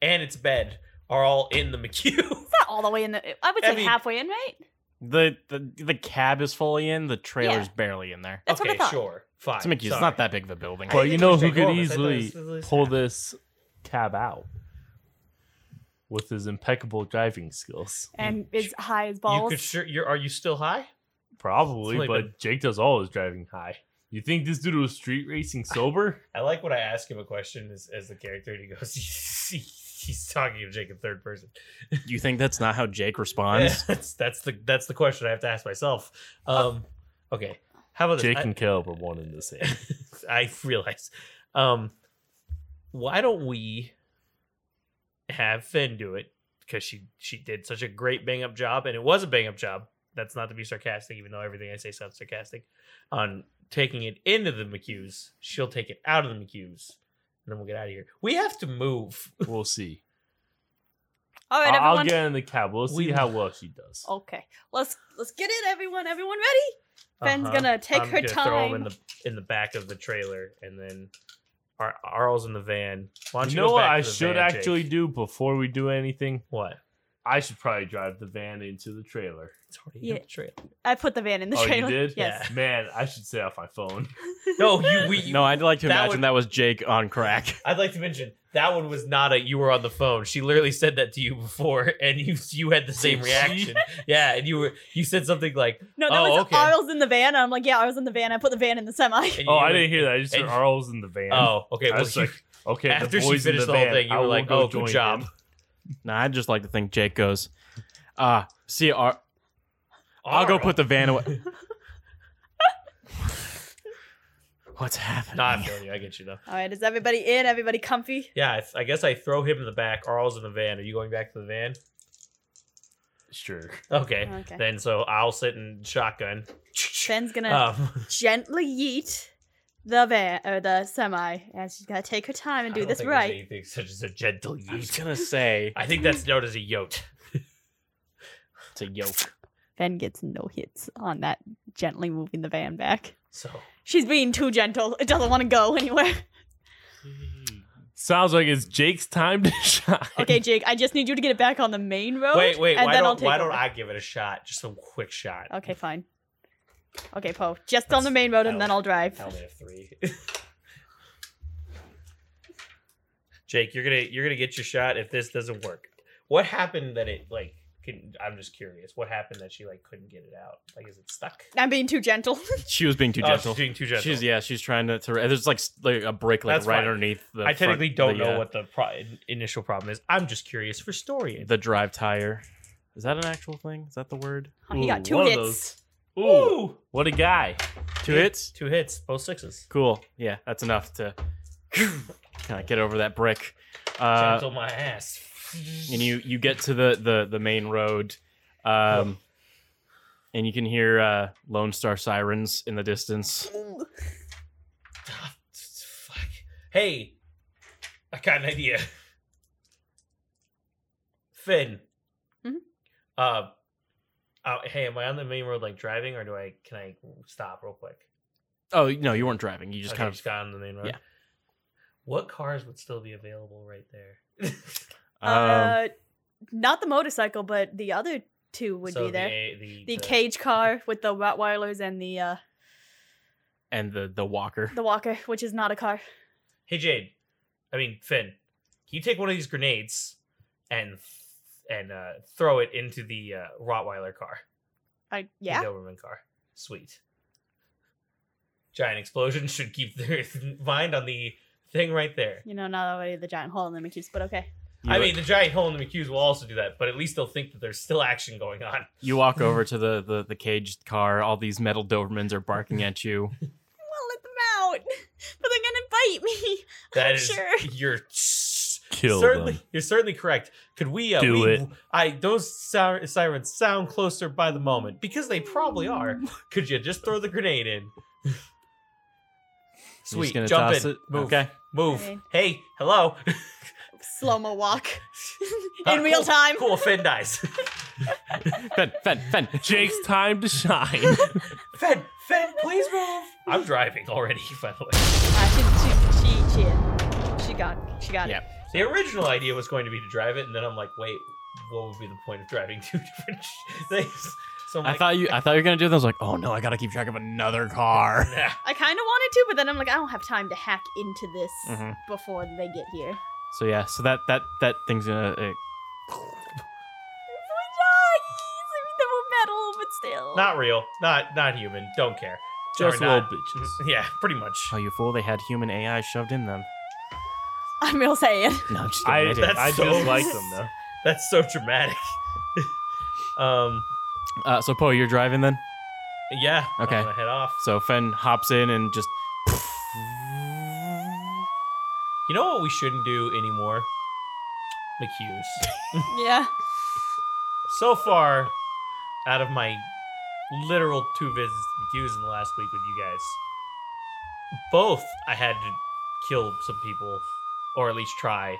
[SPEAKER 3] and its bed are all in the McHugh.
[SPEAKER 2] It's not all the way in the. I would
[SPEAKER 3] I
[SPEAKER 2] say
[SPEAKER 3] mean-
[SPEAKER 2] halfway in, right?
[SPEAKER 1] [LAUGHS] The, the the cab is fully in. The trailer's barely in there.
[SPEAKER 2] [LAUGHS] That's
[SPEAKER 3] okay,
[SPEAKER 2] what I thought.
[SPEAKER 3] sure, fine.
[SPEAKER 1] It's Mickey. It's
[SPEAKER 3] sorry.
[SPEAKER 1] not that big of a building.
[SPEAKER 3] I
[SPEAKER 4] Well,
[SPEAKER 3] didn't
[SPEAKER 4] you know who
[SPEAKER 3] think it was
[SPEAKER 4] could
[SPEAKER 3] like all this. I
[SPEAKER 4] easily
[SPEAKER 3] thought it was- it was
[SPEAKER 4] pull
[SPEAKER 3] half.
[SPEAKER 4] this cab out with his impeccable driving skills.
[SPEAKER 2] And it's high as
[SPEAKER 3] You
[SPEAKER 2] balls.
[SPEAKER 3] could sure. You're, are you still high?
[SPEAKER 4] Probably,
[SPEAKER 3] It's like
[SPEAKER 4] but Jake does all his driving high. You think this dude was street
[SPEAKER 3] [LAUGHS]
[SPEAKER 4] racing sober?
[SPEAKER 3] I like when I ask him a question as, as the character, and he goes, [LAUGHS] he, he's talking to Jake in third person.
[SPEAKER 1] [LAUGHS] You think that's not how Jake
[SPEAKER 3] Yeah,
[SPEAKER 1] responds?
[SPEAKER 3] [LAUGHS] that's that's the that's the question I have to ask myself. Um, okay, how about this?
[SPEAKER 4] Jake and Caleb are one and the same.
[SPEAKER 3] [LAUGHS] I, I realize. Um, why don't we have Finn do it? Because she she did such a great bang up job, and it was a bang up job. That's not to be sarcastic, even though everything I say sounds sarcastic. On taking it into the McHughes, she'll take it out of the McHughes, and then we'll get out of here. We have to move.
[SPEAKER 2] [LAUGHS]
[SPEAKER 4] We'll see.
[SPEAKER 2] all right,
[SPEAKER 4] I- I'll
[SPEAKER 2] everyone.
[SPEAKER 4] get in the cab. We'll see
[SPEAKER 3] We-
[SPEAKER 4] how well she does.
[SPEAKER 2] Okay, let's let's get it, everyone. Everyone ready? Ben's
[SPEAKER 3] Uh-huh.
[SPEAKER 2] gonna take
[SPEAKER 3] I'm
[SPEAKER 2] her
[SPEAKER 3] gonna Throw him in
[SPEAKER 2] time.
[SPEAKER 3] the in the back of the trailer, and then Ar- Arl's in the van. Why don't
[SPEAKER 4] You
[SPEAKER 3] you,
[SPEAKER 4] know
[SPEAKER 3] go
[SPEAKER 4] what
[SPEAKER 3] back
[SPEAKER 4] I
[SPEAKER 3] to the
[SPEAKER 4] should
[SPEAKER 3] van,
[SPEAKER 4] actually
[SPEAKER 3] Jake?
[SPEAKER 4] do before we do anything?
[SPEAKER 3] What?
[SPEAKER 4] I should probably drive the van into the trailer.
[SPEAKER 3] It's already in
[SPEAKER 2] Yeah.
[SPEAKER 3] the trailer.
[SPEAKER 2] I put the van in the
[SPEAKER 4] oh,
[SPEAKER 2] trailer.
[SPEAKER 4] you did?
[SPEAKER 2] Yes.
[SPEAKER 4] Man, I should stay off my
[SPEAKER 3] [LAUGHS]
[SPEAKER 4] phone.
[SPEAKER 2] [LAUGHS]
[SPEAKER 3] No,
[SPEAKER 4] Oh,
[SPEAKER 3] you. We,
[SPEAKER 1] no, I'd like to
[SPEAKER 3] that
[SPEAKER 1] imagine
[SPEAKER 3] would-
[SPEAKER 1] that was Jake on crack. [LAUGHS]
[SPEAKER 3] I'd like to mention that one was not a. You were on the phone. She literally said that to you before, and you you had the same
[SPEAKER 4] Did she?
[SPEAKER 3] reaction. yeah, and you were you said something like,
[SPEAKER 2] No, that
[SPEAKER 3] Oh,
[SPEAKER 2] was
[SPEAKER 3] okay.
[SPEAKER 2] Arl's in the van. I'm like, yeah, I was in the van. I put the van in the semi. [LAUGHS]
[SPEAKER 3] and
[SPEAKER 4] Oh,
[SPEAKER 3] you
[SPEAKER 4] I
[SPEAKER 3] were-
[SPEAKER 4] didn't hear that. I just heard
[SPEAKER 3] and-
[SPEAKER 4] Arl's in the van.
[SPEAKER 3] Oh, okay.
[SPEAKER 4] I
[SPEAKER 3] Well,
[SPEAKER 4] was
[SPEAKER 3] you-
[SPEAKER 4] like, okay.
[SPEAKER 3] after
[SPEAKER 4] the
[SPEAKER 3] she
[SPEAKER 4] boys in
[SPEAKER 3] finished
[SPEAKER 4] the
[SPEAKER 3] the whole
[SPEAKER 4] van,
[SPEAKER 3] thing, you
[SPEAKER 4] I
[SPEAKER 3] were
[SPEAKER 4] will
[SPEAKER 3] like,
[SPEAKER 4] go
[SPEAKER 3] "Oh, good
[SPEAKER 4] join
[SPEAKER 3] job."
[SPEAKER 4] them.
[SPEAKER 1] Nah, I'd just like to think Jake goes, ah, see, Ar- I'll go
[SPEAKER 3] Arl.
[SPEAKER 1] put the van away. What's happening?
[SPEAKER 3] [LAUGHS] Nah, I'm feeling you. I get you though.
[SPEAKER 2] All right, is everybody in? Everybody comfy?
[SPEAKER 3] Yeah, I, I guess I throw him in the back. Arl's in the van. Are you going back to the van?
[SPEAKER 4] Sure.
[SPEAKER 3] Okay.
[SPEAKER 2] Okay.
[SPEAKER 3] Then so I'll sit in
[SPEAKER 2] [LAUGHS]
[SPEAKER 3] shotgun.
[SPEAKER 2] Ben's gonna
[SPEAKER 3] [LAUGHS] Um,
[SPEAKER 2] gently yeet the van or the semi, and she's gonna take her time and
[SPEAKER 3] I
[SPEAKER 2] do
[SPEAKER 3] don't
[SPEAKER 2] this
[SPEAKER 3] think there's
[SPEAKER 2] right.
[SPEAKER 3] Anything such as a gentle
[SPEAKER 1] I was
[SPEAKER 3] yeet.
[SPEAKER 1] gonna say
[SPEAKER 3] I think that's known as a yote.
[SPEAKER 1] it's a yoke.
[SPEAKER 2] Ben gets no hits on that gently moving the van back.
[SPEAKER 3] So
[SPEAKER 2] She's being too gentle. It doesn't want to go anywhere.
[SPEAKER 3] [LAUGHS]
[SPEAKER 4] Sounds like it's Jake's time to [LAUGHS] shine.
[SPEAKER 2] Okay, Jake, I just need you to get it back on the main road.
[SPEAKER 3] wait, wait.
[SPEAKER 2] and
[SPEAKER 3] Why
[SPEAKER 2] then I'll
[SPEAKER 3] don't
[SPEAKER 2] take
[SPEAKER 3] why
[SPEAKER 2] over.
[SPEAKER 3] don't I give it a shot? Just a quick shot.
[SPEAKER 2] Okay, fine. Okay, Poe, just on the main road, and then I'll drive.
[SPEAKER 3] I only have three. [LAUGHS] Jake, you're gonna you're gonna get your shot if this doesn't work. What happened that it like? Can, I'm just curious. What happened that she like couldn't get it out? Like, is it stuck?
[SPEAKER 2] I'm being too gentle. [LAUGHS]
[SPEAKER 1] She was being too
[SPEAKER 3] Oh,
[SPEAKER 1] gentle.
[SPEAKER 3] she's being too gentle.
[SPEAKER 1] She's yeah, she's trying to. to there's like, s- like a brake like
[SPEAKER 3] That's
[SPEAKER 1] right
[SPEAKER 3] fine.
[SPEAKER 1] underneath the.
[SPEAKER 3] I technically
[SPEAKER 1] front-
[SPEAKER 3] don't
[SPEAKER 1] the,
[SPEAKER 3] know
[SPEAKER 1] uh,
[SPEAKER 3] what the pro- initial problem is. I'm just curious for story.
[SPEAKER 1] the drive tire. Is that an actual thing? Is that the word?
[SPEAKER 2] Oh, he
[SPEAKER 4] Ooh,
[SPEAKER 2] got two
[SPEAKER 4] one of
[SPEAKER 2] hits.
[SPEAKER 4] those. Ooh, what a guy!
[SPEAKER 1] Two hits?
[SPEAKER 3] Two hits, both sixes.
[SPEAKER 1] Cool. Yeah, that's enough to [LAUGHS] kind of get over that brick. Uh,
[SPEAKER 3] Chance on my ass.
[SPEAKER 1] and you you get to the the the main road um and you can hear uh lone star sirens in the distance
[SPEAKER 3] Ah, [SIGHS] Fuck. Hey, I got an idea. Finn.
[SPEAKER 2] Mhm.
[SPEAKER 3] Uh, uh, hey, am I on the main road like driving, or do I can I stop real quick?
[SPEAKER 1] oh no you weren't driving you just
[SPEAKER 3] Okay,
[SPEAKER 1] kind of
[SPEAKER 3] just got on the main road.
[SPEAKER 1] yeah.
[SPEAKER 3] What cars would still be available right there? [LAUGHS]
[SPEAKER 1] um,
[SPEAKER 2] uh, not the motorcycle, but the other two would
[SPEAKER 3] So
[SPEAKER 2] be there.
[SPEAKER 3] The, A-
[SPEAKER 2] The,
[SPEAKER 3] the-
[SPEAKER 2] cage car with the Rottweilers and the uh,
[SPEAKER 1] and the the walker
[SPEAKER 2] the walker, which is not a car.
[SPEAKER 3] Hey Jade, I mean Finn, can you take one of these grenades and and uh, throw it into the uh, Rottweiler car,
[SPEAKER 2] I yeah.
[SPEAKER 3] the Doberman car? Sweet. Giant explosion [LAUGHS] should keep their mind on the thing right there.
[SPEAKER 2] You know, not already the giant hole in the Mickey's, but okay.
[SPEAKER 1] you,
[SPEAKER 3] I mean, the giant hole in the McHughes will also do that, but at least they'll think that there's still action
[SPEAKER 2] [LAUGHS]
[SPEAKER 3] going on.
[SPEAKER 1] you walk over to the, the the caged car all these metal dobermans are barking at you
[SPEAKER 2] I want to let them out, [LAUGHS] but they're gonna bite me. [LAUGHS]
[SPEAKER 3] That is,
[SPEAKER 2] Sure.
[SPEAKER 3] you're
[SPEAKER 4] Kill
[SPEAKER 3] certainly
[SPEAKER 4] them.
[SPEAKER 3] you're certainly correct. Could we uh,
[SPEAKER 4] Do
[SPEAKER 3] we-
[SPEAKER 4] it.
[SPEAKER 3] I those si- sirens sound closer by the moment because they probably
[SPEAKER 2] [LAUGHS]
[SPEAKER 3] are. Could you just throw the grenade in?
[SPEAKER 1] You're just
[SPEAKER 3] Sweet,
[SPEAKER 1] gonna
[SPEAKER 3] jump
[SPEAKER 1] toss
[SPEAKER 3] in,
[SPEAKER 1] it?
[SPEAKER 3] move,
[SPEAKER 1] okay
[SPEAKER 3] move.
[SPEAKER 2] Okay.
[SPEAKER 3] Hey, hello.
[SPEAKER 2] Slow mo walk [LAUGHS]
[SPEAKER 3] Ah,
[SPEAKER 2] in real
[SPEAKER 3] cool,
[SPEAKER 2] time.
[SPEAKER 3] [LAUGHS] Cool, Finn dies.
[SPEAKER 1] fen fen fen
[SPEAKER 4] Jake's time to shine.
[SPEAKER 3] Finn, Finn, please move. I'm driving already, [LAUGHS] by the way.
[SPEAKER 2] Ah, she, she, she, she, she got, she got
[SPEAKER 1] Yeah.
[SPEAKER 2] it.
[SPEAKER 3] The original idea was going to be to drive it, and then I'm like, wait, what would be the point of driving [LAUGHS] two different things? So
[SPEAKER 1] [LAUGHS]
[SPEAKER 3] I'm
[SPEAKER 1] i
[SPEAKER 3] like,
[SPEAKER 1] thought you i thought you were gonna do this I was like oh no i gotta keep track of another car
[SPEAKER 3] nah.
[SPEAKER 2] I kind of wanted to, but then I'm like, I don't have time to hack into this
[SPEAKER 1] Mhm.
[SPEAKER 2] before they get here.
[SPEAKER 1] so yeah so that that that thing's gonna uh,
[SPEAKER 2] [LAUGHS] They were metal, but still.
[SPEAKER 3] Not real. Not not human. Don't care.
[SPEAKER 4] Just
[SPEAKER 3] [LAUGHS] Or
[SPEAKER 4] little
[SPEAKER 3] not.
[SPEAKER 4] bitches.
[SPEAKER 3] Yeah, pretty much.
[SPEAKER 1] oh you fool they had human ai shoved in them
[SPEAKER 2] I'm real saying.
[SPEAKER 1] no i'm just kidding,
[SPEAKER 4] I,
[SPEAKER 1] they didn't.
[SPEAKER 3] that's
[SPEAKER 4] I
[SPEAKER 3] so-
[SPEAKER 4] just like
[SPEAKER 3] [LAUGHS]
[SPEAKER 4] them though.
[SPEAKER 3] That's so dramatic. [LAUGHS] um,
[SPEAKER 1] Uh, so Poe, you're driving then.
[SPEAKER 3] yeah.
[SPEAKER 1] Okay.
[SPEAKER 3] I'm gonna head off.
[SPEAKER 1] So Fen hops in and just
[SPEAKER 3] You know what we shouldn't do anymore? McHughes.
[SPEAKER 2] Yeah.
[SPEAKER 3] so far, out of my literal two visits to McHughes in the last week with you guys, both I had to kill some people, or at least try.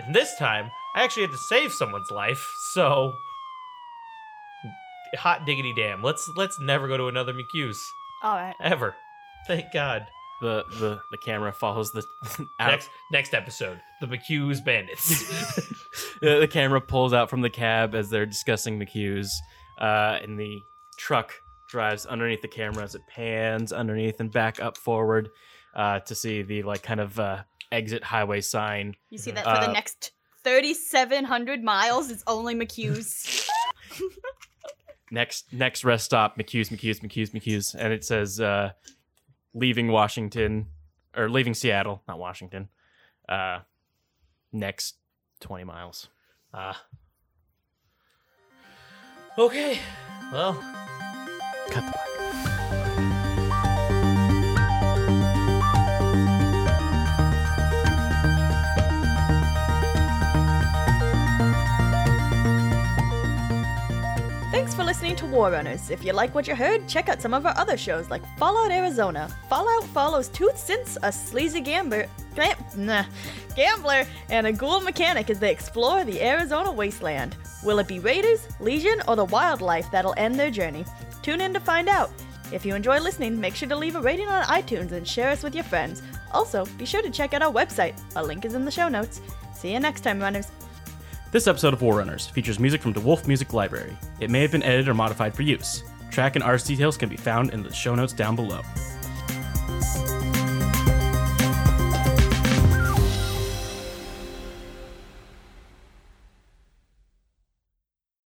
[SPEAKER 3] And this time, I actually had to save someone's life. So, hot diggity damn! Let's let's never go to another McHughes
[SPEAKER 2] All right.
[SPEAKER 3] ever. Thank God.
[SPEAKER 1] the the, the camera follows the [LAUGHS] out,
[SPEAKER 3] Next next episode, the
[SPEAKER 1] [LAUGHS]
[SPEAKER 3] McHughes bandits.
[SPEAKER 1] the, the camera pulls out from the cab as they're discussing McHugh's, uh, and the truck drives underneath the camera as it pans underneath and back up forward uh, to see the like kind of uh, exit highway sign.
[SPEAKER 2] You see that for
[SPEAKER 1] Uh,
[SPEAKER 2] the next 3,700 miles, it's only McHugh's.
[SPEAKER 1] Next next rest stop McHugh's McHugh's McHugh's McHugh's, and it says uh, leaving Washington or leaving Seattle, not Washington. Uh, next twenty miles.
[SPEAKER 3] Ah. okay. Well.
[SPEAKER 2] Thanks for listening to War Runners. If you like what you heard, check out some of our other shows like Fallout Arizona, Fallout Follows Tooth Since, a sleazy gambler, gam- nah, gambler, and a ghoul mechanic as they explore the Arizona wasteland. Will it be raiders, legion, or the wildlife that'll end their journey? Tune in to find out. If you enjoy listening, make sure to leave a rating on iTunes and share us with your friends. Also, be sure to check out our website. A link is in the show notes. See you next time, runners.
[SPEAKER 8] This episode of War Runners features music from the Wolf Music Library. It may have been edited or modified for use. Track and artist details can be found in the show notes down below.